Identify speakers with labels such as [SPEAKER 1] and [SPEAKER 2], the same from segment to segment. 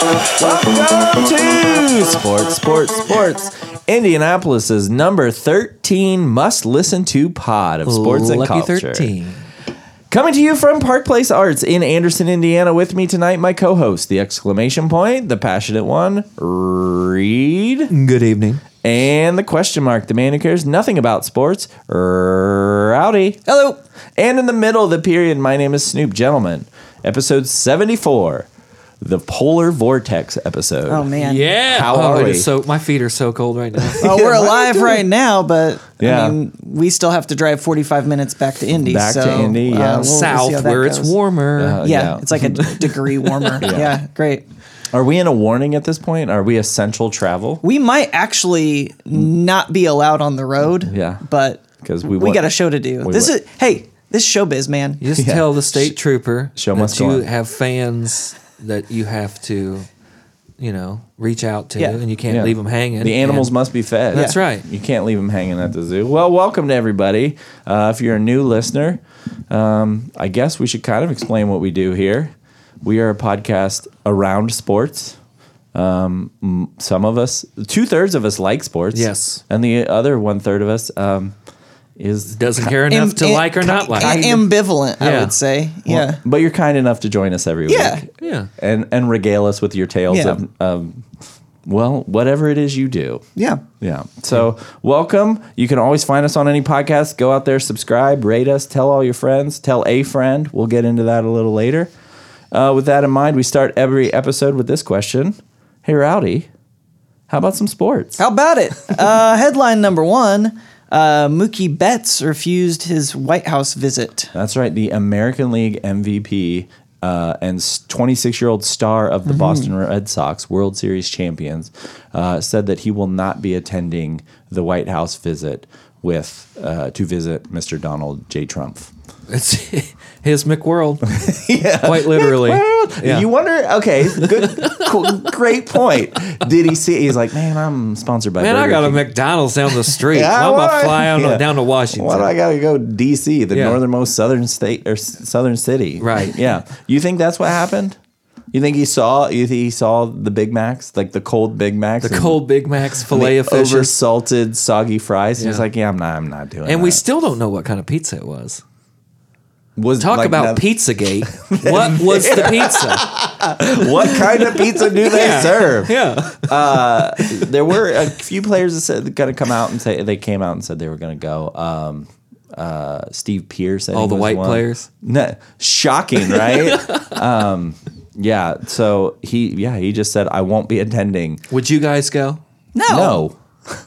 [SPEAKER 1] Welcome to Sports, Sports, Sports. Indianapolis's number 13 must listen to pod of sports and
[SPEAKER 2] Lucky
[SPEAKER 1] culture.
[SPEAKER 2] 13.
[SPEAKER 1] Coming to you from Park Place Arts in Anderson, Indiana. With me tonight, my co host, the exclamation point, the passionate one, Reed,
[SPEAKER 2] Good evening.
[SPEAKER 1] and the question mark, the man who cares nothing about sports, Rowdy.
[SPEAKER 2] Hello.
[SPEAKER 1] And in the middle of the period, my name is Snoop Gentleman. Episode 74, the Polar Vortex episode.
[SPEAKER 3] Oh man.
[SPEAKER 2] Yeah.
[SPEAKER 1] How
[SPEAKER 2] oh,
[SPEAKER 1] are
[SPEAKER 2] it
[SPEAKER 1] we?
[SPEAKER 2] is So my feet are so cold right now.
[SPEAKER 3] Well, we're alive right now, but
[SPEAKER 1] Yeah.
[SPEAKER 3] I mean, we still have to drive 45 minutes back to Indy.
[SPEAKER 1] Back to
[SPEAKER 3] so, uh,
[SPEAKER 1] Indy, yeah.
[SPEAKER 3] we'll see how
[SPEAKER 2] South
[SPEAKER 3] that
[SPEAKER 2] where it's
[SPEAKER 3] goes.
[SPEAKER 2] warmer.
[SPEAKER 1] Uh,
[SPEAKER 3] Yeah,
[SPEAKER 1] Yeah.
[SPEAKER 3] it's like a degree warmer. yeah. great.
[SPEAKER 1] Are we in a warning at this point? Are we essential travel?
[SPEAKER 3] We might actually not be allowed on the road.
[SPEAKER 1] Yeah.
[SPEAKER 3] but
[SPEAKER 1] 'Cause we
[SPEAKER 3] we
[SPEAKER 1] want-
[SPEAKER 3] got a show to do.
[SPEAKER 1] we
[SPEAKER 3] this
[SPEAKER 1] want-
[SPEAKER 3] is hey, this is showbiz, man.
[SPEAKER 2] you just
[SPEAKER 1] yeah.
[SPEAKER 2] tell the state trooper
[SPEAKER 1] show
[SPEAKER 2] that
[SPEAKER 1] must go
[SPEAKER 2] you
[SPEAKER 1] on.
[SPEAKER 2] have fans that you have to, you know, reach out to,
[SPEAKER 3] Yeah.
[SPEAKER 2] and you can't
[SPEAKER 1] Yeah.
[SPEAKER 2] leave them hanging.
[SPEAKER 1] The animals
[SPEAKER 2] And
[SPEAKER 1] must be fed.
[SPEAKER 2] That's Yeah. right.
[SPEAKER 1] You can't leave them hanging at the zoo. Well, welcome to everybody. Uh, if you're a new listener, um, I guess we should kind of explain what we do here. We are a podcast around sports. Um, m- some of us, two thirds of us, like sports.
[SPEAKER 2] Yes.
[SPEAKER 1] and the other one third of us um, is
[SPEAKER 2] doesn't care enough
[SPEAKER 3] Am-
[SPEAKER 2] to
[SPEAKER 3] am-
[SPEAKER 2] like or not like.
[SPEAKER 3] A- ambivalent,
[SPEAKER 2] Yeah.
[SPEAKER 3] I would say. Yeah,
[SPEAKER 1] But you're kind enough to join us every
[SPEAKER 3] Yeah.
[SPEAKER 1] week.
[SPEAKER 2] Yeah.
[SPEAKER 1] And and regale us with your tales
[SPEAKER 3] Yeah.
[SPEAKER 1] of, of well, whatever it is you do.
[SPEAKER 3] yeah.
[SPEAKER 1] Yeah. So welcome. You can always find us on any podcast. Go out there, subscribe, rate us, tell all your friends, tell a friend. We'll get into that a little later. Uh, with that in mind, we start every episode with this question. Hey Rowdy, how about some sports?
[SPEAKER 3] How about it? Uh, headline number one: uh, Mookie Betts refused his White House visit.
[SPEAKER 1] That's right. The American League MVP uh, and 26 year old star of the Boston Red Sox, World Series champions, uh, said that he will not be attending the White House visit with uh, to visit Mr. Donald J. Trump.
[SPEAKER 2] It's his McWorld. Quite literally. Yeah.
[SPEAKER 1] You wonder? Okay, good, cool, great point. Did he see? He's like, man, I'm sponsored by.
[SPEAKER 2] Man, I
[SPEAKER 1] Burger
[SPEAKER 2] got a
[SPEAKER 1] King."
[SPEAKER 2] McDonald's down the street.
[SPEAKER 1] Yeah,
[SPEAKER 2] Why am
[SPEAKER 1] why-
[SPEAKER 2] I flying
[SPEAKER 1] yeah.
[SPEAKER 2] down to Washington?
[SPEAKER 1] Why do I gotta go D.C., the
[SPEAKER 2] Yeah.
[SPEAKER 1] northernmost southern state or s- southern city?
[SPEAKER 2] Right.
[SPEAKER 1] Yeah. You think that's what happened? You think he saw? You think he saw the Big Macs, like the cold Big Macs,
[SPEAKER 2] the cold Big Macs, filet
[SPEAKER 1] the
[SPEAKER 2] of fish,
[SPEAKER 1] over salted soggy fries? He's
[SPEAKER 2] Yeah.
[SPEAKER 1] like, yeah, I'm not, I'm not doing.
[SPEAKER 2] and we
[SPEAKER 1] that."
[SPEAKER 2] still don't know what kind of pizza it was.
[SPEAKER 1] was
[SPEAKER 2] Talk
[SPEAKER 1] like,
[SPEAKER 2] about
[SPEAKER 1] noth-
[SPEAKER 2] Pizzagate. what was the pizza?
[SPEAKER 1] What kind of pizza do they
[SPEAKER 2] Yeah.
[SPEAKER 1] serve?
[SPEAKER 2] Yeah,
[SPEAKER 1] There were a few players that said going to come out and say they came out and said they were going to go. Um, uh, Steve Pierce, I
[SPEAKER 2] all
[SPEAKER 1] think
[SPEAKER 2] the
[SPEAKER 1] was
[SPEAKER 2] white
[SPEAKER 1] one.
[SPEAKER 2] players.
[SPEAKER 1] No, shocking, right? um, yeah. So he, yeah, he just said, "I won't be attending."
[SPEAKER 2] Would you guys go?
[SPEAKER 3] No,
[SPEAKER 1] No,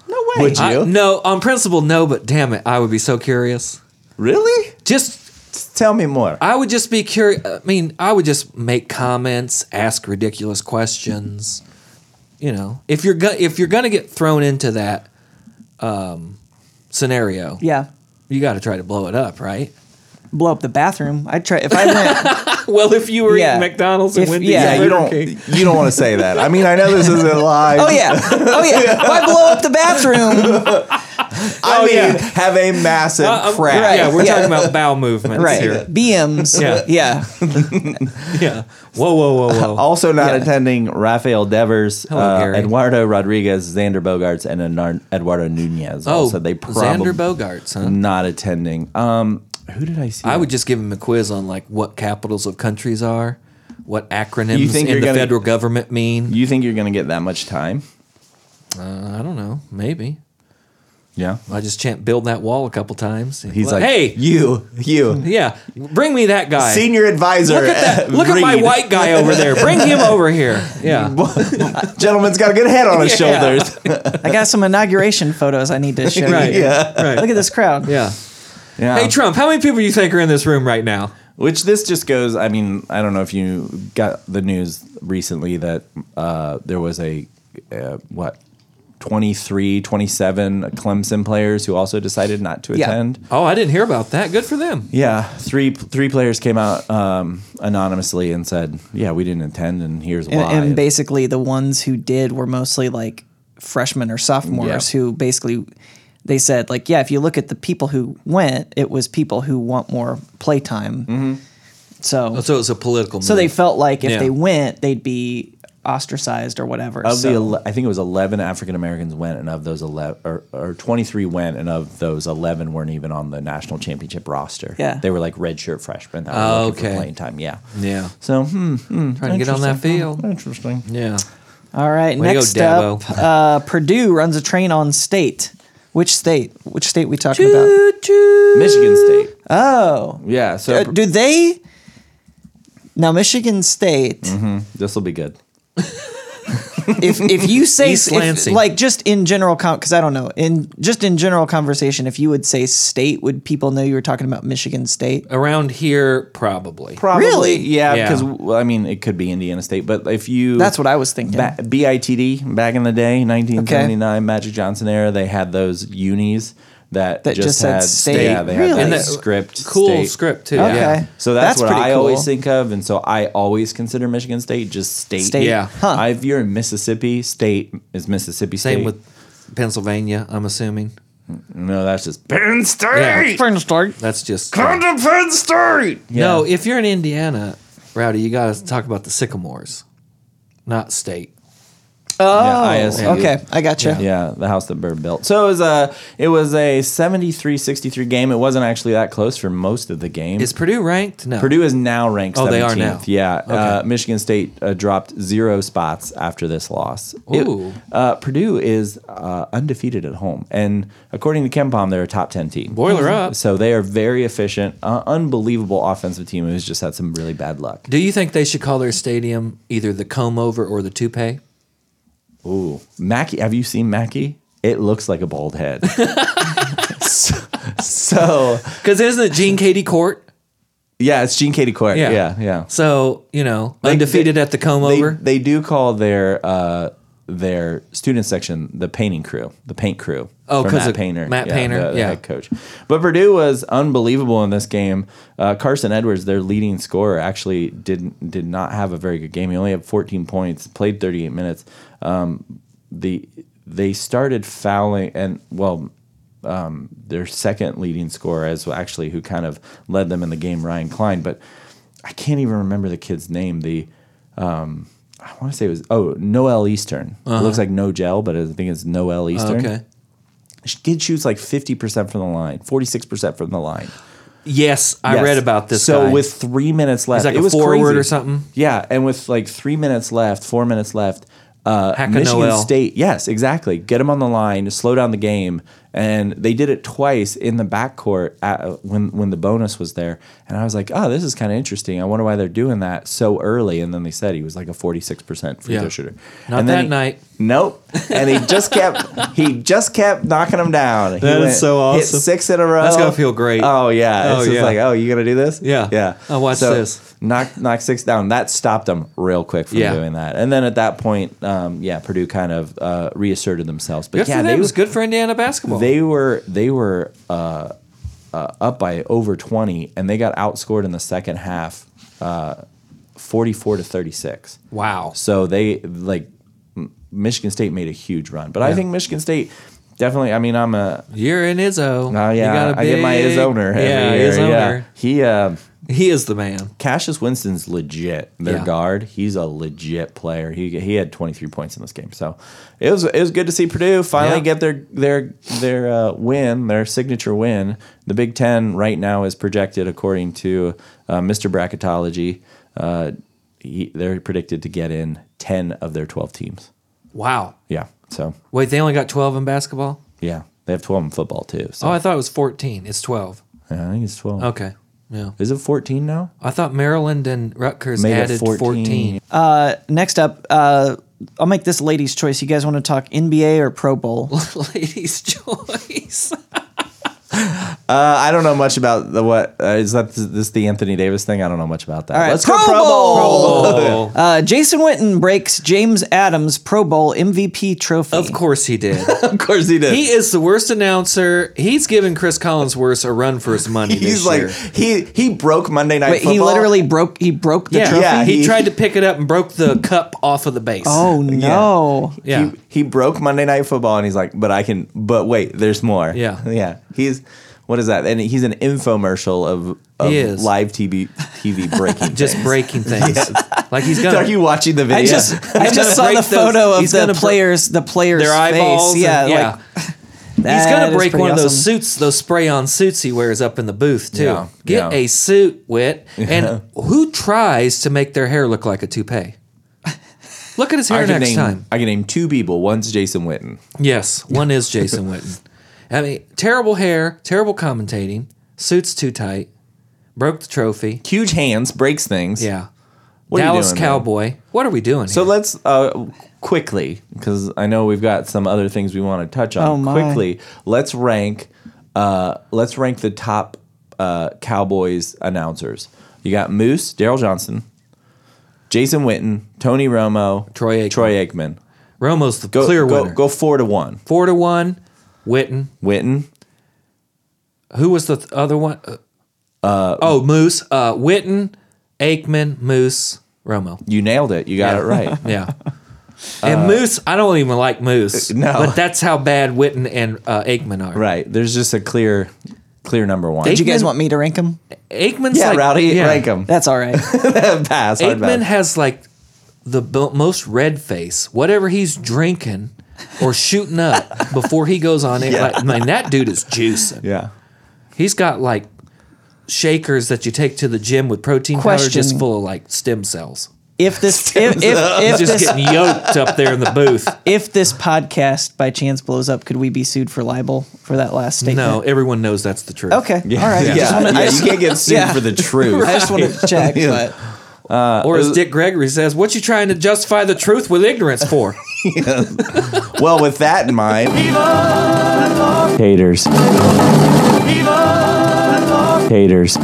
[SPEAKER 3] no way.
[SPEAKER 1] would you?
[SPEAKER 2] I- no, on principle, no. But damn it, I would be so curious.
[SPEAKER 1] really?
[SPEAKER 2] Just,
[SPEAKER 1] Tell me more.
[SPEAKER 2] I would just be curious. I mean, I would just make comments, ask ridiculous questions. You know, if you're go- if you're gonna get thrown into that um, scenario,
[SPEAKER 3] yeah.
[SPEAKER 2] you got to try to blow it up, right?
[SPEAKER 3] blow up the bathroom. I'd try if I went.
[SPEAKER 2] Well, if you were
[SPEAKER 3] Yeah.
[SPEAKER 2] eating McDonald's and
[SPEAKER 3] If-
[SPEAKER 2] Wendy's,
[SPEAKER 3] yeah,
[SPEAKER 1] yeah,
[SPEAKER 2] yeah, and
[SPEAKER 1] you
[SPEAKER 2] Burger
[SPEAKER 1] don't.
[SPEAKER 2] King.
[SPEAKER 1] You don't want to say that. I mean, I know this isn't live.
[SPEAKER 3] oh yeah, oh yeah. If I blow up the bathroom,
[SPEAKER 1] I
[SPEAKER 2] Oh,
[SPEAKER 1] mean,
[SPEAKER 2] yeah.
[SPEAKER 1] have a massive
[SPEAKER 2] Uh, um,
[SPEAKER 1] crash.
[SPEAKER 3] Right.
[SPEAKER 2] Yeah, we're
[SPEAKER 3] Yeah.
[SPEAKER 2] talking about bowel movements
[SPEAKER 3] right?
[SPEAKER 2] here.
[SPEAKER 3] BMs.
[SPEAKER 2] Yeah.
[SPEAKER 3] yeah.
[SPEAKER 2] Yeah. Whoa, whoa, whoa, whoa.
[SPEAKER 1] Also not attending Rafael Devers,
[SPEAKER 2] Hello,
[SPEAKER 1] uh,
[SPEAKER 2] Gary.
[SPEAKER 1] Eduardo Rodriguez, Xander Bogarts, and Enar- Eduardo Nunez.
[SPEAKER 2] Oh,
[SPEAKER 1] also, they probably
[SPEAKER 2] Xander Bogarts, huh?
[SPEAKER 1] not attending. Um, who did I see?
[SPEAKER 2] I would just give him a quiz on like what capitals of countries are, what acronyms
[SPEAKER 1] You think
[SPEAKER 2] in
[SPEAKER 1] you're
[SPEAKER 2] the
[SPEAKER 1] gonna-
[SPEAKER 2] federal government mean.
[SPEAKER 1] You think you're going to get that much time?
[SPEAKER 2] Uh, I don't know. Maybe
[SPEAKER 1] Yeah.
[SPEAKER 2] I just chant "build that wall" a couple times.
[SPEAKER 1] He's
[SPEAKER 2] Well,
[SPEAKER 1] like,
[SPEAKER 2] "Hey,
[SPEAKER 1] you, you,
[SPEAKER 2] yeah, bring me that guy.
[SPEAKER 1] senior advisor.
[SPEAKER 2] look at that. Look at my
[SPEAKER 1] Reed.
[SPEAKER 2] white guy over there. Bring him over here. Yeah,
[SPEAKER 1] Gentleman's got a good head on his
[SPEAKER 2] Yeah.
[SPEAKER 1] shoulders.
[SPEAKER 3] I got some inauguration photos I need to show.
[SPEAKER 2] right.
[SPEAKER 3] You.
[SPEAKER 2] Yeah, right.
[SPEAKER 3] Look at this crowd.
[SPEAKER 2] yeah.
[SPEAKER 1] Yeah.
[SPEAKER 2] Hey Trump, how many people you think are in this room right now?
[SPEAKER 1] Which this just goes. I mean, I don't know if you got the news recently that uh, there was a uh, what 23, 27 Clemson players who also decided not to
[SPEAKER 3] Yeah.
[SPEAKER 1] attend.
[SPEAKER 2] Oh, I didn't hear about that. Good for them.
[SPEAKER 1] Yeah, three three players came out um, anonymously and said, "Yeah, we didn't attend, and here's
[SPEAKER 3] And,
[SPEAKER 1] why."
[SPEAKER 3] and basically, the ones who did were mostly like freshmen or sophomores
[SPEAKER 1] Yeah.
[SPEAKER 3] who basically they said like, yeah, if you look at the people who went, it was people who want more playtime. So
[SPEAKER 2] Oh, So it's a political.
[SPEAKER 3] so
[SPEAKER 2] move.
[SPEAKER 3] they felt like if
[SPEAKER 2] Yeah.
[SPEAKER 3] they went, they'd be ostracized or whatever.
[SPEAKER 1] Of the,
[SPEAKER 3] so-
[SPEAKER 1] ele- I think it was eleven African Americans went, and of those eleven, or, or twenty three went, and of those eleven weren't even on the national championship roster.
[SPEAKER 3] Yeah.
[SPEAKER 1] they were like redshirt freshmen that were
[SPEAKER 2] Oh,
[SPEAKER 1] looking
[SPEAKER 2] okay.
[SPEAKER 1] for playing time. Yeah,
[SPEAKER 2] Yeah.
[SPEAKER 1] So hmm, hmm,
[SPEAKER 2] Trying to get on that
[SPEAKER 1] interesting. Oh,
[SPEAKER 2] field.
[SPEAKER 1] Interesting.
[SPEAKER 2] Yeah.
[SPEAKER 3] All right,
[SPEAKER 2] Way to go,
[SPEAKER 3] next
[SPEAKER 2] Dabo.
[SPEAKER 3] up, uh, Purdue runs a train on state. Which state? Which state we talking about?
[SPEAKER 1] Michigan State.
[SPEAKER 3] Oh,
[SPEAKER 1] Yeah. So
[SPEAKER 3] Uh, do they? Now Michigan State.
[SPEAKER 2] Mm-hmm.
[SPEAKER 1] this will be good.
[SPEAKER 3] If if you say
[SPEAKER 2] East
[SPEAKER 3] if-
[SPEAKER 2] Lansing.
[SPEAKER 3] like just in general, because I don't know, in just in general conversation, if you would say state, would people know you were talking about Michigan State?
[SPEAKER 2] Around here, probably.
[SPEAKER 1] Probably.
[SPEAKER 3] Really?
[SPEAKER 1] Yeah,
[SPEAKER 2] Yeah.
[SPEAKER 1] because well, I mean, it could be Indiana State, but if you
[SPEAKER 3] That's what I was thinking.
[SPEAKER 1] Ba- BITD back in the day, 1979 Magic Johnson era, they had those unis that,
[SPEAKER 3] That
[SPEAKER 1] just,
[SPEAKER 3] just said
[SPEAKER 1] had
[SPEAKER 3] state.
[SPEAKER 1] Yeah, they
[SPEAKER 3] Really?
[SPEAKER 1] had
[SPEAKER 2] And
[SPEAKER 1] that
[SPEAKER 2] that-
[SPEAKER 1] script.
[SPEAKER 2] cool
[SPEAKER 1] state.
[SPEAKER 2] script, too.
[SPEAKER 3] Okay.
[SPEAKER 2] Yeah.
[SPEAKER 1] So that's, what
[SPEAKER 3] pretty
[SPEAKER 1] I
[SPEAKER 3] cool.
[SPEAKER 1] always think of, and so I always consider Michigan State just state.
[SPEAKER 3] State.
[SPEAKER 2] Yeah.
[SPEAKER 3] Huh.
[SPEAKER 1] I, if you're in Mississippi, state is Mississippi State.
[SPEAKER 2] Same with Pennsylvania, I'm assuming.
[SPEAKER 1] no, that's just Penn
[SPEAKER 2] Yeah.
[SPEAKER 1] State.
[SPEAKER 2] That's just.
[SPEAKER 1] Come to Penn State.
[SPEAKER 2] No,
[SPEAKER 1] Yeah.
[SPEAKER 2] if you're in Indiana, Rowdy, you got to talk about the Sycamores, not state.
[SPEAKER 1] Yeah,
[SPEAKER 3] Oh,
[SPEAKER 1] ISU.
[SPEAKER 3] okay, I gotcha.
[SPEAKER 1] Yeah, the house that Bird built. So it was a it was a 73-63 game. It wasn't actually that close for most of the game.
[SPEAKER 2] Is Purdue ranked? No.
[SPEAKER 1] Purdue is now ranked.
[SPEAKER 2] Oh,
[SPEAKER 1] 17th.
[SPEAKER 2] they are now.
[SPEAKER 1] Yeah, uh,
[SPEAKER 2] Okay.
[SPEAKER 1] Michigan State uh, dropped zero spots after this loss. It-
[SPEAKER 2] Ooh.
[SPEAKER 1] uh, Purdue is uh, undefeated at home, and according to Kempom, they're a top ten team.
[SPEAKER 2] Boiler up.
[SPEAKER 1] So they are very efficient, uh, unbelievable offensive team who's just had some really bad luck.
[SPEAKER 2] Do you think they should call their stadium either the Comb Over or the Toupee?
[SPEAKER 1] Ooh, Mackey, have you seen Mackey? It looks like a bald head. so, so,
[SPEAKER 2] Because isn't it Gene Katie Court?
[SPEAKER 1] yeah, it's Gene Katie Court. Yeah, yeah.
[SPEAKER 2] So you know, undefeated
[SPEAKER 1] they-
[SPEAKER 2] at the Comb
[SPEAKER 1] they,
[SPEAKER 2] Over.
[SPEAKER 1] They do call their uh, their student section the painting crew, the paint crew.
[SPEAKER 2] Oh,
[SPEAKER 1] for
[SPEAKER 2] 'cause
[SPEAKER 1] Matt
[SPEAKER 2] of
[SPEAKER 1] Painter,
[SPEAKER 2] Matt Painter,
[SPEAKER 1] the- the
[SPEAKER 2] yeah.
[SPEAKER 1] head coach. But Purdue was unbelievable in this game. Uh, Carson Edwards, their leading scorer, actually didn't did not have a very good game. He only had 14 points, played 38 minutes. Um, the they started fouling and well their second leading scorer as well, actually who kind of led them in the game, Ryan Klein. But I can't even remember the kid's name. The um, I want to say it was oh Noel Eastern. It looks like no gel, but I think it's Noel Eastern.
[SPEAKER 2] Okay.
[SPEAKER 1] Sh- kid shoots like fifty percent from the line, forty six percent from the line.
[SPEAKER 2] Yes, I
[SPEAKER 1] Yes.
[SPEAKER 2] read about this.
[SPEAKER 1] So
[SPEAKER 2] guy.
[SPEAKER 1] with three minutes left,
[SPEAKER 2] like
[SPEAKER 1] it
[SPEAKER 2] a
[SPEAKER 1] was
[SPEAKER 2] forward
[SPEAKER 1] crazy.
[SPEAKER 2] or something?
[SPEAKER 1] Yeah, and with like three minutes left, four minutes left, uh,
[SPEAKER 2] Hack a
[SPEAKER 1] Michigan
[SPEAKER 2] Noel.
[SPEAKER 1] State. Yes, exactly. Get them on the line, slow down the game, and they did it twice in the backcourt at, uh, when when the bonus was there. And I was like, oh, this is kind of interesting. I wonder why they're doing that so early. And then they said he was like a forty six percent free
[SPEAKER 2] Yeah.
[SPEAKER 1] throw shooter.
[SPEAKER 2] Not
[SPEAKER 1] and then
[SPEAKER 2] that
[SPEAKER 1] he-
[SPEAKER 2] night.
[SPEAKER 1] Nope. And he just kept he just kept knocking them down. He
[SPEAKER 2] That is so
[SPEAKER 1] hit
[SPEAKER 2] awesome.
[SPEAKER 1] six in a row.
[SPEAKER 2] That's gotta feel great.
[SPEAKER 1] Oh yeah.
[SPEAKER 2] Oh,
[SPEAKER 1] it's just
[SPEAKER 2] yeah.
[SPEAKER 1] like oh you gonna do this?
[SPEAKER 2] Yeah.
[SPEAKER 1] Yeah.
[SPEAKER 2] Oh, watch this.
[SPEAKER 1] Knock knock six down. That stopped them real quick from
[SPEAKER 2] Yeah.
[SPEAKER 1] doing that. And then at that point, um, yeah, Purdue kind of uh, reasserted themselves. But
[SPEAKER 2] good
[SPEAKER 1] yeah,
[SPEAKER 2] for them.
[SPEAKER 1] they
[SPEAKER 2] It was
[SPEAKER 1] was
[SPEAKER 2] good for Indiana basketball.
[SPEAKER 1] They were they were uh, uh, up by over twenty, and they got outscored in the second half, uh, forty four to thirty six.
[SPEAKER 2] wow.
[SPEAKER 1] So they like M- Michigan State made a huge run, but I
[SPEAKER 2] Yeah.
[SPEAKER 1] think Michigan State definitely. I mean, I'm a
[SPEAKER 2] You're in Izzo.
[SPEAKER 1] oh
[SPEAKER 2] You
[SPEAKER 1] yeah,
[SPEAKER 2] got a
[SPEAKER 1] I get my
[SPEAKER 2] big-
[SPEAKER 1] his owner. Every
[SPEAKER 2] yeah,
[SPEAKER 1] year.
[SPEAKER 2] his
[SPEAKER 1] Yeah,
[SPEAKER 2] owner.
[SPEAKER 1] he. Uh,
[SPEAKER 2] He is the man.
[SPEAKER 1] Cassius Winston's legit. Their
[SPEAKER 2] Yeah.
[SPEAKER 1] guard, he's a legit player. He he had 23 points in this game, so it was it was good to see Purdue finally
[SPEAKER 2] Yeah.
[SPEAKER 1] get their their their uh, win, their signature win. The Big Ten right now is projected, according to uh, Mr. Bracketology, uh, he, they're predicted to get in 10 of their 12 teams.
[SPEAKER 2] Wow.
[SPEAKER 1] Yeah, so
[SPEAKER 2] Wait, they only got 12 in basketball?
[SPEAKER 1] yeah, they have 12 in football too. So
[SPEAKER 2] Oh, I thought it was 14. It's 12.
[SPEAKER 1] yeah, I think it's 12.
[SPEAKER 2] Oh. Okay. Yeah.
[SPEAKER 1] Is it 14 now?
[SPEAKER 2] I thought Maryland and Rutgers
[SPEAKER 1] Made it
[SPEAKER 2] added 14.
[SPEAKER 1] 14.
[SPEAKER 3] Uh, next up, uh, I'll make this ladies' choice. You guys want to talk NBA or Pro Bowl?
[SPEAKER 2] Ladies' choice.
[SPEAKER 1] Uh, I don't know much about the what uh, is that. th- This the Anthony Davis thing. I don't know much about that.
[SPEAKER 3] All right,
[SPEAKER 1] Let's
[SPEAKER 3] Pro
[SPEAKER 1] go Pro Bowl.
[SPEAKER 3] Bowl.
[SPEAKER 2] oh,
[SPEAKER 3] Uh, Jason Witten breaks James Adams Pro Bowl MVP trophy.
[SPEAKER 2] of course he did.
[SPEAKER 1] of course he did.
[SPEAKER 2] He is the worst announcer. He's giving Chris Collinsworth a run for his money.
[SPEAKER 1] He's
[SPEAKER 2] this
[SPEAKER 1] like
[SPEAKER 2] year.
[SPEAKER 1] he he broke Monday Night
[SPEAKER 3] Wait,
[SPEAKER 1] Football.
[SPEAKER 3] he literally broke. He broke the
[SPEAKER 2] yeah,
[SPEAKER 3] trophy.
[SPEAKER 1] Yeah,
[SPEAKER 2] he,
[SPEAKER 1] he-
[SPEAKER 2] tried to pick it up and broke the cup off of the base.
[SPEAKER 3] Oh no!
[SPEAKER 2] yeah,
[SPEAKER 1] He, he broke Monday Night Football, and he's like, "But I can." But wait, there's more.
[SPEAKER 2] Yeah.
[SPEAKER 1] yeah. He's what is that? And he's an infomercial of, of
[SPEAKER 2] He is.
[SPEAKER 1] live TV TV breaking.
[SPEAKER 2] Just
[SPEAKER 1] things.
[SPEAKER 2] breaking things. Like he's gonna
[SPEAKER 1] Are you watching the video?
[SPEAKER 3] I just I
[SPEAKER 2] gonna
[SPEAKER 3] just saw
[SPEAKER 2] break
[SPEAKER 3] the
[SPEAKER 2] those-
[SPEAKER 3] photo
[SPEAKER 2] he's
[SPEAKER 3] of
[SPEAKER 2] gonna br-
[SPEAKER 3] the players the players
[SPEAKER 2] their eyeballs.
[SPEAKER 3] face.
[SPEAKER 2] and-
[SPEAKER 3] Yeah,
[SPEAKER 2] yeah.
[SPEAKER 3] like, that
[SPEAKER 2] he's gonna
[SPEAKER 3] is
[SPEAKER 2] break
[SPEAKER 3] pretty
[SPEAKER 2] one of
[SPEAKER 3] awesome.
[SPEAKER 2] those suits, those spray-on suits he wears up in the booth too.
[SPEAKER 1] Yeah,
[SPEAKER 2] Get
[SPEAKER 1] yeah.
[SPEAKER 2] a suit, wit. And who tries to make their hair look like a toupee? Look at his hair
[SPEAKER 1] I can
[SPEAKER 2] next
[SPEAKER 1] name
[SPEAKER 2] time.
[SPEAKER 1] I can name two people. One's Jason Witten.
[SPEAKER 2] Yes, one is Jason Witten. I mean, terrible hair, terrible commentating, suits too tight, broke the trophy.
[SPEAKER 1] Huge hands breaks things.
[SPEAKER 2] Yeah,
[SPEAKER 1] What are you
[SPEAKER 2] Dallas
[SPEAKER 1] doing, man?
[SPEAKER 2] Cowboy. What are we doing?
[SPEAKER 1] So
[SPEAKER 2] here?
[SPEAKER 1] let's uh, quickly, because I know we've got some other things we want to touch on.
[SPEAKER 3] Oh, my.
[SPEAKER 1] Quickly, let's rank. Uh, let's rank the top uh, Cowboys announcers. You got Moose, Daryl Johnson, Jason Witten, Tony Romo,
[SPEAKER 2] Troy Aikman.
[SPEAKER 1] Troy Aikman.
[SPEAKER 2] Romo's the
[SPEAKER 1] Go,
[SPEAKER 2] clear
[SPEAKER 1] go,
[SPEAKER 2] winner.
[SPEAKER 1] go four to one.
[SPEAKER 2] Four to one. Witten.
[SPEAKER 1] Witten,
[SPEAKER 2] Who was the th- other one? Uh, oh, Moose. Uh, Witten, Aikman, Moose, Romo.
[SPEAKER 1] you nailed it. You got it right.
[SPEAKER 2] Yeah. and Moose, I don't even like Moose.
[SPEAKER 1] Uh, no.
[SPEAKER 2] But that's how bad Witten and uh, Aikman are.
[SPEAKER 1] right. There's just a clear, clear number one.
[SPEAKER 3] Did you guys
[SPEAKER 2] Aikman-
[SPEAKER 3] want me to rank them?
[SPEAKER 2] Aikman's
[SPEAKER 1] yeah,
[SPEAKER 2] like,
[SPEAKER 1] Rowdy,
[SPEAKER 2] yeah.
[SPEAKER 1] rank 'em.
[SPEAKER 3] That's all right.
[SPEAKER 1] pass. hard pass.
[SPEAKER 2] Aikman has like the b- most red face. Whatever he's drinking or shooting up before he goes on air. Like, man, that dude is juicing.
[SPEAKER 1] Yeah.
[SPEAKER 2] He's got like shakers that you take to the gym with protein powder just
[SPEAKER 3] Question.
[SPEAKER 2] full of like stem cells.
[SPEAKER 3] If this if if, if,
[SPEAKER 2] Just
[SPEAKER 3] this,
[SPEAKER 2] getting yoked up there in the booth.
[SPEAKER 3] if this podcast by chance blows up, could we be sued for libel for that last statement?
[SPEAKER 2] No, everyone knows that's the truth.
[SPEAKER 3] Okay. All right. I
[SPEAKER 1] Yeah.
[SPEAKER 3] just wanted-
[SPEAKER 1] Yeah,
[SPEAKER 3] I
[SPEAKER 1] you
[SPEAKER 3] just-
[SPEAKER 1] can't get sued
[SPEAKER 3] yeah.
[SPEAKER 1] for the truth.
[SPEAKER 3] I just wanted to check, but
[SPEAKER 1] Uh,
[SPEAKER 2] Or as Dick Gregory says, what you trying to justify the truth with ignorance for?
[SPEAKER 1] Well, with that in mind, haters, haters,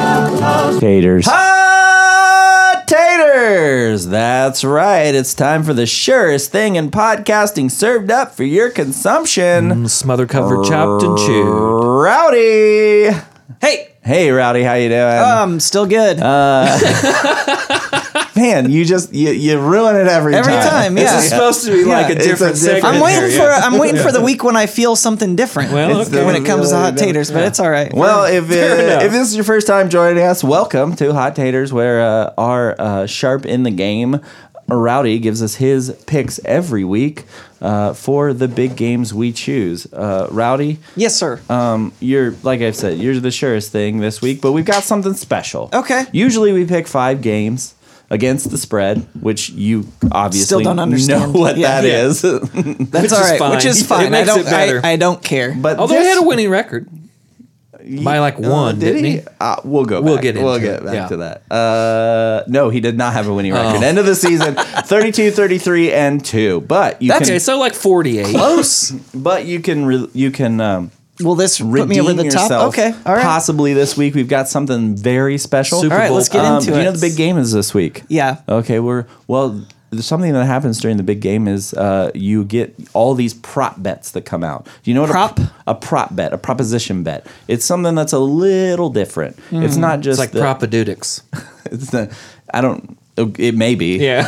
[SPEAKER 1] haters, taters. That's right. It's time for the surest thing in podcasting, served up for your consumption.
[SPEAKER 2] Smother covered, chopped and chewed.
[SPEAKER 1] Rowdy. Uh,
[SPEAKER 3] hey,
[SPEAKER 1] Hey, Rowdy, how you doing?
[SPEAKER 3] um, still good.
[SPEAKER 1] Man, you just you, you ruin it every,
[SPEAKER 3] Every time, yeah.
[SPEAKER 2] This is supposed to be like a
[SPEAKER 1] it's a
[SPEAKER 2] different
[SPEAKER 1] different-
[SPEAKER 2] segment.
[SPEAKER 3] I'm
[SPEAKER 2] here,
[SPEAKER 3] waiting for
[SPEAKER 2] yeah.
[SPEAKER 3] I'm waiting for the week when I feel something different.
[SPEAKER 2] Well, It's okay.
[SPEAKER 3] when it comes to
[SPEAKER 1] really
[SPEAKER 3] hot
[SPEAKER 1] different.
[SPEAKER 3] taters, but it's all right.
[SPEAKER 1] Well, if
[SPEAKER 2] enough.
[SPEAKER 1] uh, if this is your first time joining us, welcome to Hot Taters, where uh, our uh, sharp in the game Rowdy gives us his picks every week uh, for the big games we choose. Uh, Rowdy,
[SPEAKER 3] yes, sir.
[SPEAKER 2] uh,
[SPEAKER 1] um, you're like I've said, you're the surest thing this week, but we've got something special.
[SPEAKER 3] Okay.
[SPEAKER 1] Usually we pick five games against the spread, which you obviously
[SPEAKER 3] Still don't understand.
[SPEAKER 1] know what
[SPEAKER 3] Yeah.
[SPEAKER 1] that
[SPEAKER 2] Yeah.
[SPEAKER 1] is.
[SPEAKER 3] That's
[SPEAKER 2] which
[SPEAKER 3] all
[SPEAKER 2] is
[SPEAKER 3] right.
[SPEAKER 2] fine.
[SPEAKER 3] Which is
[SPEAKER 2] It
[SPEAKER 3] fine. I
[SPEAKER 2] makes
[SPEAKER 3] don't.
[SPEAKER 2] it better.
[SPEAKER 3] I, I don't care.
[SPEAKER 1] but
[SPEAKER 2] Although he
[SPEAKER 1] this-
[SPEAKER 2] had a winning record by like
[SPEAKER 1] Uh,
[SPEAKER 2] one,
[SPEAKER 1] did
[SPEAKER 2] didn't he?
[SPEAKER 1] Uh, we'll go.
[SPEAKER 2] We'll
[SPEAKER 1] back.
[SPEAKER 2] get
[SPEAKER 1] We'll
[SPEAKER 2] into it,
[SPEAKER 1] get back
[SPEAKER 2] yeah. Oh.
[SPEAKER 1] to that. Uh, no, he did not have a winning record. End of the season, 32, 33, and two. But you
[SPEAKER 3] That's
[SPEAKER 1] can.
[SPEAKER 2] Okay, so like 48.
[SPEAKER 3] Close.
[SPEAKER 1] But you can. Re- you can. Um,
[SPEAKER 3] Will this put
[SPEAKER 1] redeem
[SPEAKER 3] me over the top?
[SPEAKER 1] yourself.
[SPEAKER 3] Okay. All right.
[SPEAKER 1] Possibly this week we've got something very special.
[SPEAKER 2] Super
[SPEAKER 3] all right.
[SPEAKER 2] Bowl.
[SPEAKER 3] Let's get
[SPEAKER 1] Um,
[SPEAKER 3] into
[SPEAKER 1] do
[SPEAKER 3] it.
[SPEAKER 1] You know the big game is this week.
[SPEAKER 3] Yeah.
[SPEAKER 1] Okay. We're well. there's Something that happens during the big game is uh, you get all these prop bets that come out. Do you know what
[SPEAKER 3] Prop?
[SPEAKER 1] a, a prop bet, a proposition bet? It's something that's a little different. Mm-hmm. It's not just
[SPEAKER 2] It's like
[SPEAKER 1] the-
[SPEAKER 2] propadeutics.
[SPEAKER 1] It's the, I don't. oh, It may be.
[SPEAKER 2] Yeah.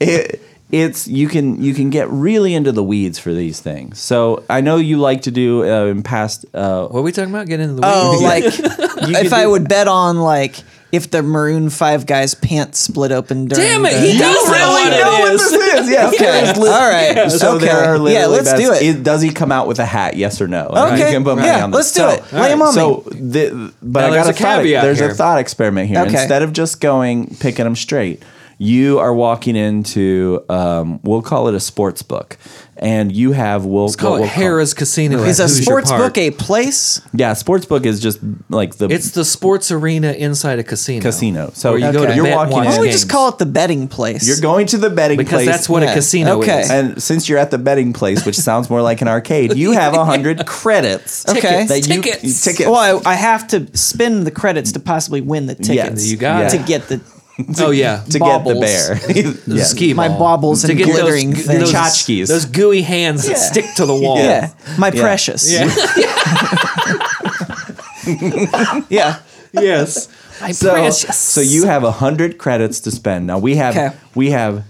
[SPEAKER 1] It, it's you can you can get really into the weeds for these things. So I know you like to do uh, in past uh,
[SPEAKER 2] what are we talking about? Get into the
[SPEAKER 3] Oh,
[SPEAKER 2] weeds?
[SPEAKER 3] like
[SPEAKER 1] could
[SPEAKER 3] if I would bet on like if the Maroon Five guys' pants split open during.
[SPEAKER 2] Damn it,
[SPEAKER 3] the-
[SPEAKER 2] he does
[SPEAKER 1] You
[SPEAKER 2] know what it is.
[SPEAKER 1] is. Yeah.
[SPEAKER 3] Okay.
[SPEAKER 1] okay.
[SPEAKER 3] All right.
[SPEAKER 1] So
[SPEAKER 3] okay.
[SPEAKER 1] there are literally
[SPEAKER 3] yeah. Let's
[SPEAKER 1] bets.
[SPEAKER 3] do it.
[SPEAKER 1] Does he come out with a hat? Yes or no? And
[SPEAKER 3] Okay.
[SPEAKER 1] You can put money
[SPEAKER 3] Yeah,
[SPEAKER 1] on this.
[SPEAKER 3] let's do
[SPEAKER 1] So-
[SPEAKER 3] it. Lay 'em on
[SPEAKER 1] So, the, but
[SPEAKER 2] Now
[SPEAKER 1] I got
[SPEAKER 2] there's
[SPEAKER 1] a,
[SPEAKER 2] a
[SPEAKER 1] thought.
[SPEAKER 2] caveat
[SPEAKER 1] There's
[SPEAKER 2] here.
[SPEAKER 1] a thought experiment here.
[SPEAKER 3] Okay.
[SPEAKER 1] Instead of just going picking them straight, you are walking into um, we'll call it a sports book, and you have we'll
[SPEAKER 2] It's called
[SPEAKER 1] we'll
[SPEAKER 2] Harrah's Casino.
[SPEAKER 3] Is
[SPEAKER 2] at
[SPEAKER 3] a
[SPEAKER 2] Hoosier
[SPEAKER 3] sports
[SPEAKER 2] Park.
[SPEAKER 3] book a place?
[SPEAKER 1] Yeah, sports book is just like the
[SPEAKER 2] It's the sports arena inside a casino.
[SPEAKER 1] casino. So
[SPEAKER 2] Where you
[SPEAKER 3] go
[SPEAKER 1] are
[SPEAKER 3] to
[SPEAKER 2] bet and
[SPEAKER 1] walking
[SPEAKER 2] watch
[SPEAKER 3] Why don't
[SPEAKER 1] in.
[SPEAKER 3] we
[SPEAKER 2] games.
[SPEAKER 3] just call it the betting place?
[SPEAKER 1] You're going to the betting
[SPEAKER 2] Because
[SPEAKER 1] place.
[SPEAKER 2] that's what
[SPEAKER 3] Yeah.
[SPEAKER 2] a casino
[SPEAKER 3] Okay.
[SPEAKER 2] is.
[SPEAKER 1] And since you're at the betting place, which sounds more like an arcade, you have a hundred credits.
[SPEAKER 3] Okay.
[SPEAKER 1] That you-
[SPEAKER 2] Tickets.
[SPEAKER 1] you- tickets.
[SPEAKER 3] Well, I, I have to spend the credits to possibly win the tickets.
[SPEAKER 2] You got
[SPEAKER 1] Yeah.
[SPEAKER 2] it.
[SPEAKER 3] to get the
[SPEAKER 2] oh yeah,
[SPEAKER 1] to
[SPEAKER 3] baubles.
[SPEAKER 1] get the bear.
[SPEAKER 2] The
[SPEAKER 1] Yes.
[SPEAKER 2] ski
[SPEAKER 3] My
[SPEAKER 2] ball.
[SPEAKER 3] baubles and
[SPEAKER 2] those-
[SPEAKER 3] glittering
[SPEAKER 2] those,
[SPEAKER 3] things.
[SPEAKER 1] Tchotchkes.
[SPEAKER 2] Those gooey hands that
[SPEAKER 3] Yeah.
[SPEAKER 2] stick to the wall.
[SPEAKER 3] yeah, my precious.
[SPEAKER 2] Yeah.
[SPEAKER 3] yeah.
[SPEAKER 2] yes. My
[SPEAKER 1] So,
[SPEAKER 2] precious.
[SPEAKER 1] so you have a hundred credits to spend. Now we have
[SPEAKER 3] Okay.
[SPEAKER 1] we have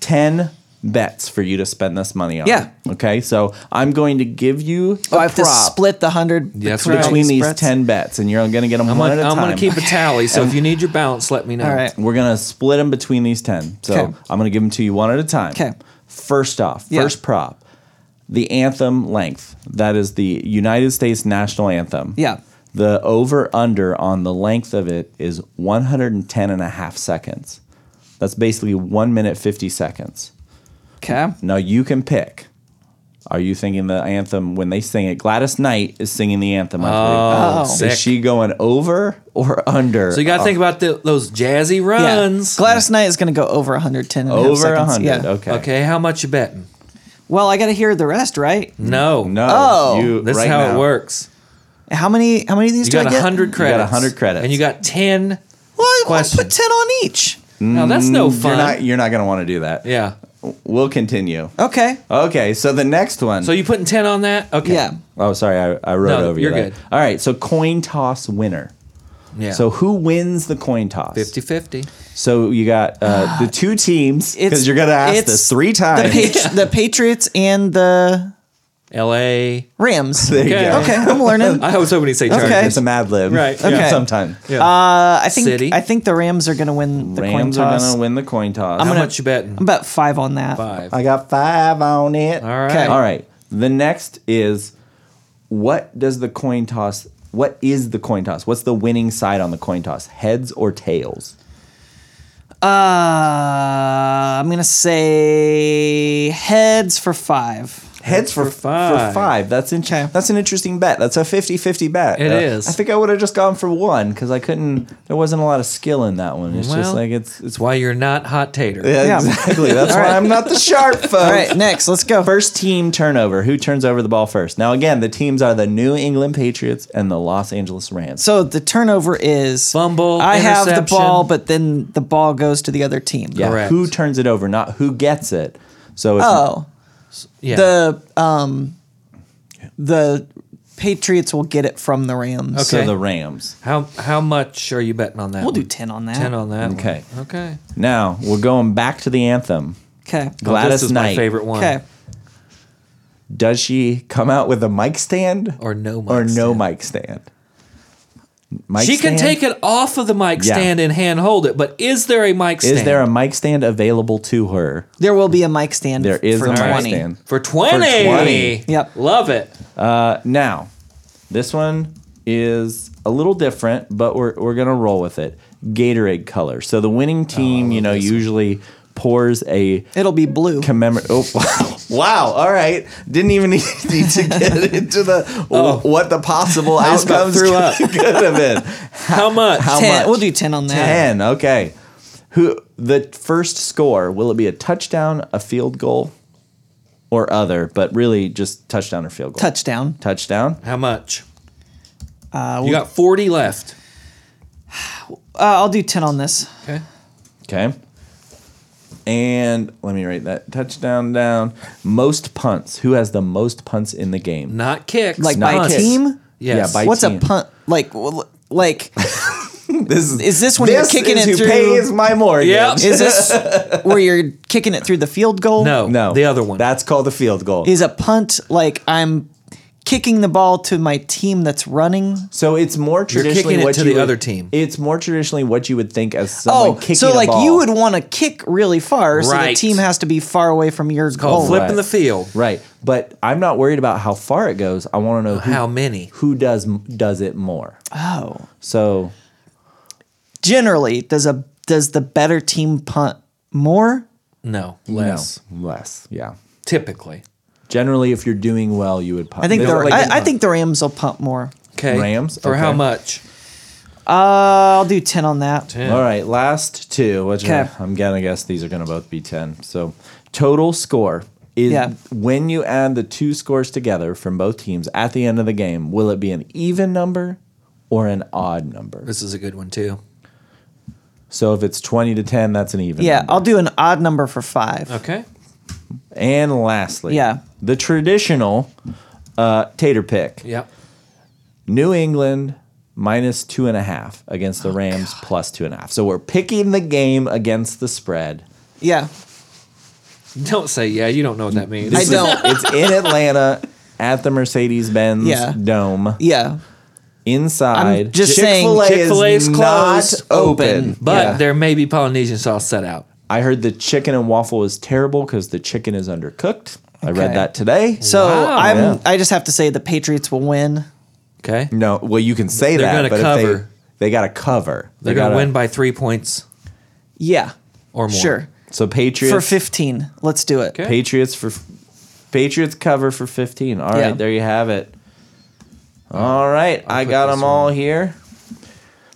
[SPEAKER 1] ten bets for you to spend this money on.
[SPEAKER 3] Yeah.
[SPEAKER 1] Okay. So I'm going to give you
[SPEAKER 3] Oh,
[SPEAKER 1] a
[SPEAKER 3] I have to
[SPEAKER 1] prop
[SPEAKER 3] split the hundred
[SPEAKER 2] That's
[SPEAKER 3] between
[SPEAKER 2] right.
[SPEAKER 1] between these
[SPEAKER 3] spreads?
[SPEAKER 1] ten bets, and you're going to get them
[SPEAKER 2] I'm
[SPEAKER 1] one
[SPEAKER 2] gonna,
[SPEAKER 1] at a
[SPEAKER 2] I'm
[SPEAKER 1] time.
[SPEAKER 2] gonna keep a tally. So if you need your balance, let me know.
[SPEAKER 3] All right.
[SPEAKER 1] We're gonna split them between these ten. So
[SPEAKER 3] Okay.
[SPEAKER 1] I'm gonna give them to you one at a time.
[SPEAKER 3] 'Kay.
[SPEAKER 1] First off,
[SPEAKER 3] Yeah.
[SPEAKER 1] first prop, the anthem length. That is the United States national anthem.
[SPEAKER 3] Yeah.
[SPEAKER 1] The over under on the length of it is 110 and a half seconds. That's basically one minute 50 seconds.
[SPEAKER 3] Okay.
[SPEAKER 1] Now you can pick. Are you thinking the anthem when they sing it? Gladys Knight is singing the anthem. I
[SPEAKER 3] Oh.
[SPEAKER 1] believe.
[SPEAKER 2] sick.
[SPEAKER 1] Is she going over or under?
[SPEAKER 2] So you got to think about the, those jazzy
[SPEAKER 3] Yeah.
[SPEAKER 2] runs.
[SPEAKER 3] Gladys Knight is going to go over 110 and a half
[SPEAKER 1] over
[SPEAKER 3] seconds.
[SPEAKER 1] 100.
[SPEAKER 3] Yeah.
[SPEAKER 1] Okay.
[SPEAKER 2] Okay, how much you betting?
[SPEAKER 3] Well, I got to hear the rest, right?
[SPEAKER 1] Mm.
[SPEAKER 2] No,
[SPEAKER 1] No.
[SPEAKER 3] Oh.
[SPEAKER 1] you-
[SPEAKER 2] This
[SPEAKER 1] right
[SPEAKER 2] is how
[SPEAKER 1] now.
[SPEAKER 2] it works.
[SPEAKER 3] How many how many of these
[SPEAKER 2] You
[SPEAKER 3] do
[SPEAKER 2] got
[SPEAKER 3] I get?
[SPEAKER 2] hundred
[SPEAKER 1] got
[SPEAKER 2] credits.
[SPEAKER 1] 100 credits.
[SPEAKER 2] and you got ten.
[SPEAKER 3] Well, I'll
[SPEAKER 2] Question.
[SPEAKER 3] put 10 on each.
[SPEAKER 2] Now that's no
[SPEAKER 1] Mm, You're
[SPEAKER 2] fun.
[SPEAKER 1] not. You're not going to want to do that.
[SPEAKER 2] yeah.
[SPEAKER 1] We'll continue.
[SPEAKER 3] Okay.
[SPEAKER 1] Okay. So the next one.
[SPEAKER 2] So you putting ten on that? Okay.
[SPEAKER 3] Yeah.
[SPEAKER 1] oh, sorry. I, I wrote
[SPEAKER 2] No,
[SPEAKER 1] over
[SPEAKER 2] you're
[SPEAKER 1] you. there.
[SPEAKER 2] good.
[SPEAKER 1] All right. So coin toss winner.
[SPEAKER 2] Yeah.
[SPEAKER 1] So who wins the coin toss?
[SPEAKER 2] 50-50.
[SPEAKER 1] So you got uh, the two teams
[SPEAKER 3] It's-
[SPEAKER 1] because you're going to ask
[SPEAKER 3] it's
[SPEAKER 1] this three
[SPEAKER 3] The,
[SPEAKER 1] times.
[SPEAKER 3] Patri- the Patriots and the
[SPEAKER 2] L.A.
[SPEAKER 3] Rams.
[SPEAKER 1] There you
[SPEAKER 2] Okay.
[SPEAKER 1] go.
[SPEAKER 3] Okay, I'm learning. Uh,
[SPEAKER 2] I was hoping he'd say
[SPEAKER 3] Okay. Um,
[SPEAKER 2] Chargers.
[SPEAKER 1] It's a Mad Lib.
[SPEAKER 2] Right,
[SPEAKER 3] yeah.
[SPEAKER 1] Sometime.
[SPEAKER 2] Yeah.
[SPEAKER 3] Uh, I think
[SPEAKER 2] City.
[SPEAKER 3] I think the Rams are going to win the coin
[SPEAKER 1] Rams are
[SPEAKER 3] toss.
[SPEAKER 1] going to win the coin toss.
[SPEAKER 2] how
[SPEAKER 3] gonna-
[SPEAKER 2] much you betting?
[SPEAKER 3] I'm about five on that.
[SPEAKER 2] Five.
[SPEAKER 1] I got five on it.
[SPEAKER 2] All right.
[SPEAKER 3] 'Kay.
[SPEAKER 1] All right. The next is what does the coin toss? What is the coin toss? What's the winning side on the coin toss? Heads or tails?
[SPEAKER 3] Uh, I'm going to say heads for five.
[SPEAKER 1] Heads for,
[SPEAKER 2] for
[SPEAKER 1] For
[SPEAKER 2] five.
[SPEAKER 1] five. That's in, That's an interesting bet. That's a 50-50 bet.
[SPEAKER 2] It
[SPEAKER 1] It is.
[SPEAKER 2] is.
[SPEAKER 1] I think I would have just gone for one because I couldn't. There wasn't a lot of skill in that one. It's just
[SPEAKER 2] Well,
[SPEAKER 1] like it's. it's
[SPEAKER 2] That's why you're not hot tater.
[SPEAKER 1] yeah,
[SPEAKER 3] Yeah.
[SPEAKER 1] exactly. That's why I'm not the sharp folks.
[SPEAKER 3] All right, next, let's go.
[SPEAKER 1] First team turnover. Who turns over the ball first? Now again, the teams are the New England Patriots and the Los Angeles Rams.
[SPEAKER 3] So the turnover is
[SPEAKER 2] Fumble,
[SPEAKER 3] I have the
[SPEAKER 2] interception.
[SPEAKER 3] ball, but then the ball goes to the other team.
[SPEAKER 1] Yeah,
[SPEAKER 2] Correct.
[SPEAKER 1] who turns it over, not who gets it. So it's,
[SPEAKER 3] Oh,
[SPEAKER 2] Yeah.
[SPEAKER 3] the um, the Patriots will get it from the Rams.
[SPEAKER 1] so
[SPEAKER 2] okay.
[SPEAKER 1] the Rams.
[SPEAKER 2] how how much are you betting on that?
[SPEAKER 3] We'll do
[SPEAKER 2] one?
[SPEAKER 3] 10 on that.
[SPEAKER 2] Ten on that. one.
[SPEAKER 1] Okay.
[SPEAKER 2] Okay.
[SPEAKER 1] Now we're going back to the anthem.
[SPEAKER 3] Okay.
[SPEAKER 2] Oh,
[SPEAKER 1] Gladys
[SPEAKER 2] this is
[SPEAKER 1] Knight.
[SPEAKER 2] my favorite one.
[SPEAKER 3] Okay.
[SPEAKER 1] Does she come out with a mic stand
[SPEAKER 2] Or no mic
[SPEAKER 1] or no
[SPEAKER 2] stand.
[SPEAKER 1] mic stand? Mic
[SPEAKER 2] she can
[SPEAKER 1] stand?
[SPEAKER 2] take it off of the mic
[SPEAKER 1] Yeah.
[SPEAKER 2] stand and hand hold it, but is there a mic stand?
[SPEAKER 1] Is there a mic stand available to her?
[SPEAKER 3] There will be a mic stand.
[SPEAKER 1] There is
[SPEAKER 3] for
[SPEAKER 1] a mic
[SPEAKER 3] 20.
[SPEAKER 1] stand.
[SPEAKER 2] for twenty?
[SPEAKER 1] 20.
[SPEAKER 3] Yep.
[SPEAKER 2] Love it.
[SPEAKER 1] Uh, now, this one is a little different, but we're we're gonna roll with it. Gatorade color. So the
[SPEAKER 2] Oh,
[SPEAKER 1] winning team, you know, usually pours a
[SPEAKER 3] It'll be blue.
[SPEAKER 1] commemorate. Oh wow! Wow! All right, didn't even need need to get into the what the possible
[SPEAKER 2] just about
[SPEAKER 1] outcomes
[SPEAKER 2] threw up.
[SPEAKER 1] could have been.
[SPEAKER 2] How much?
[SPEAKER 1] How
[SPEAKER 3] ten.
[SPEAKER 1] much?
[SPEAKER 3] We'll do ten on that.
[SPEAKER 1] Ten. Okay. Who the first score? Will it be a touchdown, a field goal, or other? But really, just touchdown or field goal.
[SPEAKER 3] Touchdown.
[SPEAKER 1] Touchdown.
[SPEAKER 2] How much?
[SPEAKER 3] Uh,
[SPEAKER 2] You got forty left.
[SPEAKER 3] uh, I'll do ten on this.
[SPEAKER 2] Okay.
[SPEAKER 1] Okay. And let me write that touchdown down. Most punts. Who has the most punts in the game?
[SPEAKER 2] Not kicks.
[SPEAKER 3] Like
[SPEAKER 1] Not
[SPEAKER 3] by
[SPEAKER 1] kicks.
[SPEAKER 3] team.
[SPEAKER 2] Yes.
[SPEAKER 1] Yeah, by-
[SPEAKER 3] What's a
[SPEAKER 1] team.
[SPEAKER 3] punt? Like well, like
[SPEAKER 1] This is
[SPEAKER 3] Is this when you're kicking
[SPEAKER 1] is
[SPEAKER 3] it
[SPEAKER 1] who
[SPEAKER 3] through-
[SPEAKER 1] pays my mortgage.
[SPEAKER 2] Yep.
[SPEAKER 3] is this where you're kicking it through the field goal?
[SPEAKER 2] no.
[SPEAKER 1] No,
[SPEAKER 2] Oh, The other one.
[SPEAKER 1] That's called a field goal.
[SPEAKER 3] Is a punt like I'm kicking the ball to my team that's running?
[SPEAKER 1] so it's more traditionally
[SPEAKER 2] kicking it
[SPEAKER 1] what
[SPEAKER 2] to
[SPEAKER 1] you
[SPEAKER 2] the
[SPEAKER 1] would-
[SPEAKER 2] other team.
[SPEAKER 1] It's more traditionally what you would think as someone
[SPEAKER 3] Oh,
[SPEAKER 1] kicking a
[SPEAKER 3] so like
[SPEAKER 1] ball.
[SPEAKER 3] you would want to kick really far, so the
[SPEAKER 2] Right.
[SPEAKER 3] team has to be far away from your
[SPEAKER 2] called
[SPEAKER 3] goal.
[SPEAKER 2] Oh, flipping
[SPEAKER 1] Right.
[SPEAKER 2] the field.
[SPEAKER 1] right, but I'm not worried about how far it goes. I want to know who,
[SPEAKER 2] How many?
[SPEAKER 1] who does does it more.
[SPEAKER 3] Oh,
[SPEAKER 1] So
[SPEAKER 3] generally, does a does the better team punt more?
[SPEAKER 2] No. Less.
[SPEAKER 1] no, less, yeah.
[SPEAKER 2] Typically.
[SPEAKER 1] Generally, if you're doing well, you would punt.
[SPEAKER 3] I think the
[SPEAKER 1] There's, like,
[SPEAKER 3] I, I think the Rams will punt more.
[SPEAKER 2] Okay.
[SPEAKER 1] Rams?
[SPEAKER 2] Or how
[SPEAKER 1] Okay.
[SPEAKER 2] much?
[SPEAKER 3] Uh, I'll do ten on that.
[SPEAKER 1] All right, last two. Which are-
[SPEAKER 3] 'Kay.
[SPEAKER 1] I'm gonna guess these are gonna both be ten. So total score is
[SPEAKER 3] Yeah.
[SPEAKER 1] when you add the two scores together from both teams at the end of the game. Will it be an even number or an odd number?
[SPEAKER 2] This is a good one too.
[SPEAKER 1] So if it's twenty to ten, that's an even.
[SPEAKER 3] Yeah,
[SPEAKER 1] number.
[SPEAKER 3] I'll do an odd number for five.
[SPEAKER 2] Okay.
[SPEAKER 1] And lastly,
[SPEAKER 3] Yeah.
[SPEAKER 1] the traditional uh, tater pick.
[SPEAKER 2] Yeah.
[SPEAKER 1] New England minus two and a half against
[SPEAKER 3] Oh,
[SPEAKER 1] the Rams plus two and a half. So we're picking the game against the spread.
[SPEAKER 3] Yeah,
[SPEAKER 2] Don't say yeah. You don't know what that means.
[SPEAKER 3] I don't.
[SPEAKER 1] It's in Atlanta at the Mercedes Benz
[SPEAKER 3] Yeah.
[SPEAKER 1] Dome.
[SPEAKER 3] Yeah.
[SPEAKER 1] Inside.
[SPEAKER 3] I'm just saying
[SPEAKER 1] Chick-fil-A
[SPEAKER 2] Chick-fil-A
[SPEAKER 1] is
[SPEAKER 2] is
[SPEAKER 1] not
[SPEAKER 2] closed,
[SPEAKER 1] open.
[SPEAKER 2] But
[SPEAKER 1] Yeah.
[SPEAKER 2] there may be Polynesian sauce set out.
[SPEAKER 1] I heard the chicken and waffle is terrible because the chicken is undercooked. I read
[SPEAKER 3] Okay.
[SPEAKER 1] that today.
[SPEAKER 3] So
[SPEAKER 2] Wow.
[SPEAKER 3] I'm.
[SPEAKER 1] Yeah.
[SPEAKER 3] I just have to say the Patriots will win. Mm.
[SPEAKER 2] Okay, they're,
[SPEAKER 1] no, well, you can say
[SPEAKER 2] They're
[SPEAKER 1] that,
[SPEAKER 2] gonna
[SPEAKER 1] but if
[SPEAKER 2] cover.
[SPEAKER 1] they they got to cover. They
[SPEAKER 2] gonna
[SPEAKER 1] gotta-
[SPEAKER 2] win by three points
[SPEAKER 3] Yeah.
[SPEAKER 2] or more.
[SPEAKER 3] Sure.
[SPEAKER 1] So Patriots
[SPEAKER 3] For 15, let's do it.
[SPEAKER 2] Okay.
[SPEAKER 1] Patriots for Patriots cover for 15. All right,
[SPEAKER 3] Yeah.
[SPEAKER 1] there you have it. All right, I
[SPEAKER 2] put
[SPEAKER 1] got
[SPEAKER 2] this
[SPEAKER 1] them all here.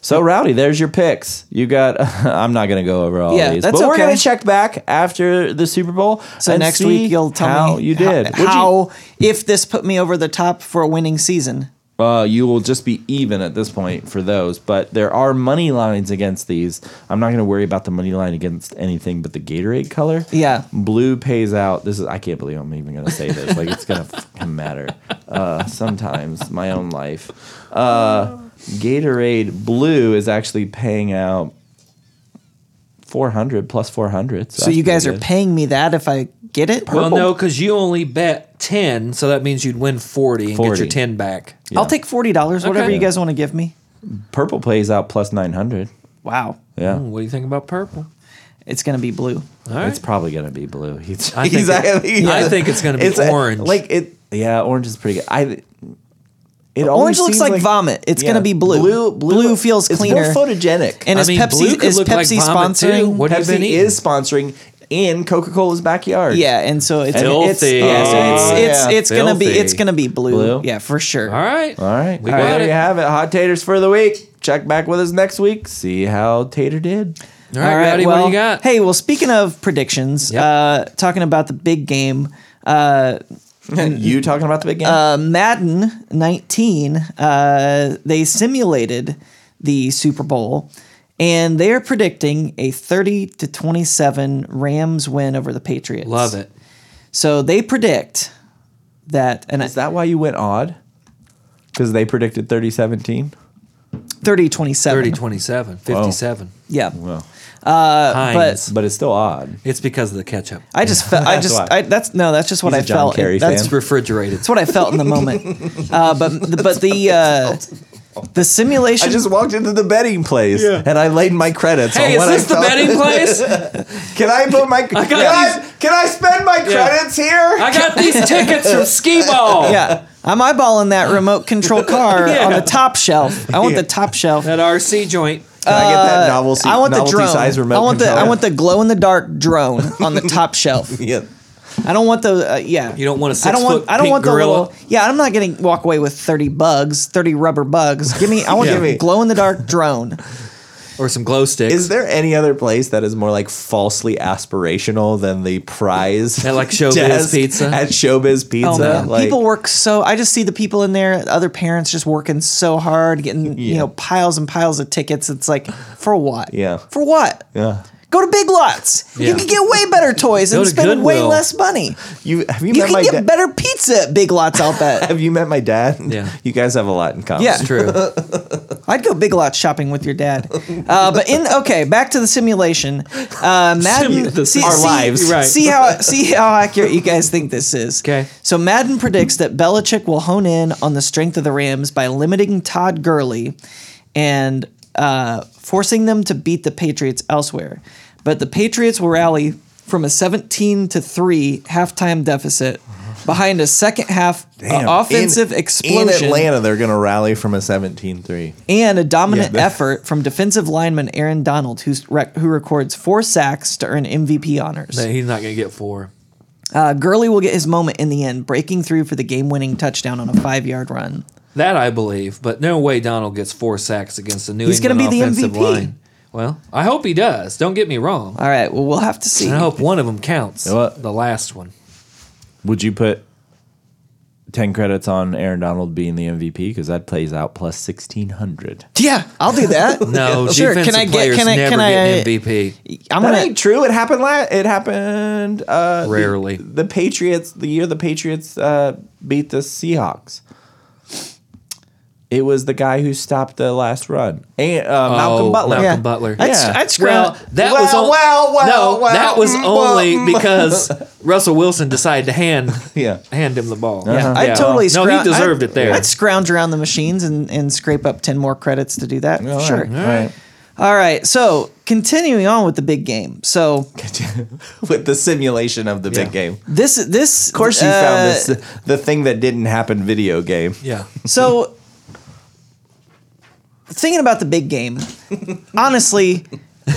[SPEAKER 1] So rowdy, there's your picks. You got. I'm not gonna go over all
[SPEAKER 3] Yeah,
[SPEAKER 1] these,
[SPEAKER 3] that's
[SPEAKER 1] but we're
[SPEAKER 3] okay.
[SPEAKER 1] gonna check back after the Super Bowl.
[SPEAKER 3] So
[SPEAKER 1] and
[SPEAKER 3] next
[SPEAKER 1] see
[SPEAKER 3] week you'll tell
[SPEAKER 1] how
[SPEAKER 3] me
[SPEAKER 1] you did.
[SPEAKER 3] How,
[SPEAKER 1] Would you-
[SPEAKER 3] how- if this put me over the top for a winning season.
[SPEAKER 1] uh, you will just be even at this point for those, but there are money lines against these. I'm not going to worry about the money line against anything but the Gatorade color.
[SPEAKER 3] Yeah.
[SPEAKER 1] blue pays out. This is I can't believe I'm even going to say this. Like it's going to fucking matter. Uh, sometimes my own life. Uh, Gatorade blue is actually paying out 400 plus 400.
[SPEAKER 3] So you
[SPEAKER 1] that's
[SPEAKER 3] guys
[SPEAKER 1] pretty
[SPEAKER 3] are
[SPEAKER 1] good.
[SPEAKER 3] paying me that if I get it?
[SPEAKER 2] Well,
[SPEAKER 1] Purple.
[SPEAKER 2] no, because you only bet ten, so that means you'd win forty and get
[SPEAKER 1] 40.
[SPEAKER 2] your ten back.
[SPEAKER 3] I'll take forty dollars, whatever
[SPEAKER 2] Okay.
[SPEAKER 3] you guys want to give me.
[SPEAKER 1] purple pays out plus 900.
[SPEAKER 3] Wow,
[SPEAKER 1] Yeah.
[SPEAKER 2] Hmm, What do you think about purple?
[SPEAKER 3] it's gonna be blue.
[SPEAKER 2] All right.
[SPEAKER 1] It's probably gonna be blue. He's,
[SPEAKER 2] I think
[SPEAKER 1] he's-
[SPEAKER 2] it-
[SPEAKER 1] he's-
[SPEAKER 2] I think it's gonna be
[SPEAKER 1] a-
[SPEAKER 2] orange.
[SPEAKER 1] like it, yeah, orange is pretty good. I. It always
[SPEAKER 3] Orange looks
[SPEAKER 1] seems
[SPEAKER 3] like, vomit. It's
[SPEAKER 1] yeah.
[SPEAKER 3] gonna be blue.
[SPEAKER 1] Blue,
[SPEAKER 3] Blue feels cleaner.
[SPEAKER 1] It's more photogenic.
[SPEAKER 3] And
[SPEAKER 2] I
[SPEAKER 3] is
[SPEAKER 2] mean, blue
[SPEAKER 3] Pepsi
[SPEAKER 2] could
[SPEAKER 3] is
[SPEAKER 2] look like
[SPEAKER 3] Pepsi
[SPEAKER 2] vomit, too.
[SPEAKER 3] sponsoring?
[SPEAKER 2] What have you been
[SPEAKER 1] Pepsi
[SPEAKER 2] eating?
[SPEAKER 1] is sponsoring in Coca Cola's backyard.
[SPEAKER 3] Yeah, and so it's
[SPEAKER 2] Filthy.
[SPEAKER 3] it's yeah, so it's it's,
[SPEAKER 1] Yeah.
[SPEAKER 3] it's gonna be
[SPEAKER 2] Oh, Filthy.
[SPEAKER 3] it's gonna be blue.
[SPEAKER 1] Blue?
[SPEAKER 3] Yeah, for sure.
[SPEAKER 2] All right.
[SPEAKER 1] All right.
[SPEAKER 2] We
[SPEAKER 1] Well,
[SPEAKER 2] got
[SPEAKER 1] there
[SPEAKER 2] it.
[SPEAKER 1] you have it. Hot taters for the week. Check back with us next week. See how Tater did.
[SPEAKER 2] All right, Rowdy, what do you got?
[SPEAKER 3] Hey, well, speaking of predictions,
[SPEAKER 2] Yep.
[SPEAKER 3] uh, talking about the big game, uh,
[SPEAKER 1] you talking about the big game?
[SPEAKER 3] uh, Madden 19, uh, they simulated the Super Bowl, and they are predicting a 30 to 27 Rams win over the Patriots.
[SPEAKER 2] Love it.
[SPEAKER 3] So they predict that, and
[SPEAKER 1] is that why you went odd? Because they predicted 30-17?
[SPEAKER 3] 30 27.
[SPEAKER 2] 30 27, 57.
[SPEAKER 3] Yeah.
[SPEAKER 1] Well,
[SPEAKER 3] Uh,
[SPEAKER 2] Heinz.
[SPEAKER 1] but it's still odd.
[SPEAKER 2] it's because of the ketchup.
[SPEAKER 3] I just felt. I
[SPEAKER 1] That's
[SPEAKER 3] just.
[SPEAKER 1] why.
[SPEAKER 3] I, that's no. That's just what
[SPEAKER 1] He's
[SPEAKER 3] I
[SPEAKER 1] a John
[SPEAKER 3] felt.
[SPEAKER 1] Kerry
[SPEAKER 3] that's
[SPEAKER 1] fan.
[SPEAKER 2] It's refrigerated.
[SPEAKER 3] That's what I felt in the moment. Uh, but but the uh, the simulation.
[SPEAKER 1] I just walked into the betting place
[SPEAKER 2] Yeah.
[SPEAKER 1] and I laid my credits
[SPEAKER 2] Hey,
[SPEAKER 1] on
[SPEAKER 2] is
[SPEAKER 1] what I
[SPEAKER 2] this the
[SPEAKER 1] felt-
[SPEAKER 2] betting place?
[SPEAKER 1] Can I put my can, I, can I spend my credits here?
[SPEAKER 2] I got these tickets from Skee Ball
[SPEAKER 3] yeah, I'm eyeballing that remote control car
[SPEAKER 2] Yeah.
[SPEAKER 3] on the top shelf. I want the top shelf.
[SPEAKER 2] at RC joint.
[SPEAKER 1] can I get that
[SPEAKER 3] Uh,
[SPEAKER 1] novelty,
[SPEAKER 3] I want the
[SPEAKER 1] novelty
[SPEAKER 3] drone.
[SPEAKER 1] size remote
[SPEAKER 3] I want the
[SPEAKER 1] control?
[SPEAKER 3] I want the glow in the dark drone on the top shelf.
[SPEAKER 1] yeah.
[SPEAKER 3] I don't want the uh, yeah.
[SPEAKER 2] You don't want a
[SPEAKER 3] I don't want
[SPEAKER 2] six-foot
[SPEAKER 3] I don't
[SPEAKER 2] pink
[SPEAKER 3] want the
[SPEAKER 2] gorilla?
[SPEAKER 3] little yeah. I'm not gonna walk away with 30 bugs, 30 rubber bugs. Give me I want
[SPEAKER 1] Yeah.
[SPEAKER 3] the glow in the dark drone.
[SPEAKER 2] or some glow sticks
[SPEAKER 1] Is there any other place that is more like falsely aspirational than the prize
[SPEAKER 2] At, like, Showbiz
[SPEAKER 1] desk
[SPEAKER 2] Pizza?
[SPEAKER 1] At Showbiz Pizza,
[SPEAKER 3] Oh, man.
[SPEAKER 1] uh, like
[SPEAKER 3] people work so. I just see the people in there, other parents just working so hard, getting you
[SPEAKER 1] Yeah.
[SPEAKER 3] know piles and piles of tickets. It's like for what?
[SPEAKER 1] Yeah.
[SPEAKER 3] for what?
[SPEAKER 1] yeah.
[SPEAKER 3] Go to Big Lots.
[SPEAKER 2] Yeah.
[SPEAKER 3] You can get way better toys and
[SPEAKER 2] to
[SPEAKER 3] spend way
[SPEAKER 2] Goodwill.
[SPEAKER 3] less money.
[SPEAKER 1] You have you,
[SPEAKER 3] You
[SPEAKER 1] met
[SPEAKER 3] can
[SPEAKER 1] my
[SPEAKER 3] get
[SPEAKER 1] dad?
[SPEAKER 3] better pizza at Big Lots. I'll bet.
[SPEAKER 1] have you met my dad?
[SPEAKER 2] Yeah.
[SPEAKER 1] You guys have a lot in common.
[SPEAKER 3] Yeah.
[SPEAKER 2] It's true.
[SPEAKER 3] I'd go Big Lots shopping with your dad. Uh, but in okay, back to the simulation. Uh, Madden,
[SPEAKER 2] Simu- the
[SPEAKER 3] see,
[SPEAKER 2] sim-
[SPEAKER 1] Our
[SPEAKER 3] see-
[SPEAKER 1] lives.
[SPEAKER 2] Right.
[SPEAKER 3] See how see how accurate you guys think this is.
[SPEAKER 2] 'Kay.
[SPEAKER 3] So Madden predicts that Belichick will hone in on the strength of the Rams by limiting Todd Gurley and uh, forcing them to beat the Patriots elsewhere. But the Patriots will rally from a 17 to 3 halftime deficit behind a second half uh,
[SPEAKER 1] Damn.
[SPEAKER 3] offensive
[SPEAKER 1] in, In
[SPEAKER 3] explosion
[SPEAKER 1] Atlanta, they're going to rally from a 17-3.
[SPEAKER 3] and a dominant
[SPEAKER 1] Yeah, that-
[SPEAKER 3] effort from defensive lineman Aaron Donald, who's rec- who records four sacks to earn MVP honors.
[SPEAKER 2] That He's not going to get four.
[SPEAKER 3] Uh, Gurley will get his moment in the end, breaking through for the game-winning touchdown on a five-yard run.
[SPEAKER 2] That I believe, but no way Donald gets four sacks against the New
[SPEAKER 3] He's gonna
[SPEAKER 2] England
[SPEAKER 3] be the
[SPEAKER 2] offensive
[SPEAKER 3] MVP.
[SPEAKER 2] line. Well, I hope he does. Don't get me wrong.
[SPEAKER 3] All right, well, we'll have to see.
[SPEAKER 2] And I hope one of them counts.
[SPEAKER 1] You know what?
[SPEAKER 2] The last one.
[SPEAKER 1] Would you put 10 credits on Aaron Donald being the MVP? Because that plays out plus 1,600.
[SPEAKER 3] Yeah, I'll do that.
[SPEAKER 2] No,
[SPEAKER 3] Oh, sure.
[SPEAKER 2] defensive
[SPEAKER 3] Can I get?
[SPEAKER 2] players
[SPEAKER 3] Can I?
[SPEAKER 2] never
[SPEAKER 3] Can I?
[SPEAKER 2] get MVP.
[SPEAKER 3] I'm
[SPEAKER 1] that
[SPEAKER 3] gonna.
[SPEAKER 1] ain't true. It happened. La- it happened uh, the-
[SPEAKER 2] Rarely.
[SPEAKER 1] The, Patriots, the year the Patriots uh, beat the Seahawks. It was the guy who stopped the last run, and, uh, Malcolm Butler.
[SPEAKER 2] Malcolm
[SPEAKER 3] Yeah.
[SPEAKER 2] Butler.
[SPEAKER 3] I'd,
[SPEAKER 1] Yeah.
[SPEAKER 3] I'd scream.
[SPEAKER 2] Well, that was
[SPEAKER 1] Well,
[SPEAKER 2] on-
[SPEAKER 1] well, well,
[SPEAKER 2] no,
[SPEAKER 1] well,
[SPEAKER 2] that was
[SPEAKER 1] mm, well,
[SPEAKER 2] only
[SPEAKER 1] mm.
[SPEAKER 2] because Russell Wilson decided to hand
[SPEAKER 1] Yeah. Uh-huh.
[SPEAKER 2] hand him the ball.
[SPEAKER 1] Yeah.
[SPEAKER 3] I'd totally
[SPEAKER 2] No, he
[SPEAKER 3] scrounge-
[SPEAKER 2] deserved
[SPEAKER 3] I'd-
[SPEAKER 2] it there.
[SPEAKER 3] I'd scrounge around the machines and, and scrape up 10 more credits to do that.
[SPEAKER 1] All right,
[SPEAKER 3] sure.
[SPEAKER 1] all right.
[SPEAKER 3] All right. So continuing on with the big game. So
[SPEAKER 1] With the simulation of the
[SPEAKER 2] Yeah.
[SPEAKER 1] big game. Uh, Of
[SPEAKER 3] this, this, uh, of
[SPEAKER 1] course, you found this the thing that didn't happen video game.
[SPEAKER 2] yeah.
[SPEAKER 3] So thinking about the big game, honestly,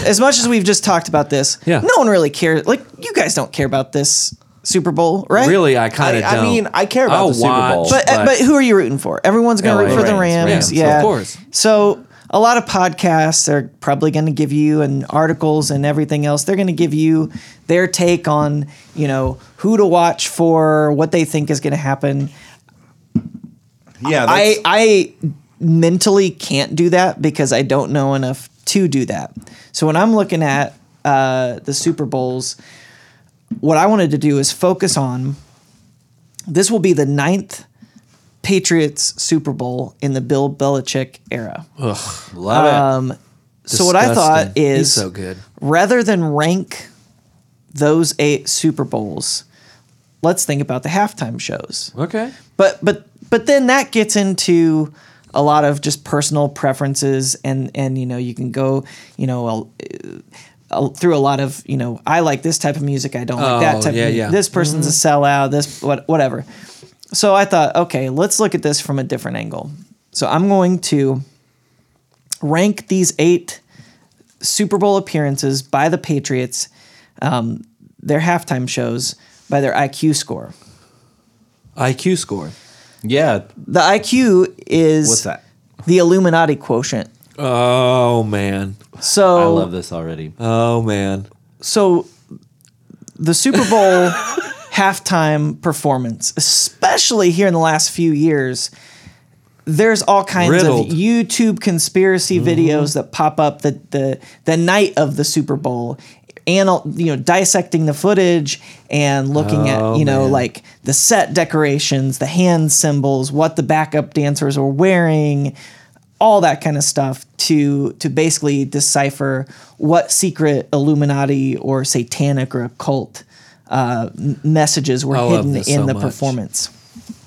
[SPEAKER 3] as much as we've just talked about this,
[SPEAKER 2] Yeah.
[SPEAKER 3] no one really cares. Like you guys don't care about this Super Bowl, right?
[SPEAKER 2] Really, I kind
[SPEAKER 1] I-
[SPEAKER 2] of
[SPEAKER 1] I
[SPEAKER 2] don't.
[SPEAKER 1] mean, I care about
[SPEAKER 2] I'll
[SPEAKER 1] the Super
[SPEAKER 2] watch,
[SPEAKER 1] Bowl.
[SPEAKER 3] But, uh, but who are you rooting for? Everyone's going to
[SPEAKER 2] LA
[SPEAKER 3] root for the
[SPEAKER 1] Rams,
[SPEAKER 3] Rams.
[SPEAKER 1] Rams, of
[SPEAKER 3] yeah,
[SPEAKER 2] course.
[SPEAKER 3] So a lot of podcasts are probably going to give you and articles and everything else. They're going to give you their take on you know who to watch for, what they think is going to happen.
[SPEAKER 1] yeah,
[SPEAKER 3] I
[SPEAKER 1] that's-
[SPEAKER 3] I mentally can't do that because I don't know enough to do that. So when I'm looking at uh, the Super Bowls, what I wanted to do is focus on. This will be the ninth Patriots Super Bowl in the Bill Belichick era.
[SPEAKER 1] love it.
[SPEAKER 3] So what I thought
[SPEAKER 2] Disgusting.
[SPEAKER 3] is
[SPEAKER 2] He's so good.
[SPEAKER 3] Rather than rank those eight Super Bowls, let's think about the halftime shows
[SPEAKER 2] okay.
[SPEAKER 3] but but but then that gets into a lot of just personal preferences and and you know you can go you know a, a, through a lot of you know I like this type of music I don't like
[SPEAKER 2] Oh,
[SPEAKER 3] that type
[SPEAKER 2] yeah,
[SPEAKER 3] of
[SPEAKER 2] yeah.
[SPEAKER 3] this person's a sellout this what whatever so I thought okay let's look at this from a different angle so I'm going to rank these eight Super Bowl appearances by the Patriots um, their halftime shows by their IQ score
[SPEAKER 2] IQ score.
[SPEAKER 1] yeah,
[SPEAKER 3] The IQ is
[SPEAKER 1] What's that?
[SPEAKER 3] The Illuminati quotient.
[SPEAKER 2] Oh man.
[SPEAKER 3] So
[SPEAKER 1] I love this already.
[SPEAKER 2] Oh man.
[SPEAKER 3] so the Super Bowl halftime performance, especially here in the last few years, there's all kinds
[SPEAKER 2] Riddled. Mm-hmm.
[SPEAKER 3] of YouTube conspiracy videos that pop up the the the night of the Super Bowl. And you know, dissecting the footage and looking at
[SPEAKER 2] Oh,
[SPEAKER 3] you know
[SPEAKER 2] man.
[SPEAKER 3] like the set decorations, the hand symbols, what the backup dancers were wearing, all that kind of stuff to to basically decipher what secret Illuminati or satanic or occult uh, m- messages were
[SPEAKER 2] I love
[SPEAKER 3] hidden in
[SPEAKER 2] this so
[SPEAKER 3] the
[SPEAKER 2] much.
[SPEAKER 3] performance.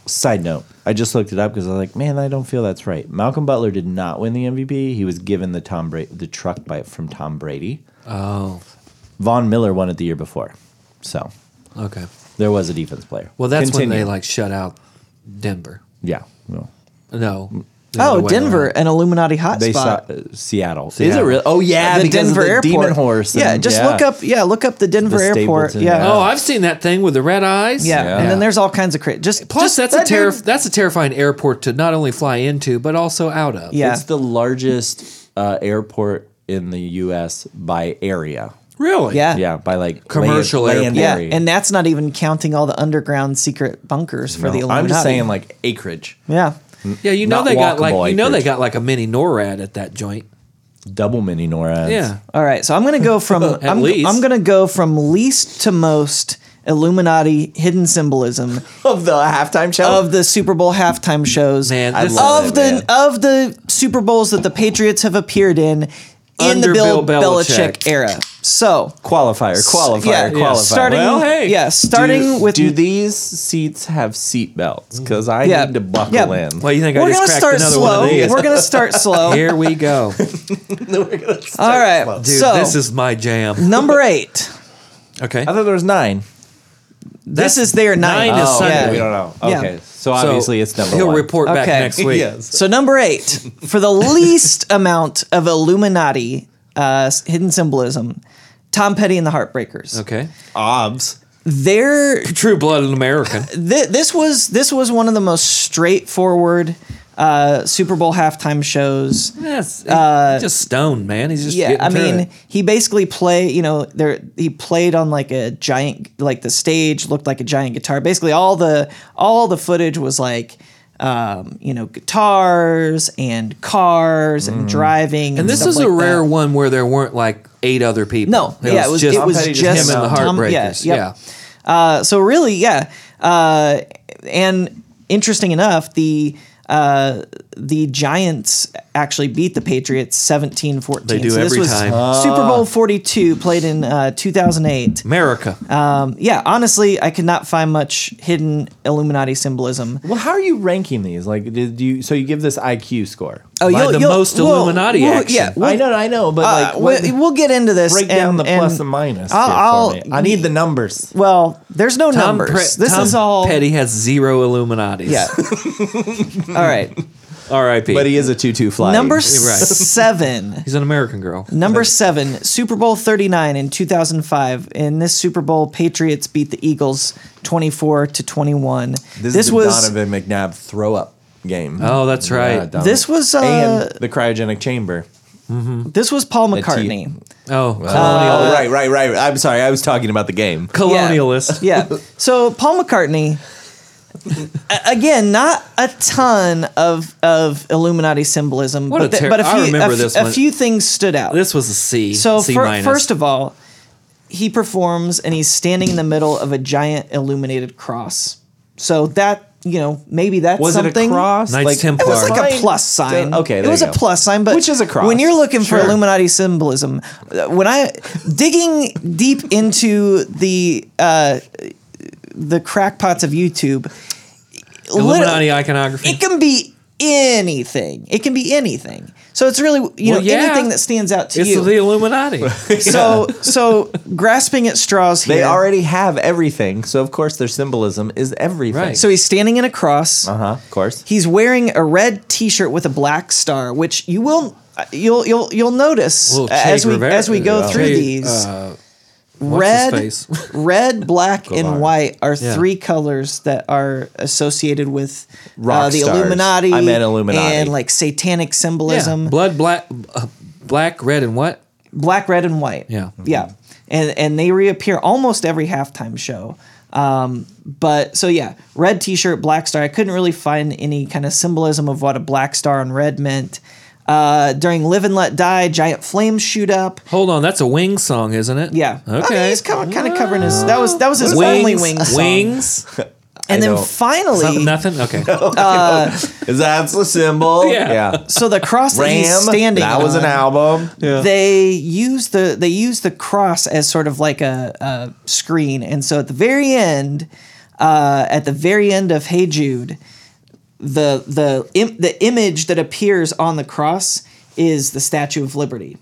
[SPEAKER 1] Side note: I just looked it up because I was like, man, I don't feel that's right. Malcolm Butler did not win the MVP. He was given the Tom Bra- the truck by from Tom Brady.
[SPEAKER 2] Oh.
[SPEAKER 1] Von Miller won it the year before, so
[SPEAKER 2] Okay.
[SPEAKER 1] there was a defense player.
[SPEAKER 2] Well, that's when
[SPEAKER 1] Continue.
[SPEAKER 2] they like shut out Denver.
[SPEAKER 1] yeah. well,
[SPEAKER 2] No. the
[SPEAKER 3] Oh,
[SPEAKER 2] other way
[SPEAKER 3] Denver,
[SPEAKER 2] around.
[SPEAKER 3] an Illuminati
[SPEAKER 1] They saw
[SPEAKER 3] hotspot.
[SPEAKER 1] uh, Seattle. Is it
[SPEAKER 2] Seattle.
[SPEAKER 1] real? Oh yeah,
[SPEAKER 3] Uh, the
[SPEAKER 1] because
[SPEAKER 3] Denver
[SPEAKER 1] of the
[SPEAKER 3] airport.
[SPEAKER 1] demon horse.
[SPEAKER 3] Yeah,
[SPEAKER 1] and-
[SPEAKER 3] just
[SPEAKER 1] yeah.
[SPEAKER 3] look up. Yeah, look up the Denver
[SPEAKER 1] The
[SPEAKER 3] airport.
[SPEAKER 1] Stapleton,
[SPEAKER 3] Yeah.
[SPEAKER 1] yeah.
[SPEAKER 2] Oh, I've seen that thing with the red eyes.
[SPEAKER 3] yeah.
[SPEAKER 1] Yeah.
[SPEAKER 3] and then there's all kinds of cra- just
[SPEAKER 2] Plus,
[SPEAKER 3] just
[SPEAKER 2] that's
[SPEAKER 3] that
[SPEAKER 2] a terri-
[SPEAKER 3] dude-
[SPEAKER 2] that's a terrifying airport to not only fly into but also out of.
[SPEAKER 3] Yeah.
[SPEAKER 1] It's the largest uh, airport in the U.S. by area.
[SPEAKER 2] Really.
[SPEAKER 3] Yeah.
[SPEAKER 1] Yeah, by like
[SPEAKER 2] Commercial
[SPEAKER 1] land, land
[SPEAKER 3] Yeah,
[SPEAKER 1] area.
[SPEAKER 3] and that's not even counting all the underground secret bunkers for
[SPEAKER 1] No,
[SPEAKER 3] the Illuminati.
[SPEAKER 1] I'm just saying like acreage,
[SPEAKER 3] yeah,
[SPEAKER 2] Yeah. You know
[SPEAKER 1] Not
[SPEAKER 2] they got like
[SPEAKER 1] walkable
[SPEAKER 2] you know they
[SPEAKER 1] acreage.
[SPEAKER 2] got like a mini NORAD at that joint.
[SPEAKER 1] double mini NORAD.
[SPEAKER 2] Yeah.
[SPEAKER 3] All right, so I'm gonna go from I'm,
[SPEAKER 2] least.
[SPEAKER 3] I'm gonna go from least to most Illuminati hidden symbolism
[SPEAKER 1] of the halftime show.
[SPEAKER 3] of the Super Bowl halftime shows
[SPEAKER 2] Man,
[SPEAKER 1] I
[SPEAKER 2] this
[SPEAKER 1] love
[SPEAKER 3] of
[SPEAKER 1] it,
[SPEAKER 3] the of the Super Bowls that the Patriots have appeared in in
[SPEAKER 2] Under
[SPEAKER 3] the Bill,
[SPEAKER 2] Bill
[SPEAKER 3] Belichick.
[SPEAKER 2] Belichick.
[SPEAKER 3] era. So
[SPEAKER 1] qualifier, qualifier,
[SPEAKER 3] yeah,
[SPEAKER 1] qualifier.
[SPEAKER 3] starting
[SPEAKER 2] Well, hey.
[SPEAKER 3] yeah, starting
[SPEAKER 1] do,
[SPEAKER 3] with Mm.
[SPEAKER 1] do these seats have seat belts? Because I
[SPEAKER 3] Yeah.
[SPEAKER 1] need to buckle
[SPEAKER 3] Yeah.
[SPEAKER 1] in.
[SPEAKER 2] Well, you think I
[SPEAKER 3] we're
[SPEAKER 2] just
[SPEAKER 3] gonna
[SPEAKER 2] cracked
[SPEAKER 3] start
[SPEAKER 2] another
[SPEAKER 3] slow.
[SPEAKER 2] one of these?
[SPEAKER 3] We're gonna start slow.
[SPEAKER 2] Here we go, dude.
[SPEAKER 3] uh, All right,
[SPEAKER 2] This
[SPEAKER 3] so
[SPEAKER 2] is my jam.
[SPEAKER 3] number eight.
[SPEAKER 2] Okay.
[SPEAKER 1] I thought there was nine.
[SPEAKER 3] This is their ninth.
[SPEAKER 2] nine is
[SPEAKER 3] Oh,
[SPEAKER 2] Sunday.
[SPEAKER 3] yeah.
[SPEAKER 1] we don't know.
[SPEAKER 3] Yeah.
[SPEAKER 1] Okay, so obviously it's number
[SPEAKER 2] He'll
[SPEAKER 1] one.
[SPEAKER 2] report back
[SPEAKER 3] Okay.
[SPEAKER 2] next week.
[SPEAKER 1] Yes.
[SPEAKER 3] So number eight for the least amount of Illuminati uh, s- hidden symbolism, Tom Petty and the Heartbreakers.
[SPEAKER 2] Okay.
[SPEAKER 1] Obs.
[SPEAKER 3] Their
[SPEAKER 2] True blooded American.
[SPEAKER 3] th- this was this was one of the most straightforward uh, Super Bowl halftime shows.
[SPEAKER 2] Yes. He's just stoned, man. He's just
[SPEAKER 3] Uh, Yeah,
[SPEAKER 2] getting
[SPEAKER 3] I
[SPEAKER 2] through
[SPEAKER 3] mean,
[SPEAKER 2] it.
[SPEAKER 3] he basically play. You know, there he played on like a giant, like the stage looked like a giant guitar. Basically, all the all the footage was like, um, you know, guitars and cars and driving. And,
[SPEAKER 2] Mm. And this
[SPEAKER 3] stuff
[SPEAKER 2] is
[SPEAKER 3] like
[SPEAKER 2] a rare
[SPEAKER 3] that.
[SPEAKER 2] one where there weren't like eight other people.
[SPEAKER 3] No, yeah, it was it was
[SPEAKER 1] Petty
[SPEAKER 3] just,
[SPEAKER 1] just him
[SPEAKER 2] and the
[SPEAKER 3] Tom-
[SPEAKER 2] Heartbreakers,
[SPEAKER 3] yeah, yep. Uh, so really, yeah, uh, and interesting enough, the uh, the Giants actually beat the Patriots 17 14.
[SPEAKER 2] They do
[SPEAKER 3] so this
[SPEAKER 2] every
[SPEAKER 3] was
[SPEAKER 2] time. Ah.
[SPEAKER 3] Super Bowl 42, played in uh, 2008.
[SPEAKER 2] America.
[SPEAKER 3] Um, yeah, honestly, I could not find much hidden Illuminati symbolism.
[SPEAKER 1] Well, how are you ranking these? Like, did you? So you give this IQ score?
[SPEAKER 3] Oh,
[SPEAKER 2] By the most Illuminati
[SPEAKER 3] well,
[SPEAKER 2] action.
[SPEAKER 3] Yeah,
[SPEAKER 1] I
[SPEAKER 3] well,
[SPEAKER 1] know, I know, but
[SPEAKER 3] uh,
[SPEAKER 1] like, what,
[SPEAKER 3] we- we'll get into this.
[SPEAKER 1] break down
[SPEAKER 3] and-
[SPEAKER 1] the plus
[SPEAKER 3] and
[SPEAKER 1] and minus.
[SPEAKER 3] I'll-
[SPEAKER 1] here for
[SPEAKER 3] I'll-
[SPEAKER 1] me. I need the numbers.
[SPEAKER 3] Well, there's no numbers.
[SPEAKER 2] Pre-
[SPEAKER 3] this
[SPEAKER 2] Tom
[SPEAKER 3] is all.
[SPEAKER 2] Petty has zero Illuminatis.
[SPEAKER 3] Yeah. all right.
[SPEAKER 2] R.I.P.
[SPEAKER 1] But he is a two-two fly.
[SPEAKER 3] Number
[SPEAKER 2] right.
[SPEAKER 3] seven.
[SPEAKER 2] He's an American girl.
[SPEAKER 3] Number seven, Super Bowl 39 in 2005. In this Super Bowl, Patriots beat the Eagles 24 to 21.
[SPEAKER 1] This,
[SPEAKER 3] This,
[SPEAKER 1] is the
[SPEAKER 3] was
[SPEAKER 1] Donovan McNabb throw up game.
[SPEAKER 2] Oh, that's right.
[SPEAKER 1] Donovan.
[SPEAKER 3] this was uh,
[SPEAKER 1] and the cryogenic chamber.
[SPEAKER 3] this was Paul
[SPEAKER 1] T-
[SPEAKER 3] McCartney.
[SPEAKER 2] Oh,
[SPEAKER 3] Uh,
[SPEAKER 1] oh, right, right, right. I'm sorry, I was talking about the game.
[SPEAKER 2] colonial- colonialist.
[SPEAKER 3] Yeah. yeah. So Paul McCartney, a- again, not a ton of of Illuminati symbolism,
[SPEAKER 2] What a
[SPEAKER 3] but, th-
[SPEAKER 2] ter-
[SPEAKER 3] but a
[SPEAKER 2] I
[SPEAKER 3] few
[SPEAKER 2] remember
[SPEAKER 3] a, f-
[SPEAKER 2] this
[SPEAKER 3] a
[SPEAKER 2] one.
[SPEAKER 3] few things stood out.
[SPEAKER 2] This was a C.
[SPEAKER 3] So
[SPEAKER 2] C
[SPEAKER 3] fir-
[SPEAKER 2] minus.
[SPEAKER 3] first of all, he performs and he's standing in the middle of a giant illuminated cross. So that you know maybe that's
[SPEAKER 1] Was
[SPEAKER 3] something.
[SPEAKER 1] it a cross?
[SPEAKER 2] Knights
[SPEAKER 3] It
[SPEAKER 2] Templar.
[SPEAKER 3] was like a
[SPEAKER 1] Fine.
[SPEAKER 3] plus sign.
[SPEAKER 1] Okay,
[SPEAKER 3] it
[SPEAKER 1] there
[SPEAKER 3] was
[SPEAKER 1] you
[SPEAKER 3] a
[SPEAKER 1] go.
[SPEAKER 3] plus sign, but
[SPEAKER 1] Which is a cross.
[SPEAKER 3] When you're looking for
[SPEAKER 1] Sure.
[SPEAKER 3] Illuminati symbolism, uh, when I digging deep into the uh, the crackpots of YouTube,
[SPEAKER 2] Illuminati
[SPEAKER 3] lit-
[SPEAKER 2] iconography.
[SPEAKER 3] it can be anything. It can be anything. So it's really you
[SPEAKER 2] Well,
[SPEAKER 3] know
[SPEAKER 2] yeah.
[SPEAKER 3] anything that stands out to
[SPEAKER 2] it's
[SPEAKER 3] you.
[SPEAKER 2] the Illuminati.
[SPEAKER 3] So so grasping at straws here.
[SPEAKER 1] They already have everything, so of course their symbolism is everything.
[SPEAKER 2] Right.
[SPEAKER 3] so he's standing in a cross.
[SPEAKER 1] uh huh. Of course.
[SPEAKER 3] He's wearing a red T-shirt with a black star, which you will you'll you'll you'll notice
[SPEAKER 2] Little
[SPEAKER 3] as
[SPEAKER 2] Che
[SPEAKER 3] we
[SPEAKER 2] Guevara.
[SPEAKER 3] as we go
[SPEAKER 2] Yeah.
[SPEAKER 3] through
[SPEAKER 2] Che,
[SPEAKER 3] these.
[SPEAKER 2] uh, what's his
[SPEAKER 3] red,
[SPEAKER 2] face?
[SPEAKER 3] red, black, and
[SPEAKER 1] Guevara.
[SPEAKER 3] white are
[SPEAKER 2] Yeah.
[SPEAKER 3] three colors that are associated with uh,
[SPEAKER 1] Rock
[SPEAKER 3] the
[SPEAKER 1] stars.
[SPEAKER 3] Illuminati.
[SPEAKER 1] I meant Illuminati.
[SPEAKER 3] and like satanic symbolism.
[SPEAKER 2] Yeah. Blood, black, uh, black, red, and what?
[SPEAKER 3] black, red, and white.
[SPEAKER 2] Yeah.
[SPEAKER 3] yeah, and and they reappear almost every halftime show. Um, but so yeah, red T-shirt, black star. I couldn't really find any kind of symbolism of what a black star and red meant. Uh, during "Live and Let Die," giant flames shoot up.
[SPEAKER 2] Hold on, that's a wing song, isn't it?
[SPEAKER 3] Yeah, I mean,
[SPEAKER 2] Okay.
[SPEAKER 3] he's kind of, kind of covering his. That was that was his only wings. song.
[SPEAKER 2] Wings.
[SPEAKER 3] and
[SPEAKER 1] I
[SPEAKER 3] then
[SPEAKER 1] don't-
[SPEAKER 3] finally,
[SPEAKER 2] Nothing. Okay.
[SPEAKER 1] That's the symbol.
[SPEAKER 2] Yeah.
[SPEAKER 3] so the cross that
[SPEAKER 1] Ram.
[SPEAKER 3] he's standing.
[SPEAKER 1] that was an
[SPEAKER 3] on,
[SPEAKER 1] album. Yeah.
[SPEAKER 3] they use the they use the cross as sort of like a, a screen and so at the very end uh, at the very end of hey jude the the Im- the image that appears on the cross is the statue of liberty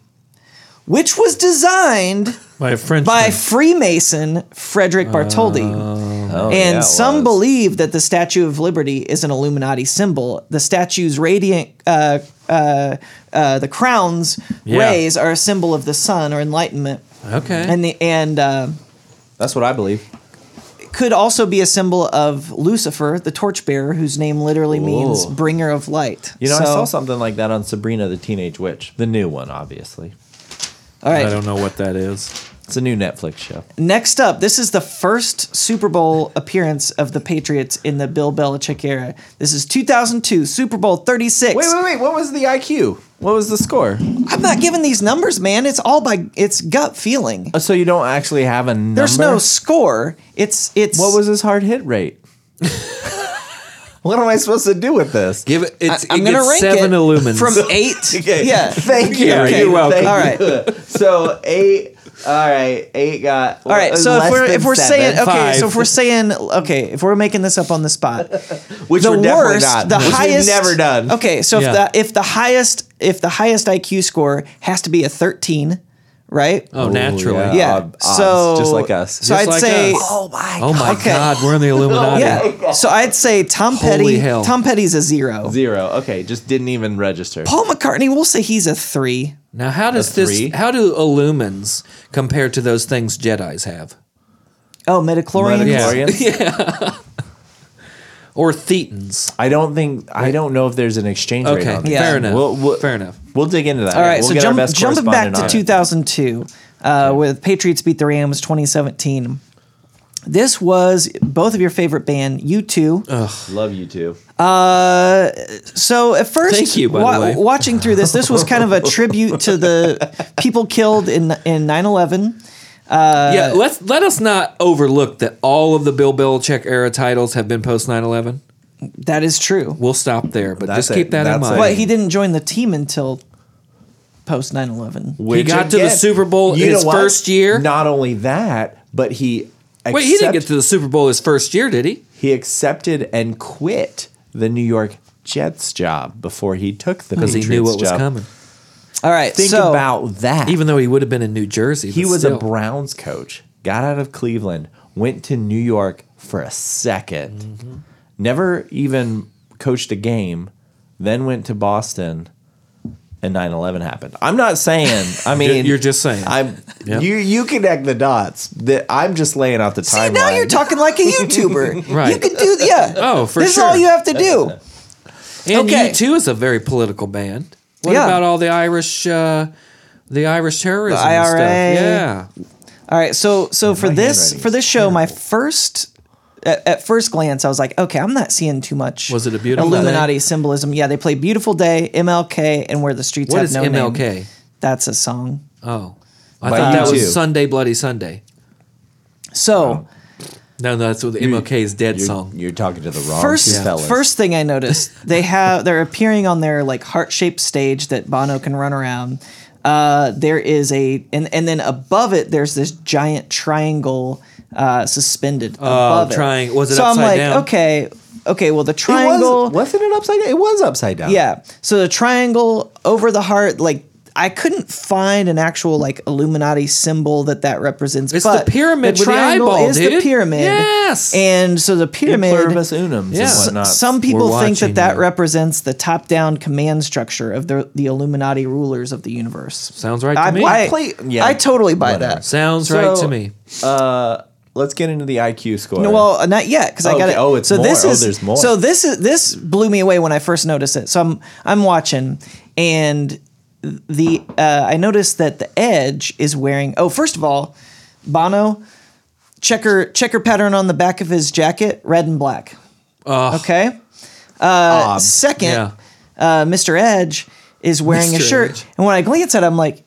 [SPEAKER 3] which was designed
[SPEAKER 2] By a Frenchman.
[SPEAKER 3] by freemason frederick bartholdi and
[SPEAKER 1] Oh, yeah, it
[SPEAKER 3] some
[SPEAKER 1] was.
[SPEAKER 3] believe that the Statue of Liberty is an Illuminati symbol. The statue's radiant, uh, uh, uh, the crown's
[SPEAKER 2] Yeah.
[SPEAKER 3] rays are a symbol of the sun or enlightenment,
[SPEAKER 2] Okay.
[SPEAKER 3] and the and uh,
[SPEAKER 1] That's what I believe.
[SPEAKER 3] could also be a symbol of Lucifer, the torchbearer, whose name literally means
[SPEAKER 1] Whoa.
[SPEAKER 3] bringer of light.
[SPEAKER 1] You know, I
[SPEAKER 3] So-
[SPEAKER 1] saw something like that on Sabrina the Teenage Witch, the new one, obviously.
[SPEAKER 3] All
[SPEAKER 2] I
[SPEAKER 3] right,
[SPEAKER 2] don't know what that is.
[SPEAKER 1] It's a new Netflix show.
[SPEAKER 3] next up, this is the first Super Bowl appearance of the Patriots in the Bill Belichick era. This is 2002, Super Bowl 36.
[SPEAKER 1] Wait, wait, wait. What was the IQ? What was the score?
[SPEAKER 3] I'm not giving these numbers, man. It's all by it's gut feeling.
[SPEAKER 1] Uh, So you don't actually have a number.
[SPEAKER 3] There's no score. It's it's
[SPEAKER 1] What was his hard hit rate? what am I supposed to do with this?
[SPEAKER 2] Give it.
[SPEAKER 3] I,
[SPEAKER 2] It's,
[SPEAKER 3] am
[SPEAKER 2] it
[SPEAKER 3] gonna
[SPEAKER 2] gets
[SPEAKER 3] rank
[SPEAKER 2] seven
[SPEAKER 3] it
[SPEAKER 2] illumins.
[SPEAKER 3] from eight.
[SPEAKER 1] Okay.
[SPEAKER 3] Yeah,
[SPEAKER 1] Thank you.
[SPEAKER 2] Yeah,
[SPEAKER 1] Okay.
[SPEAKER 2] you're welcome.
[SPEAKER 1] Thank
[SPEAKER 3] All right.
[SPEAKER 1] you. So eight. All right. Eight got.
[SPEAKER 3] All right. So if we're if we're saying
[SPEAKER 1] uh,
[SPEAKER 3] okay,
[SPEAKER 2] Five.
[SPEAKER 3] so if we're saying okay, if we're making this up on the spot,
[SPEAKER 1] which
[SPEAKER 3] the
[SPEAKER 1] we're definitely
[SPEAKER 3] worst,
[SPEAKER 1] not,
[SPEAKER 3] the
[SPEAKER 1] which we've
[SPEAKER 3] highest,
[SPEAKER 1] never done.
[SPEAKER 3] Okay, so
[SPEAKER 2] Yeah.
[SPEAKER 3] if the if the highest if the highest IQ score has to be a 13, right?
[SPEAKER 2] oh, naturally.
[SPEAKER 1] yeah.
[SPEAKER 3] yeah.
[SPEAKER 1] Odd- odds,
[SPEAKER 3] so
[SPEAKER 1] just like us.
[SPEAKER 3] So
[SPEAKER 2] Just
[SPEAKER 3] I'd
[SPEAKER 2] like
[SPEAKER 3] say
[SPEAKER 2] us.
[SPEAKER 1] Oh my.
[SPEAKER 2] Oh my
[SPEAKER 3] Okay.
[SPEAKER 2] God, we're in the Illuminati.
[SPEAKER 1] Oh,
[SPEAKER 3] yeah. So I'd say Tom
[SPEAKER 2] Holy
[SPEAKER 3] Petty.
[SPEAKER 2] hell.
[SPEAKER 3] Tom Petty's a zero.
[SPEAKER 1] Zero. Okay. Just didn't even register.
[SPEAKER 3] Paul McCartney, we'll say he's a three.
[SPEAKER 2] Now, how does
[SPEAKER 1] three?
[SPEAKER 2] this? How do illumins compare to those things Jedi's have,
[SPEAKER 3] Oh, midichlorians.
[SPEAKER 1] Midichlorians?
[SPEAKER 2] or Thetans?
[SPEAKER 1] I don't think. I don't know if there's an exchange rate.
[SPEAKER 2] Okay,
[SPEAKER 1] on that.
[SPEAKER 3] Yeah.
[SPEAKER 2] fair enough.
[SPEAKER 1] We'll, we'll,
[SPEAKER 2] fair enough.
[SPEAKER 1] We'll dig into that.
[SPEAKER 3] All right,
[SPEAKER 1] We'll
[SPEAKER 3] so
[SPEAKER 1] get our
[SPEAKER 3] jump,
[SPEAKER 1] best
[SPEAKER 3] jumping back to
[SPEAKER 1] correspondent on it.
[SPEAKER 3] 2002, uh, with Patriots beat the Rams 2017. This was both of your favorite band, U2.
[SPEAKER 2] Uh,
[SPEAKER 1] Love you too.
[SPEAKER 3] so at first,
[SPEAKER 2] Thank you, by the way.
[SPEAKER 3] watching through this, this was kind of a tribute to the people killed in in 9/11. uh,
[SPEAKER 2] yeah, let's let us not overlook that all of the Bill Belichick era titles have been post 9-11.
[SPEAKER 3] That is true.
[SPEAKER 2] We'll stop there, but
[SPEAKER 1] That's
[SPEAKER 2] just keep
[SPEAKER 1] it.
[SPEAKER 2] that
[SPEAKER 1] That's
[SPEAKER 2] in mind.
[SPEAKER 1] it.
[SPEAKER 3] But he didn't join the team until post 9 11.
[SPEAKER 2] He got to the Super Bowl in his first year?
[SPEAKER 1] Not only that, but he
[SPEAKER 2] Wait, he didn't
[SPEAKER 1] accept-
[SPEAKER 2] get to the Super Bowl his first year, did he?
[SPEAKER 1] he accepted and quit the New York Jets job before he took the
[SPEAKER 2] Because he
[SPEAKER 1] Patriots
[SPEAKER 2] knew what was
[SPEAKER 1] job.
[SPEAKER 2] coming.
[SPEAKER 3] All right.
[SPEAKER 1] Think
[SPEAKER 3] so,
[SPEAKER 1] about that.
[SPEAKER 2] Even though he would have been in New Jersey,
[SPEAKER 1] he
[SPEAKER 2] but
[SPEAKER 1] was
[SPEAKER 2] still.
[SPEAKER 1] a Browns coach, got out of Cleveland, went to New York for a 2nd
[SPEAKER 3] Mm-hmm.
[SPEAKER 1] never even coached a game, then went to Boston, and 9-11 happened. I'm not saying. I mean,
[SPEAKER 2] you're just saying.
[SPEAKER 1] I'm
[SPEAKER 2] Yeah.
[SPEAKER 1] you. You connect the dots. That I'm just laying out the
[SPEAKER 3] See,
[SPEAKER 1] timeline.
[SPEAKER 3] now you're talking like a YouTuber.
[SPEAKER 2] Right.
[SPEAKER 3] You can do, yeah.
[SPEAKER 2] Oh, for
[SPEAKER 3] This
[SPEAKER 2] sure.
[SPEAKER 3] is all you have to do.
[SPEAKER 2] and
[SPEAKER 3] Okay.
[SPEAKER 2] you too is a very political band. What
[SPEAKER 3] Yeah.
[SPEAKER 2] about all the Irish, uh, the Irish terrorism
[SPEAKER 3] The
[SPEAKER 2] and stuff?
[SPEAKER 3] IRA.
[SPEAKER 2] Yeah,
[SPEAKER 3] All right, so so for
[SPEAKER 1] my
[SPEAKER 3] this
[SPEAKER 1] handwriting
[SPEAKER 3] for this show, my first at, at first glance, I was like, okay, I'm not seeing too much.
[SPEAKER 2] Was it a beautiful
[SPEAKER 3] Illuminati
[SPEAKER 2] day?
[SPEAKER 3] symbolism? Yeah, they play "Beautiful Day," MLK, and "Where the Streets
[SPEAKER 2] What
[SPEAKER 3] Have
[SPEAKER 2] is
[SPEAKER 3] No
[SPEAKER 2] MLK?
[SPEAKER 3] Name." That's a song.
[SPEAKER 2] Oh, I
[SPEAKER 1] By
[SPEAKER 2] thought
[SPEAKER 1] you
[SPEAKER 2] that
[SPEAKER 1] too.
[SPEAKER 2] was Sunday Bloody Sunday.
[SPEAKER 3] So
[SPEAKER 2] No, no, that's what the MLK's dead
[SPEAKER 1] You're-
[SPEAKER 2] song.
[SPEAKER 1] You're talking to the wrong
[SPEAKER 3] first
[SPEAKER 1] two fellas.
[SPEAKER 3] first thing I noticed, they have they're appearing on their like heart shaped stage that Bono can run around. Uh, there is a and and then above it, there's this giant triangle uh, suspended above
[SPEAKER 2] trying-
[SPEAKER 3] it.
[SPEAKER 2] Oh, was it
[SPEAKER 3] so I'm
[SPEAKER 2] upside
[SPEAKER 3] like,
[SPEAKER 2] down?
[SPEAKER 3] okay, okay. Well, the
[SPEAKER 1] It was-
[SPEAKER 3] triangle
[SPEAKER 1] wasn't it upside down? It was upside down.
[SPEAKER 3] Yeah. So the triangle over the heart, like I couldn't find an actual like Illuminati symbol that that represents.
[SPEAKER 2] It's
[SPEAKER 3] but
[SPEAKER 2] the pyramid
[SPEAKER 3] The
[SPEAKER 2] with the
[SPEAKER 3] triangle
[SPEAKER 2] eyeball,
[SPEAKER 3] is the
[SPEAKER 2] dude.
[SPEAKER 3] pyramid.
[SPEAKER 2] Yes.
[SPEAKER 3] And so the
[SPEAKER 1] In
[SPEAKER 3] pyramid.
[SPEAKER 1] pluribus unum.
[SPEAKER 2] Yeah.
[SPEAKER 1] and whatnot.
[SPEAKER 3] Some people
[SPEAKER 2] We're
[SPEAKER 3] think
[SPEAKER 2] watching
[SPEAKER 3] that that
[SPEAKER 2] you.
[SPEAKER 3] represents the top-down command structure of the the Illuminati rulers of the universe.
[SPEAKER 2] Sounds right to
[SPEAKER 3] I,
[SPEAKER 2] me.
[SPEAKER 3] I,
[SPEAKER 1] play- yeah,
[SPEAKER 3] I totally buy
[SPEAKER 1] whatever.
[SPEAKER 3] that.
[SPEAKER 2] Sounds
[SPEAKER 1] So-
[SPEAKER 2] right to me.
[SPEAKER 1] Let's get into the IQ score.
[SPEAKER 3] No, well, uh, not yet because I
[SPEAKER 1] Okay.
[SPEAKER 3] got it.
[SPEAKER 1] Oh, it's
[SPEAKER 3] so
[SPEAKER 1] more.
[SPEAKER 3] this
[SPEAKER 1] Oh,
[SPEAKER 3] is
[SPEAKER 1] there's more.
[SPEAKER 3] so this is this blew me away when I first noticed it. So I'm I'm watching and the uh, I noticed that the edge is wearing. Oh, first of all, Bono checker checker pattern on the back of his jacket, red and black.
[SPEAKER 2] Ugh.
[SPEAKER 3] Okay.
[SPEAKER 1] Bob.
[SPEAKER 3] Second,
[SPEAKER 2] Yeah.
[SPEAKER 3] uh, Mr. Edge is wearing a
[SPEAKER 2] Mr.
[SPEAKER 3] shirt,
[SPEAKER 2] Edge.
[SPEAKER 3] and when I glance at, it, I'm like,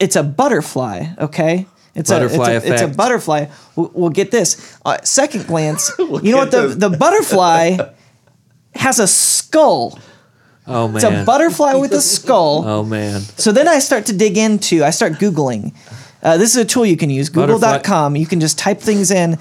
[SPEAKER 3] it's a butterfly. Okay, it's
[SPEAKER 2] Butterfly
[SPEAKER 3] a it's a, it's a
[SPEAKER 2] effect.
[SPEAKER 3] butterfly. We'll, we'll get this. Uh, second glance, you know
[SPEAKER 1] at
[SPEAKER 3] what the
[SPEAKER 1] this.
[SPEAKER 3] the butterfly has a skull.
[SPEAKER 2] Oh man.
[SPEAKER 3] It's a butterfly with a skull.
[SPEAKER 2] Oh man.
[SPEAKER 3] So then I start to dig into, I start Googling. Uh, this is a tool you can use,
[SPEAKER 2] Butterfly-
[SPEAKER 3] google.com. You can just type things in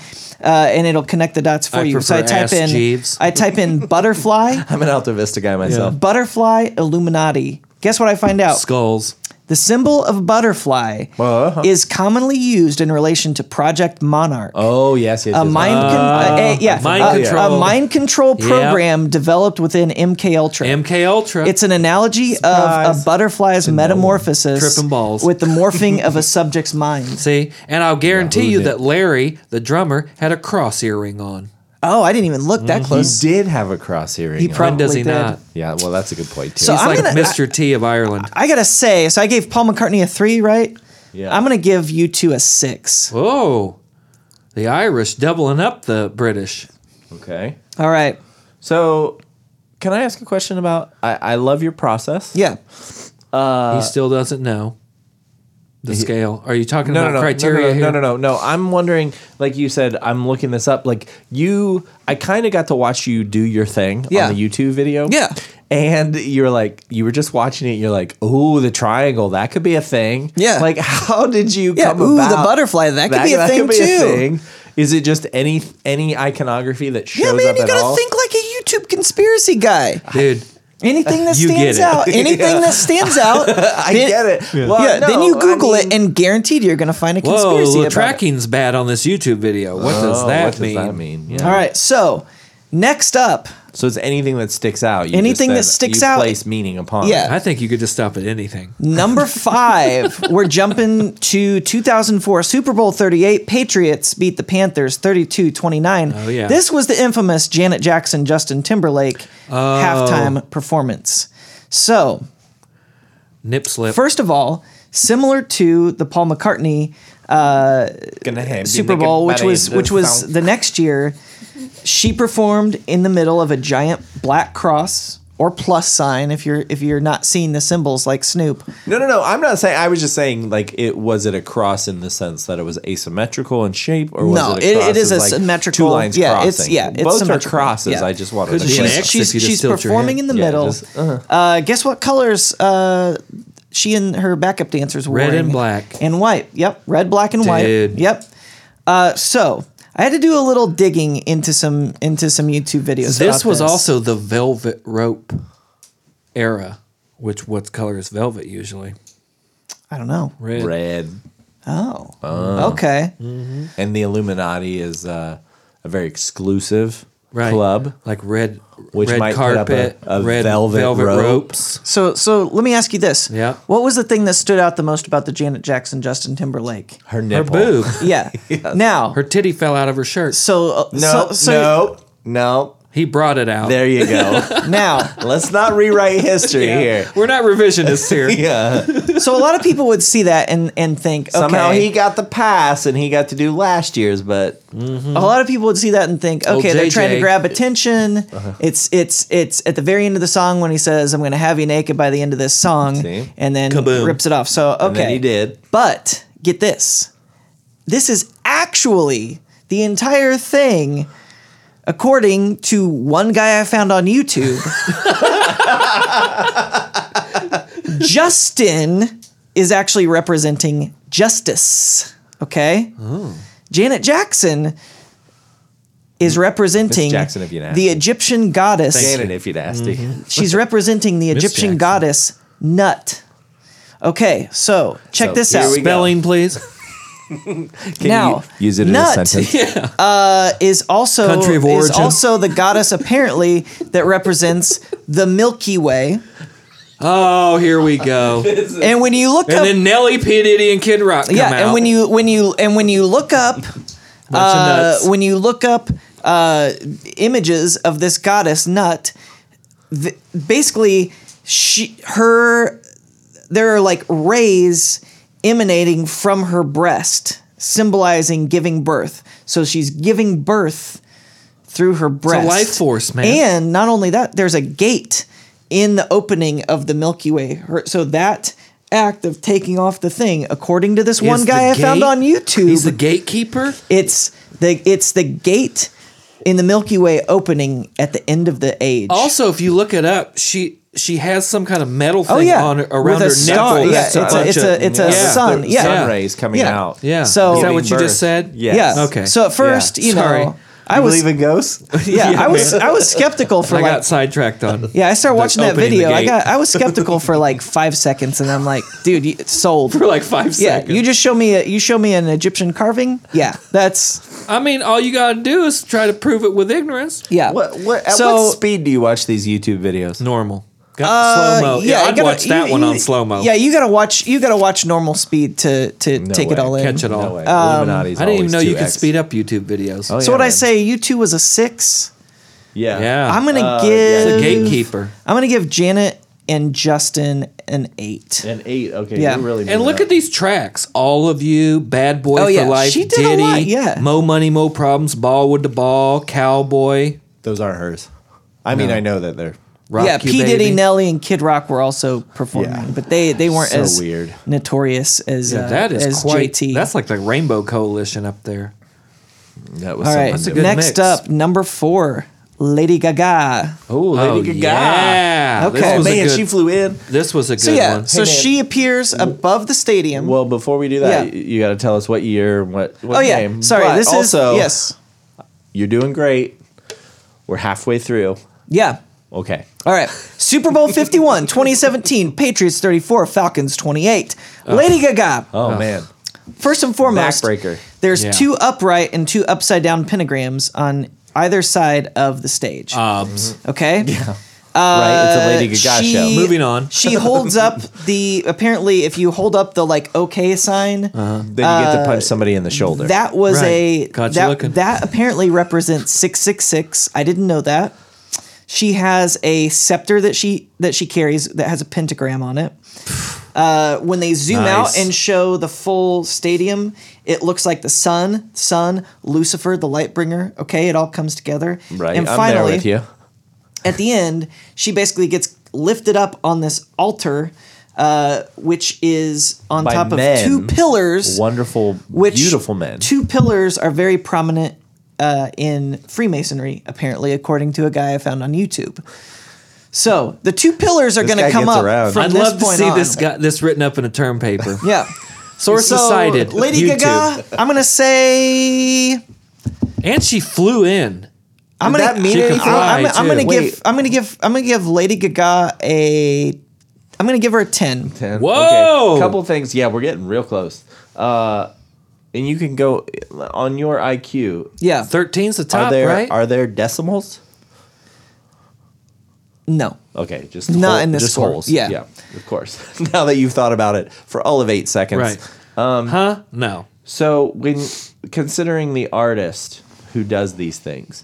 [SPEAKER 3] uh, and it'll connect the dots for
[SPEAKER 2] I
[SPEAKER 3] you. so I
[SPEAKER 2] prefer
[SPEAKER 3] type
[SPEAKER 2] Ask
[SPEAKER 3] in
[SPEAKER 2] Jeeves.
[SPEAKER 3] I type in butterfly,
[SPEAKER 1] I'm an Alta Vista guy myself.
[SPEAKER 3] butterfly Illuminati. Guess what I find out?
[SPEAKER 2] Skulls.
[SPEAKER 3] The symbol of butterfly
[SPEAKER 1] Uh-huh.
[SPEAKER 3] is commonly used in relation to Project Monarch.
[SPEAKER 1] Oh yes, yes.
[SPEAKER 3] A
[SPEAKER 1] yes.
[SPEAKER 3] mind, con- uh, a- yeah,
[SPEAKER 2] mind
[SPEAKER 3] a-
[SPEAKER 2] control.
[SPEAKER 3] a mind control program developed within MK Ultra.
[SPEAKER 2] MK Ultra.
[SPEAKER 3] It's an analogy of
[SPEAKER 1] Surprise.
[SPEAKER 3] a butterfly's metamorphosis
[SPEAKER 2] Tripping balls.
[SPEAKER 3] with the morphing of a subject's mind.
[SPEAKER 2] See, and I'll guarantee
[SPEAKER 1] who
[SPEAKER 2] you
[SPEAKER 1] knew?
[SPEAKER 2] that Larry, the drummer, had a cross earring on.
[SPEAKER 3] Oh, I didn't even look that
[SPEAKER 1] He
[SPEAKER 3] close.
[SPEAKER 1] did have a cross earring.
[SPEAKER 3] He
[SPEAKER 1] on.
[SPEAKER 3] prob-
[SPEAKER 2] When does he
[SPEAKER 3] Probably did.
[SPEAKER 2] not?
[SPEAKER 1] yeah, well, that's a good point too.
[SPEAKER 3] So
[SPEAKER 2] He's
[SPEAKER 3] I'm
[SPEAKER 2] like
[SPEAKER 3] gonna-
[SPEAKER 2] Mr. T of Ireland.
[SPEAKER 3] I gotta say, so I gave Paul McCartney a three, right?
[SPEAKER 1] Yeah.
[SPEAKER 3] I'm gonna give you two a six.
[SPEAKER 2] Oh, the Irish doubling up the British.
[SPEAKER 1] okay.
[SPEAKER 3] All right.
[SPEAKER 1] So, can I ask a question about? I, I love your process.
[SPEAKER 3] Yeah.
[SPEAKER 1] Uh,
[SPEAKER 2] he still doesn't know the scale. Are you talking
[SPEAKER 1] No,
[SPEAKER 2] about
[SPEAKER 1] no, no,
[SPEAKER 2] criteria
[SPEAKER 1] no, no, no,
[SPEAKER 2] here?
[SPEAKER 1] no, no, no. I'm wondering, like you said, I'm looking this up. Like you, I kind of got to watch you do your thing
[SPEAKER 3] Yeah.
[SPEAKER 1] on the YouTube video.
[SPEAKER 3] Yeah.
[SPEAKER 1] And you're like, you were just watching it. You're like, oh, the triangle, that could be a thing.
[SPEAKER 3] Yeah.
[SPEAKER 1] Like, how did you
[SPEAKER 3] Yeah.
[SPEAKER 1] come
[SPEAKER 3] Ooh,
[SPEAKER 1] about?
[SPEAKER 3] the butterfly. That could be a thing too.
[SPEAKER 1] Is it just any any iconography that shows
[SPEAKER 3] Yeah, man,
[SPEAKER 1] up
[SPEAKER 3] you
[SPEAKER 1] at
[SPEAKER 3] gotta
[SPEAKER 1] all?
[SPEAKER 3] think like a YouTube conspiracy guy.
[SPEAKER 2] Dude,
[SPEAKER 3] Anything that
[SPEAKER 2] You get
[SPEAKER 3] stands
[SPEAKER 2] it.
[SPEAKER 3] out, anything that stands out,
[SPEAKER 1] I
[SPEAKER 3] then-
[SPEAKER 1] get it. Yeah.
[SPEAKER 3] yeah, then you Google it, and guaranteed you're gonna find a
[SPEAKER 2] whoa,
[SPEAKER 3] conspiracy
[SPEAKER 2] the
[SPEAKER 3] about it.
[SPEAKER 2] tracking's bad on this YouTube video. What does that
[SPEAKER 1] Oh, what
[SPEAKER 2] mean?
[SPEAKER 1] Does that mean? Yeah.
[SPEAKER 3] All right, so next up,
[SPEAKER 1] So it's anything that sticks out. You
[SPEAKER 3] Anything
[SPEAKER 1] just
[SPEAKER 3] that
[SPEAKER 1] then-
[SPEAKER 3] sticks
[SPEAKER 1] you
[SPEAKER 3] out-
[SPEAKER 1] Place meaning upon.
[SPEAKER 3] Yeah.
[SPEAKER 2] I think you could just stop at anything.
[SPEAKER 3] number five, we're jumping to 2004 Super Bowl 38. Patriots beat the Panthers 32 29.
[SPEAKER 2] Oh, yeah.
[SPEAKER 3] This was the infamous Janet Jackson Justin Timberlake
[SPEAKER 1] Oh.
[SPEAKER 3] halftime performance. So,
[SPEAKER 2] Nip slip.
[SPEAKER 3] first of all, similar to the Paul McCartney
[SPEAKER 1] Gonna have
[SPEAKER 3] Super Bowl, which was which was the next year. She performed in the middle of a giant black cross or plus sign if you're if you're not seeing the symbols like Snoop.
[SPEAKER 1] No, no, no. I'm not saying. I was just saying, like, it was it a cross in the sense that it was asymmetrical in shape, or was
[SPEAKER 3] No,
[SPEAKER 1] it?
[SPEAKER 3] it-
[SPEAKER 1] A cross
[SPEAKER 3] it
[SPEAKER 1] as,
[SPEAKER 3] is a
[SPEAKER 1] like,
[SPEAKER 3] symmetrical-
[SPEAKER 1] Two lines
[SPEAKER 3] yeah, it's-
[SPEAKER 1] crossing.
[SPEAKER 3] yeah, it's
[SPEAKER 1] both are
[SPEAKER 3] symmetrical,
[SPEAKER 1] crosses.
[SPEAKER 3] yeah.
[SPEAKER 1] I just wanted
[SPEAKER 2] Could
[SPEAKER 1] to
[SPEAKER 2] be an
[SPEAKER 1] clear-
[SPEAKER 2] X.
[SPEAKER 3] she's
[SPEAKER 2] if you just
[SPEAKER 3] she's
[SPEAKER 2] tilt your
[SPEAKER 3] performing in
[SPEAKER 2] hand. uh-huh.
[SPEAKER 3] the
[SPEAKER 1] Yeah,
[SPEAKER 3] middle.
[SPEAKER 1] just-
[SPEAKER 3] uh, guess what colors uh, she and her backup dancers were
[SPEAKER 2] Red and
[SPEAKER 3] wearing?
[SPEAKER 2] black.
[SPEAKER 3] and white. Yep, red, black, and
[SPEAKER 2] Dude.
[SPEAKER 3] white. Yep. Uh, so I had to do a little digging into some into some YouTube videos.
[SPEAKER 2] This
[SPEAKER 3] about
[SPEAKER 2] was also the velvet rope era, which what color is velvet usually?
[SPEAKER 3] I don't know.
[SPEAKER 2] Red. Uh.
[SPEAKER 1] red,
[SPEAKER 3] Oh, okay.
[SPEAKER 1] and the Illuminati is uh, a very exclusive
[SPEAKER 2] Right.
[SPEAKER 1] club.
[SPEAKER 2] Like red,
[SPEAKER 1] Which
[SPEAKER 2] red
[SPEAKER 1] might put up a-
[SPEAKER 2] carpet,
[SPEAKER 1] a
[SPEAKER 2] red
[SPEAKER 1] velvet rope.
[SPEAKER 2] ropes.
[SPEAKER 3] So so let me ask you this.
[SPEAKER 2] Yeah.
[SPEAKER 3] What was the thing that stood out the most about the Janet Jackson Justin Timberlake?
[SPEAKER 1] Her
[SPEAKER 2] Her
[SPEAKER 1] nipple.
[SPEAKER 2] boob.
[SPEAKER 3] Yeah. Now.
[SPEAKER 2] Her titty fell out of her shirt.
[SPEAKER 3] so uh,
[SPEAKER 1] No,
[SPEAKER 3] so, so
[SPEAKER 1] no, no.
[SPEAKER 2] He brought it out.
[SPEAKER 1] There you go.
[SPEAKER 3] now
[SPEAKER 1] Let's not rewrite history here.
[SPEAKER 2] We're not revisionists here.
[SPEAKER 1] Yeah.
[SPEAKER 3] so a lot of people would see that and and think okay,
[SPEAKER 1] Somehow he got the pass, and he got to do last year's, but
[SPEAKER 3] a lot of people would see that and think,
[SPEAKER 1] Oh,
[SPEAKER 2] Old
[SPEAKER 3] okay, they're trying to
[SPEAKER 2] JJ.
[SPEAKER 3] grab attention.
[SPEAKER 1] Uh-huh.
[SPEAKER 3] It's it's it's at the very end of the song when he says, "I'm going to have you naked by the end of this song,"
[SPEAKER 1] See?
[SPEAKER 3] and then
[SPEAKER 2] Kaboom.
[SPEAKER 3] rips it off. So okay,
[SPEAKER 1] and then he did.
[SPEAKER 3] But get this, this is actually the entire thing, according to one guy I found on YouTube. Justin is actually representing justice. Okay.
[SPEAKER 1] Oh.
[SPEAKER 3] Janet Jackson is representing
[SPEAKER 1] Jackson, if you'd asked.
[SPEAKER 3] the Egyptian goddess.
[SPEAKER 1] Janet, if you'd asked. him.
[SPEAKER 3] She's representing the Egyptian
[SPEAKER 2] Jackson.
[SPEAKER 3] goddess Nut. Okay, so check
[SPEAKER 1] So
[SPEAKER 3] this
[SPEAKER 1] here
[SPEAKER 3] out.
[SPEAKER 1] we go.
[SPEAKER 2] Spelling, please.
[SPEAKER 1] Can
[SPEAKER 3] Now,
[SPEAKER 1] you use it in
[SPEAKER 3] nut.
[SPEAKER 1] a sentence?
[SPEAKER 3] is also
[SPEAKER 2] Country of
[SPEAKER 3] is
[SPEAKER 2] origin.
[SPEAKER 3] also the goddess apparently that represents the Milky Way.
[SPEAKER 2] Oh, here we go. and
[SPEAKER 3] And when you look up,
[SPEAKER 2] then Nelly, P. Diddy, and Kid Rock come
[SPEAKER 3] yeah,
[SPEAKER 2] out.
[SPEAKER 3] and when you when you and when you look up,
[SPEAKER 2] Bunch of
[SPEAKER 3] uh,
[SPEAKER 2] nuts.
[SPEAKER 3] when you look up uh, images of this goddess Nut, th- basically she her there are like rays emanating from her breast, symbolizing giving birth. So she's giving birth through her breast.
[SPEAKER 2] life force, man.
[SPEAKER 3] And not only that, there's a gate in the opening of the Milky Way. Her- So that act of taking off the thing, according to this
[SPEAKER 2] Is
[SPEAKER 3] one
[SPEAKER 2] the
[SPEAKER 3] guy I found
[SPEAKER 2] gate-
[SPEAKER 3] on YouTube,
[SPEAKER 2] He's the gatekeeper.
[SPEAKER 3] it's the it's the gate in the Milky Way opening at the end of the age.
[SPEAKER 2] Also, if you look it up, she she has some kind of metal thing
[SPEAKER 3] oh yeah,
[SPEAKER 2] on her,
[SPEAKER 3] With
[SPEAKER 2] around
[SPEAKER 3] a
[SPEAKER 2] her
[SPEAKER 3] star.
[SPEAKER 2] nipple.
[SPEAKER 3] Yeah,
[SPEAKER 2] that's
[SPEAKER 3] it's a
[SPEAKER 2] bunch
[SPEAKER 3] it's
[SPEAKER 2] of-
[SPEAKER 3] a it's a
[SPEAKER 2] Yeah.
[SPEAKER 3] sun. Yeah,
[SPEAKER 1] Sun rays coming
[SPEAKER 3] Yeah.
[SPEAKER 1] out.
[SPEAKER 2] Yeah.
[SPEAKER 3] So-
[SPEAKER 2] is that
[SPEAKER 1] Giving
[SPEAKER 2] what you
[SPEAKER 1] birth.
[SPEAKER 2] just said?
[SPEAKER 1] Yeah.
[SPEAKER 3] Yeah.
[SPEAKER 2] Okay.
[SPEAKER 3] So at first, you know,
[SPEAKER 2] Sorry.
[SPEAKER 3] I was
[SPEAKER 1] in ghosts?
[SPEAKER 3] yeah, I was I was skeptical for
[SPEAKER 2] I
[SPEAKER 3] like
[SPEAKER 2] got sidetracked on.
[SPEAKER 3] Yeah, I started
[SPEAKER 2] the
[SPEAKER 3] watching that
[SPEAKER 2] opening the
[SPEAKER 3] video. I
[SPEAKER 2] gate.
[SPEAKER 3] got I was skeptical for like five seconds, and I'm like, dude, you, it's sold.
[SPEAKER 2] for like five
[SPEAKER 3] yeah,
[SPEAKER 2] seconds.
[SPEAKER 3] you just show me a, you show me an Egyptian carving. Yeah, that's
[SPEAKER 2] I mean, all you gotta do is try to prove it with ignorance.
[SPEAKER 3] yeah.
[SPEAKER 1] What, what, at
[SPEAKER 3] So-
[SPEAKER 1] what speed do you watch these YouTube videos?
[SPEAKER 2] Normal.
[SPEAKER 3] Uh,
[SPEAKER 2] slow mo. Yeah,
[SPEAKER 3] you
[SPEAKER 2] I'd
[SPEAKER 3] gotta-
[SPEAKER 2] watch that
[SPEAKER 3] you-
[SPEAKER 2] one
[SPEAKER 3] you-
[SPEAKER 2] on slow mo.
[SPEAKER 3] Yeah, you gotta watch you gotta watch normal speed to to take it
[SPEAKER 1] way.
[SPEAKER 3] all in.
[SPEAKER 2] Catch it all.
[SPEAKER 1] No way.
[SPEAKER 3] Um,
[SPEAKER 1] Illuminati's
[SPEAKER 2] I didn't even
[SPEAKER 1] always
[SPEAKER 2] know you
[SPEAKER 1] 2X.
[SPEAKER 2] could speed up YouTube videos.
[SPEAKER 1] Oh,
[SPEAKER 3] So
[SPEAKER 1] yeah,
[SPEAKER 3] what I
[SPEAKER 1] man.
[SPEAKER 3] say, you two was a six.
[SPEAKER 1] Yeah.
[SPEAKER 2] yeah.
[SPEAKER 3] I'm gonna
[SPEAKER 1] Uh, yeah.
[SPEAKER 3] give
[SPEAKER 2] the gatekeeper.
[SPEAKER 3] I'm gonna give Janet and Justin an eight.
[SPEAKER 1] And eight. Okay.
[SPEAKER 3] Yeah.
[SPEAKER 1] You're really
[SPEAKER 2] And look at these tracks. All of you, Bad Boy
[SPEAKER 3] Oh,
[SPEAKER 2] for
[SPEAKER 3] yeah.
[SPEAKER 2] Life,
[SPEAKER 3] She did a
[SPEAKER 2] Diddy,
[SPEAKER 3] lot, yeah.
[SPEAKER 2] Mo Money, Mo Problems, Ball with the Ball, Cowboy,
[SPEAKER 1] Those aren't hers. I mean, I know that they're.
[SPEAKER 2] Rock
[SPEAKER 3] yeah,
[SPEAKER 2] You
[SPEAKER 3] P Diddy,
[SPEAKER 2] Baby.
[SPEAKER 3] Nelly, and Kid Rock were also performing,
[SPEAKER 1] Yeah.
[SPEAKER 3] but they they weren't
[SPEAKER 1] So
[SPEAKER 3] as
[SPEAKER 1] weird.
[SPEAKER 3] notorious as
[SPEAKER 2] Yeah,
[SPEAKER 3] uh,
[SPEAKER 2] that is
[SPEAKER 3] as
[SPEAKER 2] quite.
[SPEAKER 3] JT.
[SPEAKER 2] That's like the Rainbow Coalition up there.
[SPEAKER 1] That was
[SPEAKER 3] All right.
[SPEAKER 2] That's a good
[SPEAKER 3] Next
[SPEAKER 2] mix.
[SPEAKER 3] up, number four, Lady Gaga.
[SPEAKER 1] Oh, Lady Gaga.
[SPEAKER 2] Yeah.
[SPEAKER 3] Okay.
[SPEAKER 2] This was
[SPEAKER 1] Man,
[SPEAKER 2] a good,
[SPEAKER 1] she flew in.
[SPEAKER 2] this was a good
[SPEAKER 3] So yeah,
[SPEAKER 2] one.
[SPEAKER 3] so
[SPEAKER 1] Hey, man.
[SPEAKER 3] she appears above the stadium.
[SPEAKER 1] Well, before we do
[SPEAKER 3] Yeah.
[SPEAKER 1] that, y you got to tell us what year, what, what
[SPEAKER 3] oh yeah,
[SPEAKER 1] game.
[SPEAKER 3] sorry.
[SPEAKER 1] But
[SPEAKER 3] this
[SPEAKER 1] also,
[SPEAKER 3] is yes,
[SPEAKER 1] You're doing great. We're halfway through.
[SPEAKER 3] yeah.
[SPEAKER 1] Okay.
[SPEAKER 3] All right. Super Bowl 51, 2017, Patriots 34, Falcons 28. Lady Gaga.
[SPEAKER 1] Oh, man.
[SPEAKER 3] First and foremost,
[SPEAKER 1] Backbreaker.
[SPEAKER 3] there's
[SPEAKER 2] Yeah.
[SPEAKER 3] two upright and two upside down pentagrams on either side of the stage.
[SPEAKER 2] Obs.
[SPEAKER 3] okay?
[SPEAKER 1] Um, right. It's a Lady
[SPEAKER 3] Uh,
[SPEAKER 1] Gaga
[SPEAKER 3] she-
[SPEAKER 1] show.
[SPEAKER 2] Moving on.
[SPEAKER 3] she holds up the apparently if you hold up the like okay sign,
[SPEAKER 1] Then you get to punch somebody in the shoulder.
[SPEAKER 3] uh, That was
[SPEAKER 2] Right.
[SPEAKER 3] a
[SPEAKER 2] Caught you looking.
[SPEAKER 3] that, that apparently represents six six six. I didn't know that. She has a scepter that she that she carries that has a pentagram on it. Uh, when they zoom
[SPEAKER 2] Nice.
[SPEAKER 3] out and show the full stadium, it looks like the sun, sun, Lucifer, the light bringer. Okay, it all comes together.
[SPEAKER 1] right.
[SPEAKER 3] And
[SPEAKER 1] I'm there
[SPEAKER 3] finally,
[SPEAKER 1] with you.
[SPEAKER 3] at the end, she basically gets lifted up on this altar, uh, which is on
[SPEAKER 1] By
[SPEAKER 3] top
[SPEAKER 1] men.
[SPEAKER 3] of two pillars.
[SPEAKER 1] Wonderful,
[SPEAKER 3] which
[SPEAKER 1] beautiful men.
[SPEAKER 3] Two pillars are very prominent uh, in Freemasonry, apparently, according to a guy I found on YouTube. So the two pillars are
[SPEAKER 1] This
[SPEAKER 3] going
[SPEAKER 1] guy
[SPEAKER 3] to come
[SPEAKER 1] gets
[SPEAKER 3] up
[SPEAKER 1] around.
[SPEAKER 3] from
[SPEAKER 2] I'd
[SPEAKER 3] this
[SPEAKER 2] love to
[SPEAKER 3] point
[SPEAKER 2] see
[SPEAKER 3] on.
[SPEAKER 2] this guy, this written up in a term paper.
[SPEAKER 3] Yeah.
[SPEAKER 2] Sources
[SPEAKER 3] So,
[SPEAKER 2] cited.
[SPEAKER 3] Lady
[SPEAKER 2] YouTube.
[SPEAKER 3] Gaga, I'm gonna say
[SPEAKER 2] And she flew in.
[SPEAKER 3] I'm
[SPEAKER 1] Did
[SPEAKER 3] gonna
[SPEAKER 1] that mean
[SPEAKER 2] She can
[SPEAKER 1] anything?
[SPEAKER 2] fly.
[SPEAKER 3] I'm, I'm
[SPEAKER 2] too.
[SPEAKER 3] gonna
[SPEAKER 1] Wait.
[SPEAKER 3] give I'm gonna give I'm gonna give Lady Gaga a I'm gonna give her a ten.
[SPEAKER 1] Ten.
[SPEAKER 2] Whoa!
[SPEAKER 1] Okay. Couple things. Yeah, we're getting real close. Uh, and you can go on your IQ.
[SPEAKER 3] Yeah.
[SPEAKER 2] 13's the
[SPEAKER 1] Are
[SPEAKER 2] top,
[SPEAKER 1] there
[SPEAKER 2] right?
[SPEAKER 1] are there decimals?
[SPEAKER 3] No.
[SPEAKER 1] Okay, just
[SPEAKER 3] Not
[SPEAKER 1] hole-
[SPEAKER 3] in this
[SPEAKER 1] just
[SPEAKER 3] score.
[SPEAKER 1] holes.
[SPEAKER 3] Yeah.
[SPEAKER 1] yeah, of course. now that you've thought about it for all of eight seconds,
[SPEAKER 2] right.
[SPEAKER 1] um,
[SPEAKER 2] huh? No.
[SPEAKER 1] So when considering the artist who does these things,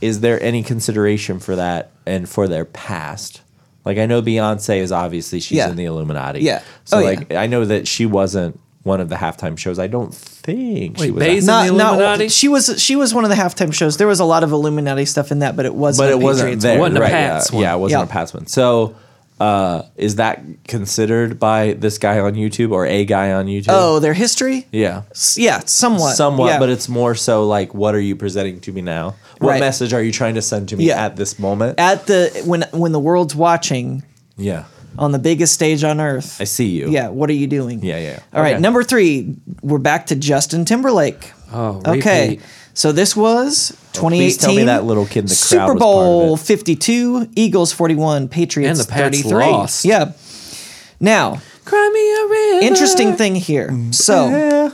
[SPEAKER 1] is there any consideration for that and for their past? Like I know Beyonce is obviously she's
[SPEAKER 3] Yeah.
[SPEAKER 1] in the Illuminati.
[SPEAKER 3] Yeah.
[SPEAKER 1] So
[SPEAKER 3] Oh,
[SPEAKER 1] like I know that she wasn't one of the halftime shows. I don't think she
[SPEAKER 2] Wait,
[SPEAKER 1] was.
[SPEAKER 2] Bas-
[SPEAKER 1] at-
[SPEAKER 2] in the Illuminati?
[SPEAKER 3] she was she was one of the halftime shows. There was a lot of Illuminati stuff in that, but it wasn't.
[SPEAKER 1] but
[SPEAKER 3] a
[SPEAKER 1] it wasn't
[SPEAKER 3] Patriots
[SPEAKER 1] there.
[SPEAKER 3] one.
[SPEAKER 2] Wasn't a
[SPEAKER 1] right,
[SPEAKER 2] Pats
[SPEAKER 1] yeah.
[SPEAKER 2] one.
[SPEAKER 1] yeah, it wasn't a
[SPEAKER 3] Yeah.
[SPEAKER 1] Pats one. So uh, is that considered by this guy on YouTube or a guy on YouTube?
[SPEAKER 3] Oh, their history.
[SPEAKER 1] yeah.
[SPEAKER 3] S- Yeah, somewhat.
[SPEAKER 1] somewhat,
[SPEAKER 3] yeah.
[SPEAKER 1] but it's more so like, what are you presenting to me now? What
[SPEAKER 3] Right.
[SPEAKER 1] message are you trying to send to me
[SPEAKER 3] Yeah.
[SPEAKER 1] at this moment?
[SPEAKER 3] at the when when the world's watching
[SPEAKER 1] yeah,
[SPEAKER 3] on the biggest stage on earth.
[SPEAKER 1] I see you.
[SPEAKER 3] Yeah, what are you doing?
[SPEAKER 1] yeah, yeah.
[SPEAKER 3] All right,
[SPEAKER 1] Okay.
[SPEAKER 3] number three, we're back to Justin Timberlake.
[SPEAKER 2] Oh,
[SPEAKER 3] okay.
[SPEAKER 2] repeat.
[SPEAKER 3] So this was
[SPEAKER 1] Oh,
[SPEAKER 3] 2018.
[SPEAKER 1] please tell me that little kid in the crowd
[SPEAKER 3] Super
[SPEAKER 1] was part of
[SPEAKER 3] Bowl
[SPEAKER 1] it.
[SPEAKER 3] 52, Eagles 41, Patriots
[SPEAKER 2] And the Pats
[SPEAKER 3] 33.
[SPEAKER 2] lost.
[SPEAKER 3] Yeah. Now,
[SPEAKER 2] Cry me a river.
[SPEAKER 3] interesting thing here. So
[SPEAKER 1] Yeah.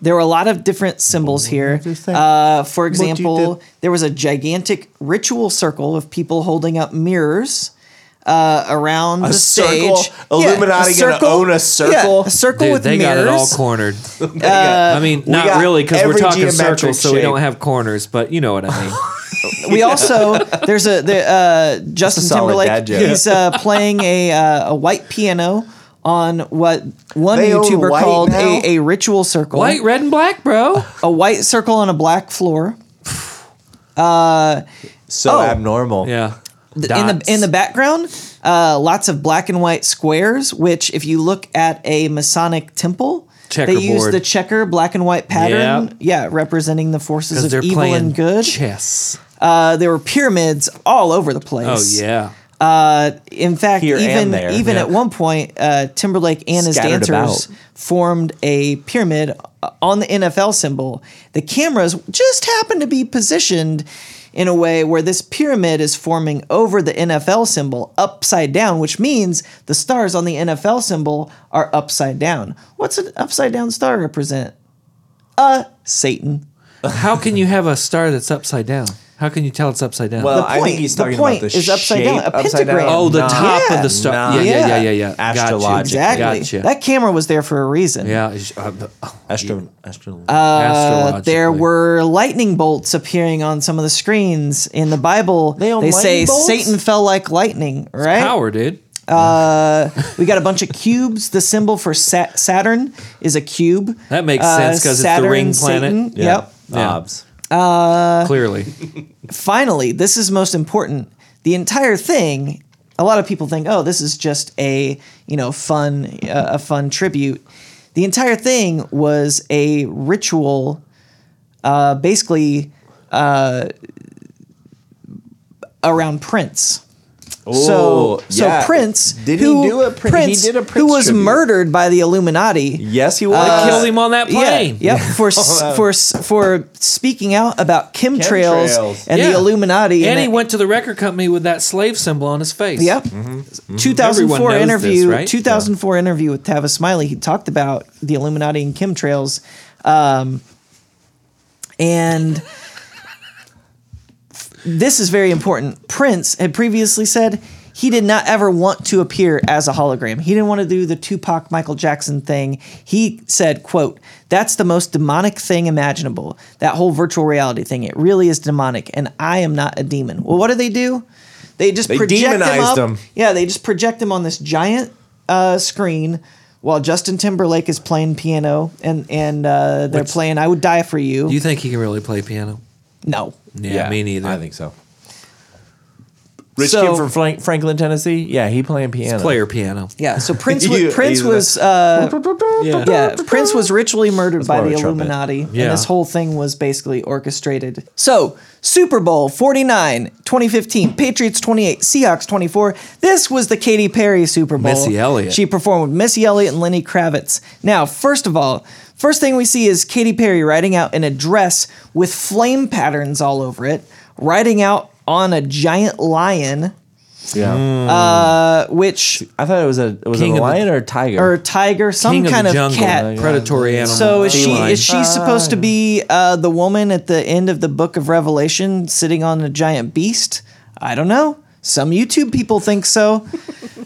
[SPEAKER 3] there were a lot of different symbols here.
[SPEAKER 1] you think?
[SPEAKER 3] Uh, for
[SPEAKER 1] do you
[SPEAKER 3] example,
[SPEAKER 1] do?
[SPEAKER 3] there was a gigantic ritual circle of people holding up mirrors. Uh, around the
[SPEAKER 1] circle?
[SPEAKER 3] stage,
[SPEAKER 1] Illuminati gonna own a circle?
[SPEAKER 3] Yeah, a circle
[SPEAKER 2] Dude,
[SPEAKER 3] with
[SPEAKER 2] they
[SPEAKER 3] mirrors. Uh,
[SPEAKER 2] got it all cornered. I mean,
[SPEAKER 1] uh, we
[SPEAKER 2] not
[SPEAKER 1] got
[SPEAKER 2] really, because we're
[SPEAKER 1] every
[SPEAKER 2] talking
[SPEAKER 1] geometric
[SPEAKER 2] circles, so we
[SPEAKER 1] shape.
[SPEAKER 2] don't have corners. But you know what I mean.
[SPEAKER 3] We also there's a the, uh, Justin
[SPEAKER 1] solid dad
[SPEAKER 3] Timberlake.
[SPEAKER 1] joke.
[SPEAKER 3] He's uh, playing a uh, a white piano on what one
[SPEAKER 1] They own
[SPEAKER 3] YouTuber
[SPEAKER 1] white
[SPEAKER 3] called
[SPEAKER 1] now?
[SPEAKER 3] a, a ritual circle,
[SPEAKER 2] White, red, and black, bro.
[SPEAKER 3] a white circle on a black floor.
[SPEAKER 1] So
[SPEAKER 3] Oh.
[SPEAKER 1] abnormal.
[SPEAKER 2] Yeah.
[SPEAKER 3] In the
[SPEAKER 2] Dots.
[SPEAKER 3] in the background, uh, lots of black and white squares. Which, if you look at a Masonic temple, they use
[SPEAKER 2] Checkerboard.
[SPEAKER 3] the checker black and white pattern. Yeah, representing the forces
[SPEAKER 2] 'Cause
[SPEAKER 3] of
[SPEAKER 2] they're
[SPEAKER 3] evil
[SPEAKER 2] playing
[SPEAKER 3] and good.
[SPEAKER 2] chess.
[SPEAKER 3] Uh, there were pyramids all over the place.
[SPEAKER 2] Oh yeah.
[SPEAKER 3] Uh, in fact,
[SPEAKER 1] Here and
[SPEAKER 3] even
[SPEAKER 1] there,
[SPEAKER 3] even
[SPEAKER 2] yeah.
[SPEAKER 3] at one point, uh, Timberlake and his
[SPEAKER 1] Scattered
[SPEAKER 3] dancers
[SPEAKER 1] about.
[SPEAKER 3] formed a pyramid uh, on the NFL symbol. The cameras just happened to be positioned in a way where this pyramid is forming over the NFL symbol upside down, which means the stars on the NFL symbol are upside down. What's an upside down star represent? Uh, Satan.
[SPEAKER 2] How can you have a star that's upside down? How can you tell it's upside down?
[SPEAKER 1] Well,
[SPEAKER 3] The
[SPEAKER 1] I think
[SPEAKER 3] point-
[SPEAKER 1] he's
[SPEAKER 3] the
[SPEAKER 1] talking
[SPEAKER 3] point
[SPEAKER 1] about the
[SPEAKER 3] is upside
[SPEAKER 1] shape
[SPEAKER 3] down, a
[SPEAKER 1] upside down.
[SPEAKER 3] pentagram.
[SPEAKER 2] oh, the
[SPEAKER 1] Not-
[SPEAKER 2] top
[SPEAKER 3] Yeah.
[SPEAKER 2] of the star.
[SPEAKER 1] Not-
[SPEAKER 2] yeah, yeah, yeah, yeah, yeah.
[SPEAKER 1] Astrological.
[SPEAKER 3] Exactly.
[SPEAKER 2] Gotcha.
[SPEAKER 3] That camera was there for a reason.
[SPEAKER 2] yeah. it's- uh, the- oh,
[SPEAKER 1] Astro, astro.
[SPEAKER 3] Uh, there
[SPEAKER 2] astrologically.
[SPEAKER 3] were lightning bolts appearing on some of the screens in the Bible.
[SPEAKER 1] They own
[SPEAKER 3] say
[SPEAKER 1] lightning bolts?
[SPEAKER 3] Satan fell like lightning, right?
[SPEAKER 2] power, dude.
[SPEAKER 3] Uh, we got a bunch of cubes. The symbol for Sa- Saturn is a cube.
[SPEAKER 2] That makes sense 'cause it's the
[SPEAKER 3] Uh, Saturn,
[SPEAKER 2] ring planet.
[SPEAKER 3] Satan, uh,
[SPEAKER 1] Yeah.
[SPEAKER 3] Yep.
[SPEAKER 2] Yeah.
[SPEAKER 1] Obs.
[SPEAKER 2] Clearly,
[SPEAKER 3] Finally, this is most important. The entire thing. A lot of people think, oh, this is just a you know fun uh, a fun tribute. The entire thing was a ritual, uh, basically uh, around Prince. So,
[SPEAKER 1] Oh, yeah.
[SPEAKER 3] so Prince,
[SPEAKER 1] Did he
[SPEAKER 3] who,
[SPEAKER 1] do a Prin- he
[SPEAKER 3] Prince,
[SPEAKER 1] did a
[SPEAKER 3] who
[SPEAKER 1] Prince
[SPEAKER 3] was
[SPEAKER 1] tribute.
[SPEAKER 3] murdered by the Illuminati.
[SPEAKER 1] Yes, he was.
[SPEAKER 2] They killed him on that plane.
[SPEAKER 3] uh, Yeah, yep. For s for s- for speaking out about chemtrails,
[SPEAKER 1] Chemtrails.
[SPEAKER 3] and
[SPEAKER 2] Yeah.
[SPEAKER 3] the Illuminati.
[SPEAKER 2] and he
[SPEAKER 3] it-
[SPEAKER 2] went to the record company with that slave symbol on his face.
[SPEAKER 3] Yep. 2004
[SPEAKER 2] Mm-hmm. Everyone knows
[SPEAKER 3] interview.
[SPEAKER 2] this, right?
[SPEAKER 3] 2004 interview with Tavis Smiley. He talked about the Illuminati and chemtrails, um, and this is very important. Prince had previously said he did not ever want to appear as a hologram. He didn't want to do the Tupac Michael Jackson thing. He said, quote, that's the most demonic thing imaginable. That whole virtual reality thing. It really is demonic, and I am not a demon. Well, what do they do? They just
[SPEAKER 1] They
[SPEAKER 3] project him
[SPEAKER 1] demonized
[SPEAKER 3] up.
[SPEAKER 1] him.
[SPEAKER 3] Yeah, they just project him on this giant uh, screen while Justin Timberlake is playing piano and and uh, they're playing "I Would Die for You."
[SPEAKER 2] Do you think he can really play piano?
[SPEAKER 3] no,
[SPEAKER 2] Yeah, me neither.
[SPEAKER 1] I think so. Rich
[SPEAKER 3] So-
[SPEAKER 1] kid from Frank- Franklin, Tennessee. Yeah, he playing piano.
[SPEAKER 2] Player piano.
[SPEAKER 3] Yeah, so Prince
[SPEAKER 1] You-
[SPEAKER 3] wa- Prince
[SPEAKER 1] he's
[SPEAKER 3] was uh,
[SPEAKER 2] Yeah.
[SPEAKER 3] yeah Prince was ritually murdered by
[SPEAKER 1] more of
[SPEAKER 3] the
[SPEAKER 1] a trumpet.
[SPEAKER 3] Illuminati,
[SPEAKER 2] Yeah.
[SPEAKER 3] and this whole thing was basically orchestrated. So Super Bowl 49, 2015, Patriots 28, Seahawks 24. This was the Katy Perry Super Bowl.
[SPEAKER 2] Missy Elliott.
[SPEAKER 3] She performed with Missy Elliott and Lenny Kravitz. Now, first of all, first thing we see is Katy Perry riding out in a dress with flame patterns all over it, riding out on a giant lion,
[SPEAKER 1] Yeah.
[SPEAKER 3] uh, which
[SPEAKER 1] I thought it was a it was
[SPEAKER 2] King of
[SPEAKER 1] a
[SPEAKER 2] the-
[SPEAKER 1] lion or a tiger.
[SPEAKER 3] or tiger, some
[SPEAKER 2] King
[SPEAKER 3] kind
[SPEAKER 2] of
[SPEAKER 3] of,
[SPEAKER 2] the jungle.
[SPEAKER 3] cat.
[SPEAKER 2] Predatory animal.
[SPEAKER 3] So is she
[SPEAKER 2] feline.
[SPEAKER 3] is she supposed to be uh, the woman at the end of the Book of Revelation sitting on a giant beast? I don't know. Some YouTube people think so.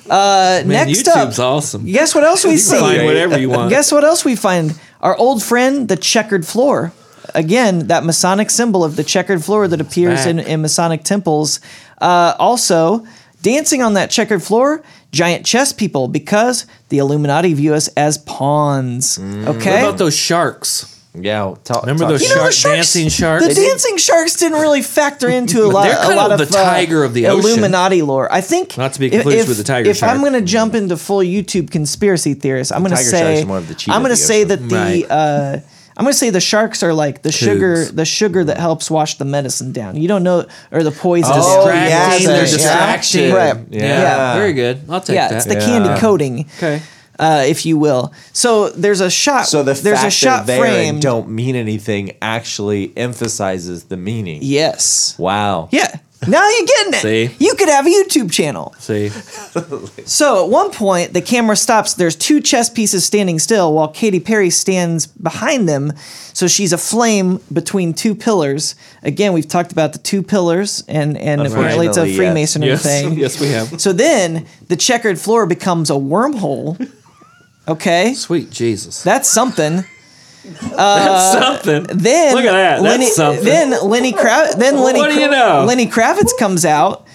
[SPEAKER 3] Uh,
[SPEAKER 2] Man,
[SPEAKER 3] next
[SPEAKER 2] YouTube's
[SPEAKER 3] up,
[SPEAKER 2] awesome.
[SPEAKER 3] guess what else we
[SPEAKER 2] You can find
[SPEAKER 3] see?
[SPEAKER 2] whatever you want.
[SPEAKER 3] Guess what else we find? Our old friend, the checkered floor. Again, that Masonic symbol of the checkered floor that appears in,
[SPEAKER 2] back.
[SPEAKER 3] in Masonic temples. Uh, also, dancing on that checkered floor, giant chess people, because the Illuminati view us as pawns. Okay.
[SPEAKER 2] Mm. What about those sharks?
[SPEAKER 1] yeah. ta-
[SPEAKER 2] Remember
[SPEAKER 1] ta-
[SPEAKER 2] those
[SPEAKER 1] You
[SPEAKER 3] You know,
[SPEAKER 1] know-
[SPEAKER 2] sharks?
[SPEAKER 3] the sharks-
[SPEAKER 2] dancing sharks?
[SPEAKER 3] The
[SPEAKER 2] They didn't-
[SPEAKER 3] dancing sharks didn't really factor into a lot.
[SPEAKER 2] They're kind
[SPEAKER 3] a lot
[SPEAKER 2] of
[SPEAKER 3] of,
[SPEAKER 2] the
[SPEAKER 3] uh,
[SPEAKER 2] tiger of the ocean.
[SPEAKER 3] Illuminati lore. I think
[SPEAKER 2] Not to be confused with the tiger
[SPEAKER 3] If
[SPEAKER 2] shark.
[SPEAKER 3] I'm going to jump into full YouTube conspiracy theorist, I'm going to
[SPEAKER 1] tiger shark is
[SPEAKER 3] say
[SPEAKER 1] more of the cheetah
[SPEAKER 3] I'm going to
[SPEAKER 1] of the
[SPEAKER 3] say
[SPEAKER 1] ocean.
[SPEAKER 3] that the
[SPEAKER 2] Right.
[SPEAKER 3] uh, I'm going to say the sharks are like the sugar, the sugar that helps wash the medicine down. You don't know, or the poison.
[SPEAKER 1] Oh,
[SPEAKER 3] down.
[SPEAKER 1] yes,
[SPEAKER 2] distracting. they're
[SPEAKER 1] yeah.
[SPEAKER 2] distracting.
[SPEAKER 3] Right.
[SPEAKER 2] Yeah.
[SPEAKER 1] Yeah.
[SPEAKER 2] Very good. I'll take
[SPEAKER 3] yeah,
[SPEAKER 2] that.
[SPEAKER 3] it's the
[SPEAKER 1] Yeah.
[SPEAKER 3] candy coating.
[SPEAKER 2] Okay.
[SPEAKER 3] Uh, if you will, so there's a shot.
[SPEAKER 1] So the
[SPEAKER 3] there's
[SPEAKER 1] fact
[SPEAKER 3] a shot
[SPEAKER 1] that they
[SPEAKER 3] framed.
[SPEAKER 1] don't mean anything actually emphasizes the meaning.
[SPEAKER 3] Yes.
[SPEAKER 1] Wow.
[SPEAKER 3] Yeah. Now you're getting it.
[SPEAKER 2] See?
[SPEAKER 3] You could have a YouTube channel.
[SPEAKER 2] See,
[SPEAKER 3] So at one point, the camera stops. There's two chess pieces standing still while Katy Perry stands behind them. So she's aflame between two pillars. Again, we've talked about the two pillars, and, and apparently it's a
[SPEAKER 1] Unfortunately, yes.
[SPEAKER 3] Freemasonry
[SPEAKER 2] yes,
[SPEAKER 3] thing.
[SPEAKER 2] yes, we have.
[SPEAKER 3] So then the checkered floor becomes a wormhole. Okay.
[SPEAKER 2] Sweet Jesus,
[SPEAKER 3] That's something.
[SPEAKER 2] that's something.
[SPEAKER 3] Uh, Then
[SPEAKER 2] look at that. That's
[SPEAKER 3] Lenny,
[SPEAKER 2] something.
[SPEAKER 3] Then Lenny Krav- then Lenny
[SPEAKER 2] What do you
[SPEAKER 3] Kra-
[SPEAKER 2] know?
[SPEAKER 3] Lenny Kravitz comes out.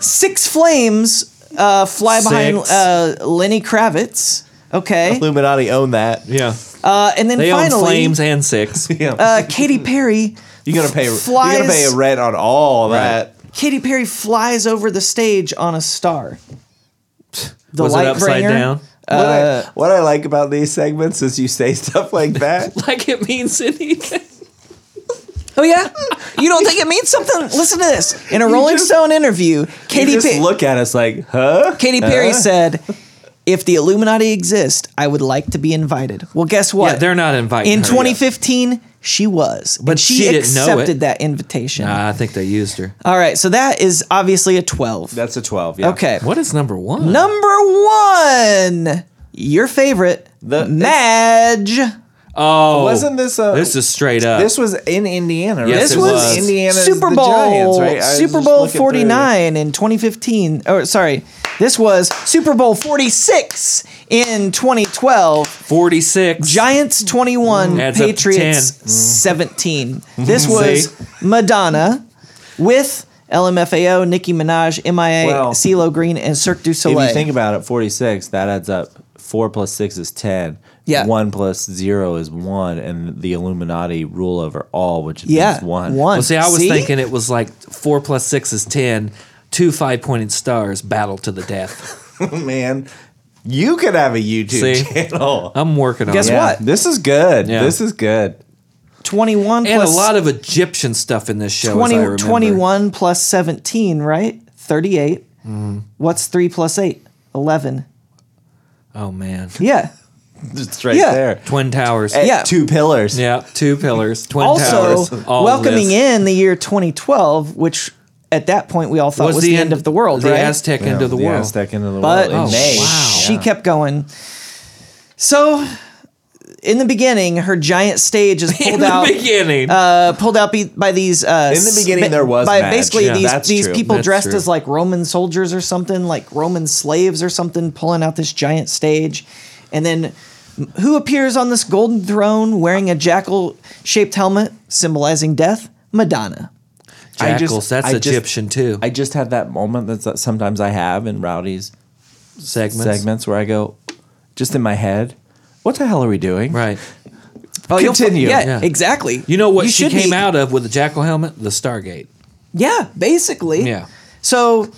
[SPEAKER 3] Six flames uh, fly behind
[SPEAKER 2] Six.
[SPEAKER 3] uh, Lenny Kravitz. Okay,
[SPEAKER 1] Illuminati own that.
[SPEAKER 2] yeah,
[SPEAKER 3] uh, and then
[SPEAKER 2] they own
[SPEAKER 3] finally,
[SPEAKER 2] flames and six.
[SPEAKER 1] Yeah.
[SPEAKER 3] uh, Katy Perry.
[SPEAKER 1] you're gonna pay.
[SPEAKER 3] flies-
[SPEAKER 1] You're gonna pay a rent on all that.
[SPEAKER 3] Katy Perry flies over the stage on a star. The
[SPEAKER 2] Was it
[SPEAKER 3] light
[SPEAKER 2] upside
[SPEAKER 3] bringer.
[SPEAKER 2] down?
[SPEAKER 1] What, I, Uh, what I like about these segments is you say stuff like that.
[SPEAKER 2] Like it means anything.
[SPEAKER 3] Oh yeah, you don't think it means something? Listen to this. In a Rolling
[SPEAKER 1] just-
[SPEAKER 3] Stone interview,
[SPEAKER 1] you
[SPEAKER 3] Katy
[SPEAKER 1] just
[SPEAKER 3] Perry.
[SPEAKER 1] look at us like, huh?
[SPEAKER 3] Katy Perry
[SPEAKER 1] Huh?
[SPEAKER 2] Uh-huh.
[SPEAKER 3] said, "If the Illuminati exist, I would like to be invited." Well, guess what?
[SPEAKER 2] Yeah, they're not inviting.
[SPEAKER 3] in
[SPEAKER 2] her.
[SPEAKER 3] 2015. She was, but she,
[SPEAKER 2] she didn't know it.
[SPEAKER 3] accepted that invitation.
[SPEAKER 2] Nah, I think they used her.
[SPEAKER 3] All right, so that is obviously a 12.
[SPEAKER 1] That's a twelve. Yeah.
[SPEAKER 3] okay,
[SPEAKER 2] What is number one?
[SPEAKER 3] number one, your favorite,
[SPEAKER 1] The-
[SPEAKER 3] Madge.
[SPEAKER 2] Oh,
[SPEAKER 1] Wasn't this a?
[SPEAKER 2] This is straight up.
[SPEAKER 1] This was in Indiana. Right?
[SPEAKER 2] Yes,
[SPEAKER 1] this
[SPEAKER 2] it
[SPEAKER 1] Uh, was,
[SPEAKER 2] was.
[SPEAKER 1] Indiana
[SPEAKER 3] Super
[SPEAKER 1] the
[SPEAKER 3] Bowl,
[SPEAKER 1] Giants, right? I was
[SPEAKER 3] Super
[SPEAKER 1] just
[SPEAKER 3] Bowl
[SPEAKER 1] looking through.
[SPEAKER 3] 49 in 2015. Or sorry, this was Super Bowl 46 in 2012.
[SPEAKER 2] Forty-six.
[SPEAKER 3] Giants 21,
[SPEAKER 2] Adds up to Mm.
[SPEAKER 3] Patriots 17. This was Madonna with LMFAO, Nicki Minaj, MIA,
[SPEAKER 1] Well,
[SPEAKER 3] CeeLo Green, and Cirque du
[SPEAKER 1] If
[SPEAKER 3] Soleil.
[SPEAKER 1] you think about it, 46, that adds up. 4 plus 6 is 10.
[SPEAKER 3] Yeah.
[SPEAKER 1] 1 plus 0 is 1. And the Illuminati rule over all, which
[SPEAKER 3] yeah,
[SPEAKER 1] means 1.
[SPEAKER 2] Well, see, I was thinking it was like four plus six is ten. Two five-pointed stars battle to the death.
[SPEAKER 1] Man, you could have a YouTube
[SPEAKER 2] See?
[SPEAKER 1] channel.
[SPEAKER 2] I'm working on
[SPEAKER 3] Guess
[SPEAKER 2] it.
[SPEAKER 1] Yeah,
[SPEAKER 3] what?
[SPEAKER 1] This is good.
[SPEAKER 2] Yeah.
[SPEAKER 1] This is good.
[SPEAKER 3] 21
[SPEAKER 2] And
[SPEAKER 3] plus
[SPEAKER 2] a lot of Egyptian stuff in this show.
[SPEAKER 3] 20
[SPEAKER 2] as I remember.
[SPEAKER 3] 21 plus 17, right? 38.
[SPEAKER 2] Mm-hmm.
[SPEAKER 3] What's 3 plus 8? 11.
[SPEAKER 2] Oh man.
[SPEAKER 3] Yeah.
[SPEAKER 1] It's right
[SPEAKER 3] Yeah.
[SPEAKER 1] there.
[SPEAKER 2] Twin towers.
[SPEAKER 1] At
[SPEAKER 3] Yeah.
[SPEAKER 1] Two pillars.
[SPEAKER 2] Yeah, two pillars. Twin
[SPEAKER 3] also,
[SPEAKER 2] towers. all
[SPEAKER 3] welcoming
[SPEAKER 2] this.
[SPEAKER 3] in the year 2012, which at that point we all thought was, the, end of the world,
[SPEAKER 2] The
[SPEAKER 3] right?
[SPEAKER 2] Aztec end of the,
[SPEAKER 1] Yeah,
[SPEAKER 2] world.
[SPEAKER 1] Aztec into the
[SPEAKER 3] but
[SPEAKER 1] world in
[SPEAKER 2] Oh,
[SPEAKER 1] May.
[SPEAKER 2] wow.
[SPEAKER 3] she kept going. So, in the beginning, her giant stage is
[SPEAKER 2] in
[SPEAKER 3] pulled
[SPEAKER 2] the
[SPEAKER 3] out,
[SPEAKER 2] beginning.
[SPEAKER 3] uh, pulled out be, by these. Uh,
[SPEAKER 1] In the
[SPEAKER 3] s-
[SPEAKER 1] beginning, there was
[SPEAKER 3] by
[SPEAKER 1] match.
[SPEAKER 3] basically
[SPEAKER 1] Yeah,
[SPEAKER 3] these
[SPEAKER 1] that's
[SPEAKER 3] these
[SPEAKER 1] true.
[SPEAKER 3] people
[SPEAKER 2] That's
[SPEAKER 3] dressed
[SPEAKER 2] true.
[SPEAKER 3] as like Roman soldiers or something, like Roman slaves or something, pulling out this giant stage, and then who appears on this golden throne wearing a jackal shaped helmet symbolizing death? Madonna.
[SPEAKER 1] I just-
[SPEAKER 2] Jackals. that's
[SPEAKER 1] I just-
[SPEAKER 2] Egyptian too.
[SPEAKER 1] I just had that moment that's- that sometimes I have in Rowdy's
[SPEAKER 2] segments.
[SPEAKER 1] segments where I go, just in my head, what the hell are we doing?
[SPEAKER 2] Right.
[SPEAKER 3] Oh, you'll-
[SPEAKER 1] Continue.
[SPEAKER 3] Yeah,
[SPEAKER 2] Yeah.
[SPEAKER 3] exactly.
[SPEAKER 2] You know what she
[SPEAKER 3] should
[SPEAKER 2] came
[SPEAKER 3] be-
[SPEAKER 2] out of with the jackal helmet? The Stargate.
[SPEAKER 3] Yeah, basically.
[SPEAKER 2] Yeah.
[SPEAKER 3] So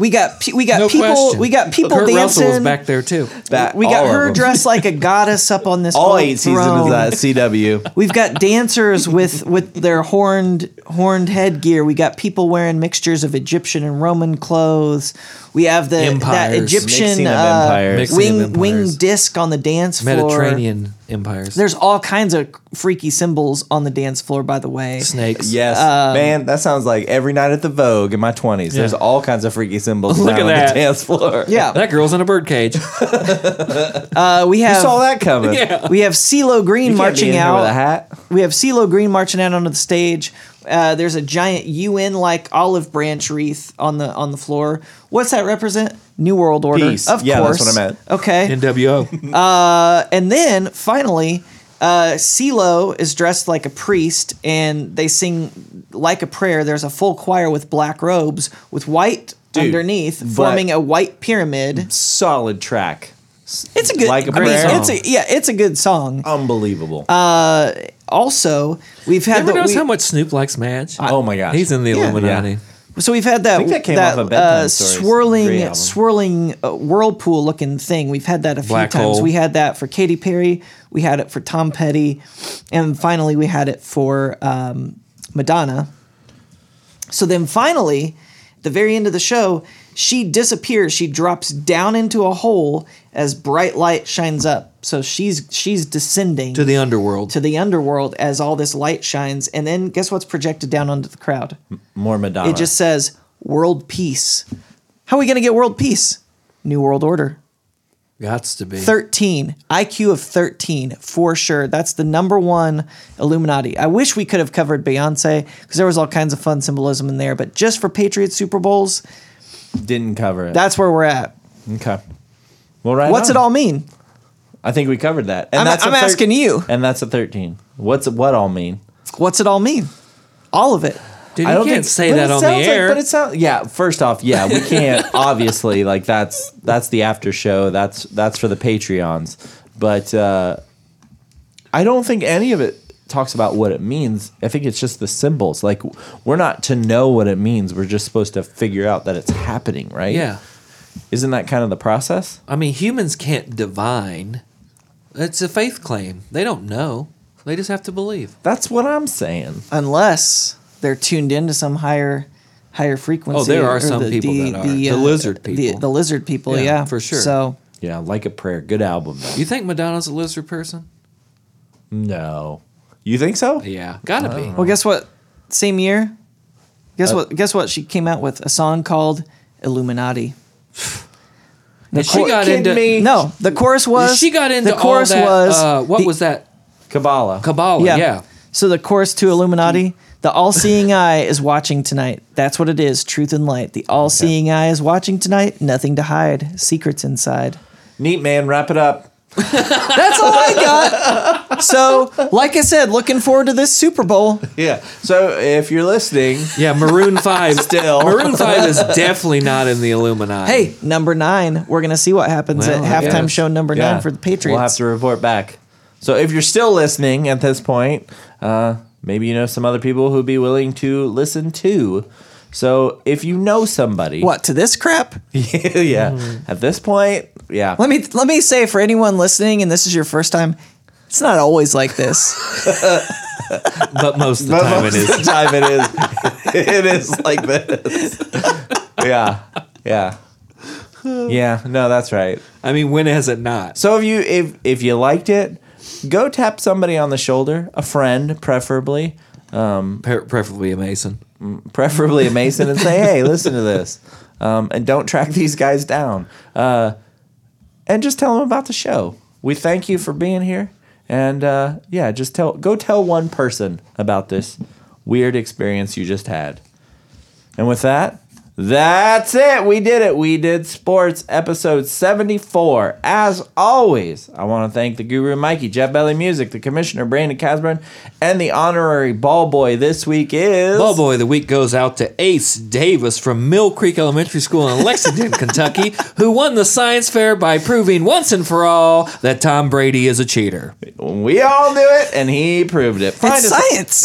[SPEAKER 3] we got pe- we got
[SPEAKER 2] No
[SPEAKER 3] uh, people
[SPEAKER 2] question.
[SPEAKER 3] we got people
[SPEAKER 2] Kurt
[SPEAKER 3] dancing.
[SPEAKER 2] Russell was back there too.
[SPEAKER 1] That-
[SPEAKER 3] we got
[SPEAKER 1] all of
[SPEAKER 3] her
[SPEAKER 1] them.
[SPEAKER 3] dressed like a goddess up on this
[SPEAKER 1] All
[SPEAKER 3] gold
[SPEAKER 1] eight seasons
[SPEAKER 3] throne.
[SPEAKER 1] of that CW.
[SPEAKER 3] We've got dancers with with their horned horned headgear. We got people wearing mixtures of Egyptian and Roman clothes. We have the that
[SPEAKER 2] Empires.
[SPEAKER 3] Egyptian
[SPEAKER 1] Mixing of
[SPEAKER 3] uh,
[SPEAKER 1] empires.
[SPEAKER 2] Mixing of
[SPEAKER 3] wing wing
[SPEAKER 2] empires.
[SPEAKER 3] disc on the dance floor.
[SPEAKER 2] Mediterranean empires.
[SPEAKER 3] There's all kinds of freaky symbols on the dance floor. By the way,
[SPEAKER 2] snakes.
[SPEAKER 1] Yes,
[SPEAKER 3] Um,
[SPEAKER 1] man, that sounds like every night at the Vogue in my twenties. There's
[SPEAKER 2] Yeah.
[SPEAKER 1] all kinds of freaky symbols
[SPEAKER 2] Look
[SPEAKER 1] down
[SPEAKER 2] at
[SPEAKER 1] on
[SPEAKER 2] that.
[SPEAKER 1] the dance floor.
[SPEAKER 3] yeah,
[SPEAKER 2] That girl's in a birdcage.
[SPEAKER 3] uh, we have
[SPEAKER 1] you saw that coming.
[SPEAKER 2] yeah.
[SPEAKER 3] we have CeeLo Green
[SPEAKER 1] You can't
[SPEAKER 3] marching
[SPEAKER 1] be in here
[SPEAKER 3] out
[SPEAKER 1] with a hat.
[SPEAKER 3] We have CeeLo Green marching out onto the stage. Uh, there's a giant UN like olive branch wreath on the on the floor. What's that represent? New World Order,
[SPEAKER 1] Peace.
[SPEAKER 3] of
[SPEAKER 1] Yeah,
[SPEAKER 3] course.
[SPEAKER 1] that's what I meant.
[SPEAKER 3] Okay,
[SPEAKER 2] NWO.
[SPEAKER 3] and then finally, uh, CeeLo is dressed like a priest, and they sing like a prayer. There's a full choir with black robes with white
[SPEAKER 1] Dude,
[SPEAKER 3] underneath,
[SPEAKER 1] but-
[SPEAKER 3] forming a white pyramid.
[SPEAKER 1] Solid track.
[SPEAKER 3] It's a Uh, good,
[SPEAKER 1] Like a
[SPEAKER 3] I mean,
[SPEAKER 1] prayer.
[SPEAKER 3] it's a yeah, it's a good song.
[SPEAKER 1] Unbelievable.
[SPEAKER 3] Also, we've had
[SPEAKER 2] Ever
[SPEAKER 3] the,
[SPEAKER 2] notice
[SPEAKER 3] we-
[SPEAKER 2] how much Snoop likes Madge?
[SPEAKER 1] oh my gosh.
[SPEAKER 2] He's in the
[SPEAKER 3] Yeah.
[SPEAKER 2] Illuminati.
[SPEAKER 1] Yeah.
[SPEAKER 3] So we've had that
[SPEAKER 1] think that came off of Bedtime
[SPEAKER 3] uh,
[SPEAKER 1] Stories. Great
[SPEAKER 3] swirling
[SPEAKER 1] album.
[SPEAKER 3] swirling uh, whirlpool looking thing. We've had that a few
[SPEAKER 2] Black
[SPEAKER 3] times.
[SPEAKER 2] hole.
[SPEAKER 3] We had that for Katy Perry. We had it for Tom Petty, and finally we had it for um, Madonna. So then finally, the very end of the show, she disappears. She drops down into a hole as bright light shines up. So she's she's descending
[SPEAKER 2] To the underworld.
[SPEAKER 3] to the underworld as all this light shines. And then guess what's projected down onto the crowd?
[SPEAKER 1] More Madonna.
[SPEAKER 3] It just says world peace. How are we going to get world peace? New world order.
[SPEAKER 2] Gots to be.
[SPEAKER 3] 13, IQ of 13 for sure. That's the number one Illuminati. I wish we could have covered Beyonce because there was all kinds of fun symbolism in there, but just for Patriots Super Bowls,
[SPEAKER 1] didn't cover it.
[SPEAKER 3] that's where we're at.
[SPEAKER 1] okay. Well, right.
[SPEAKER 3] What's
[SPEAKER 1] on.
[SPEAKER 3] it all mean?
[SPEAKER 1] I think we covered that. And
[SPEAKER 3] I'm-
[SPEAKER 1] that's a
[SPEAKER 3] I'm asking you.
[SPEAKER 1] And that's a thirteen. What's what all mean?
[SPEAKER 3] What's it all mean? All of it.
[SPEAKER 2] Dude,
[SPEAKER 1] I
[SPEAKER 2] you
[SPEAKER 1] don't
[SPEAKER 2] can't
[SPEAKER 1] think-
[SPEAKER 2] say
[SPEAKER 1] but
[SPEAKER 2] that
[SPEAKER 1] it
[SPEAKER 2] on the
[SPEAKER 1] sounds like-
[SPEAKER 2] air.
[SPEAKER 1] but it sounds yeah. First off, yeah, we can't obviously like that's that's the after show. That's that's for the Patreons. But uh, I don't think any of it talks about what it means. I think it's just the symbols. Like we're not to know what it means. We're just supposed to figure out that it's happening, right?
[SPEAKER 2] yeah.
[SPEAKER 1] Isn't that kind of the process?
[SPEAKER 2] I mean, humans can't divine. It's a faith claim. They don't know. They just have to believe.
[SPEAKER 1] That's what I'm saying.
[SPEAKER 3] Unless they're tuned into some higher higher frequency.
[SPEAKER 2] Oh, there are
[SPEAKER 3] or
[SPEAKER 2] some people that are. The lizard
[SPEAKER 3] The,
[SPEAKER 2] people.
[SPEAKER 3] the lizard people, yeah,
[SPEAKER 2] Yeah, for sure.
[SPEAKER 3] So
[SPEAKER 1] Yeah, like a prayer. Good album. though.
[SPEAKER 2] You think Madonna's a lizard person?
[SPEAKER 1] No, you think so?
[SPEAKER 2] Yeah. Gotta be.
[SPEAKER 3] Well, guess what? Same year.
[SPEAKER 2] Uh,
[SPEAKER 3] Guess what? Guess what? She came out with a song called "Illuminati."
[SPEAKER 2] And she got
[SPEAKER 1] kidding
[SPEAKER 2] into.
[SPEAKER 1] me?
[SPEAKER 3] No, the chorus was
[SPEAKER 2] She got into
[SPEAKER 3] the chorus
[SPEAKER 2] all that,
[SPEAKER 3] was
[SPEAKER 2] uh, what
[SPEAKER 3] the-
[SPEAKER 2] was that?
[SPEAKER 1] Kabbalah.
[SPEAKER 2] Kabbalah.
[SPEAKER 3] yeah.
[SPEAKER 2] Yeah.
[SPEAKER 3] So the chorus to Illuminati, the all-seeing eye is watching tonight. That's what it is. Truth and light. The all-seeing eye is watching tonight. Nothing to hide. Secrets inside.
[SPEAKER 1] Neat man. Wrap it up.
[SPEAKER 3] That's all I got. So, like I said, looking forward to this Super Bowl.
[SPEAKER 1] Yeah. So if you're listening,
[SPEAKER 2] Yeah. Maroon 5
[SPEAKER 1] Still.
[SPEAKER 2] Maroon 5 is definitely not in the Illuminati.
[SPEAKER 3] Hey, number nine. We're gonna see what happens
[SPEAKER 2] Well, I
[SPEAKER 3] at halftime
[SPEAKER 2] guess.
[SPEAKER 3] show number
[SPEAKER 1] Yeah.
[SPEAKER 3] nine for the Patriots.
[SPEAKER 1] We'll have to report back. So if you're still listening at this point, uh, maybe you know some other people who'd be willing to listen too. So if you know somebody,
[SPEAKER 3] What to this crap?
[SPEAKER 1] yeah. At this point, yeah.
[SPEAKER 3] Let me let me say for anyone listening, and this is your first time, it's not always like this.
[SPEAKER 2] But most of the
[SPEAKER 1] But
[SPEAKER 2] time it
[SPEAKER 1] most
[SPEAKER 2] is.
[SPEAKER 1] of the time it is. it is like this. yeah. Yeah. Yeah. No, that's right.
[SPEAKER 2] I mean, when has it not?
[SPEAKER 1] So if you if if you liked it, go tap somebody on the shoulder, a friend preferably.
[SPEAKER 2] Pre- preferably a Mason.
[SPEAKER 1] preferably a Mason, and say, "Hey, listen to this," um, and don't track these guys down. Uh, and just tell them about the show. We thank you for being here, and uh, yeah, just tell go tell one person about this weird experience you just had. And with that, that's it. We did it. We did sports episode 74. As always, I want to thank the guru Mikey, Jeff Belly Music, the commissioner Brandon Casburn, and the honorary ball boy this week is
[SPEAKER 2] Oh boy, the week goes out to Ace Davis from Mill Creek Elementary School in Lexington, Kentucky, who won the science fair by proving once and for all that Tom Brady is a cheater.
[SPEAKER 1] We all knew it, and he proved it. Find
[SPEAKER 3] It's science.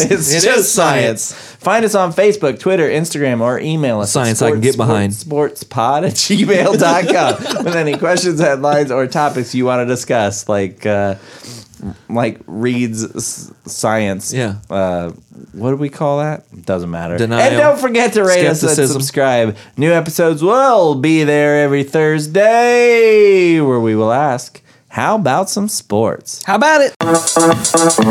[SPEAKER 1] It's
[SPEAKER 2] It
[SPEAKER 1] just
[SPEAKER 2] is
[SPEAKER 1] science.
[SPEAKER 2] science.
[SPEAKER 1] Find us on Facebook, Twitter, Instagram, or email us
[SPEAKER 2] Science I can get behind.
[SPEAKER 1] Sportspod at gmail.com with any questions, headlines, or topics you want to discuss, like uh, like Reed's s- science.
[SPEAKER 2] Yeah.
[SPEAKER 1] Uh, what do we call that? Doesn't matter.
[SPEAKER 2] Denial.
[SPEAKER 1] And don't forget to rate us and
[SPEAKER 2] Skepticism.
[SPEAKER 1] subscribe. New episodes will be there every Thursday where we will ask, how about some sports?
[SPEAKER 3] How about it?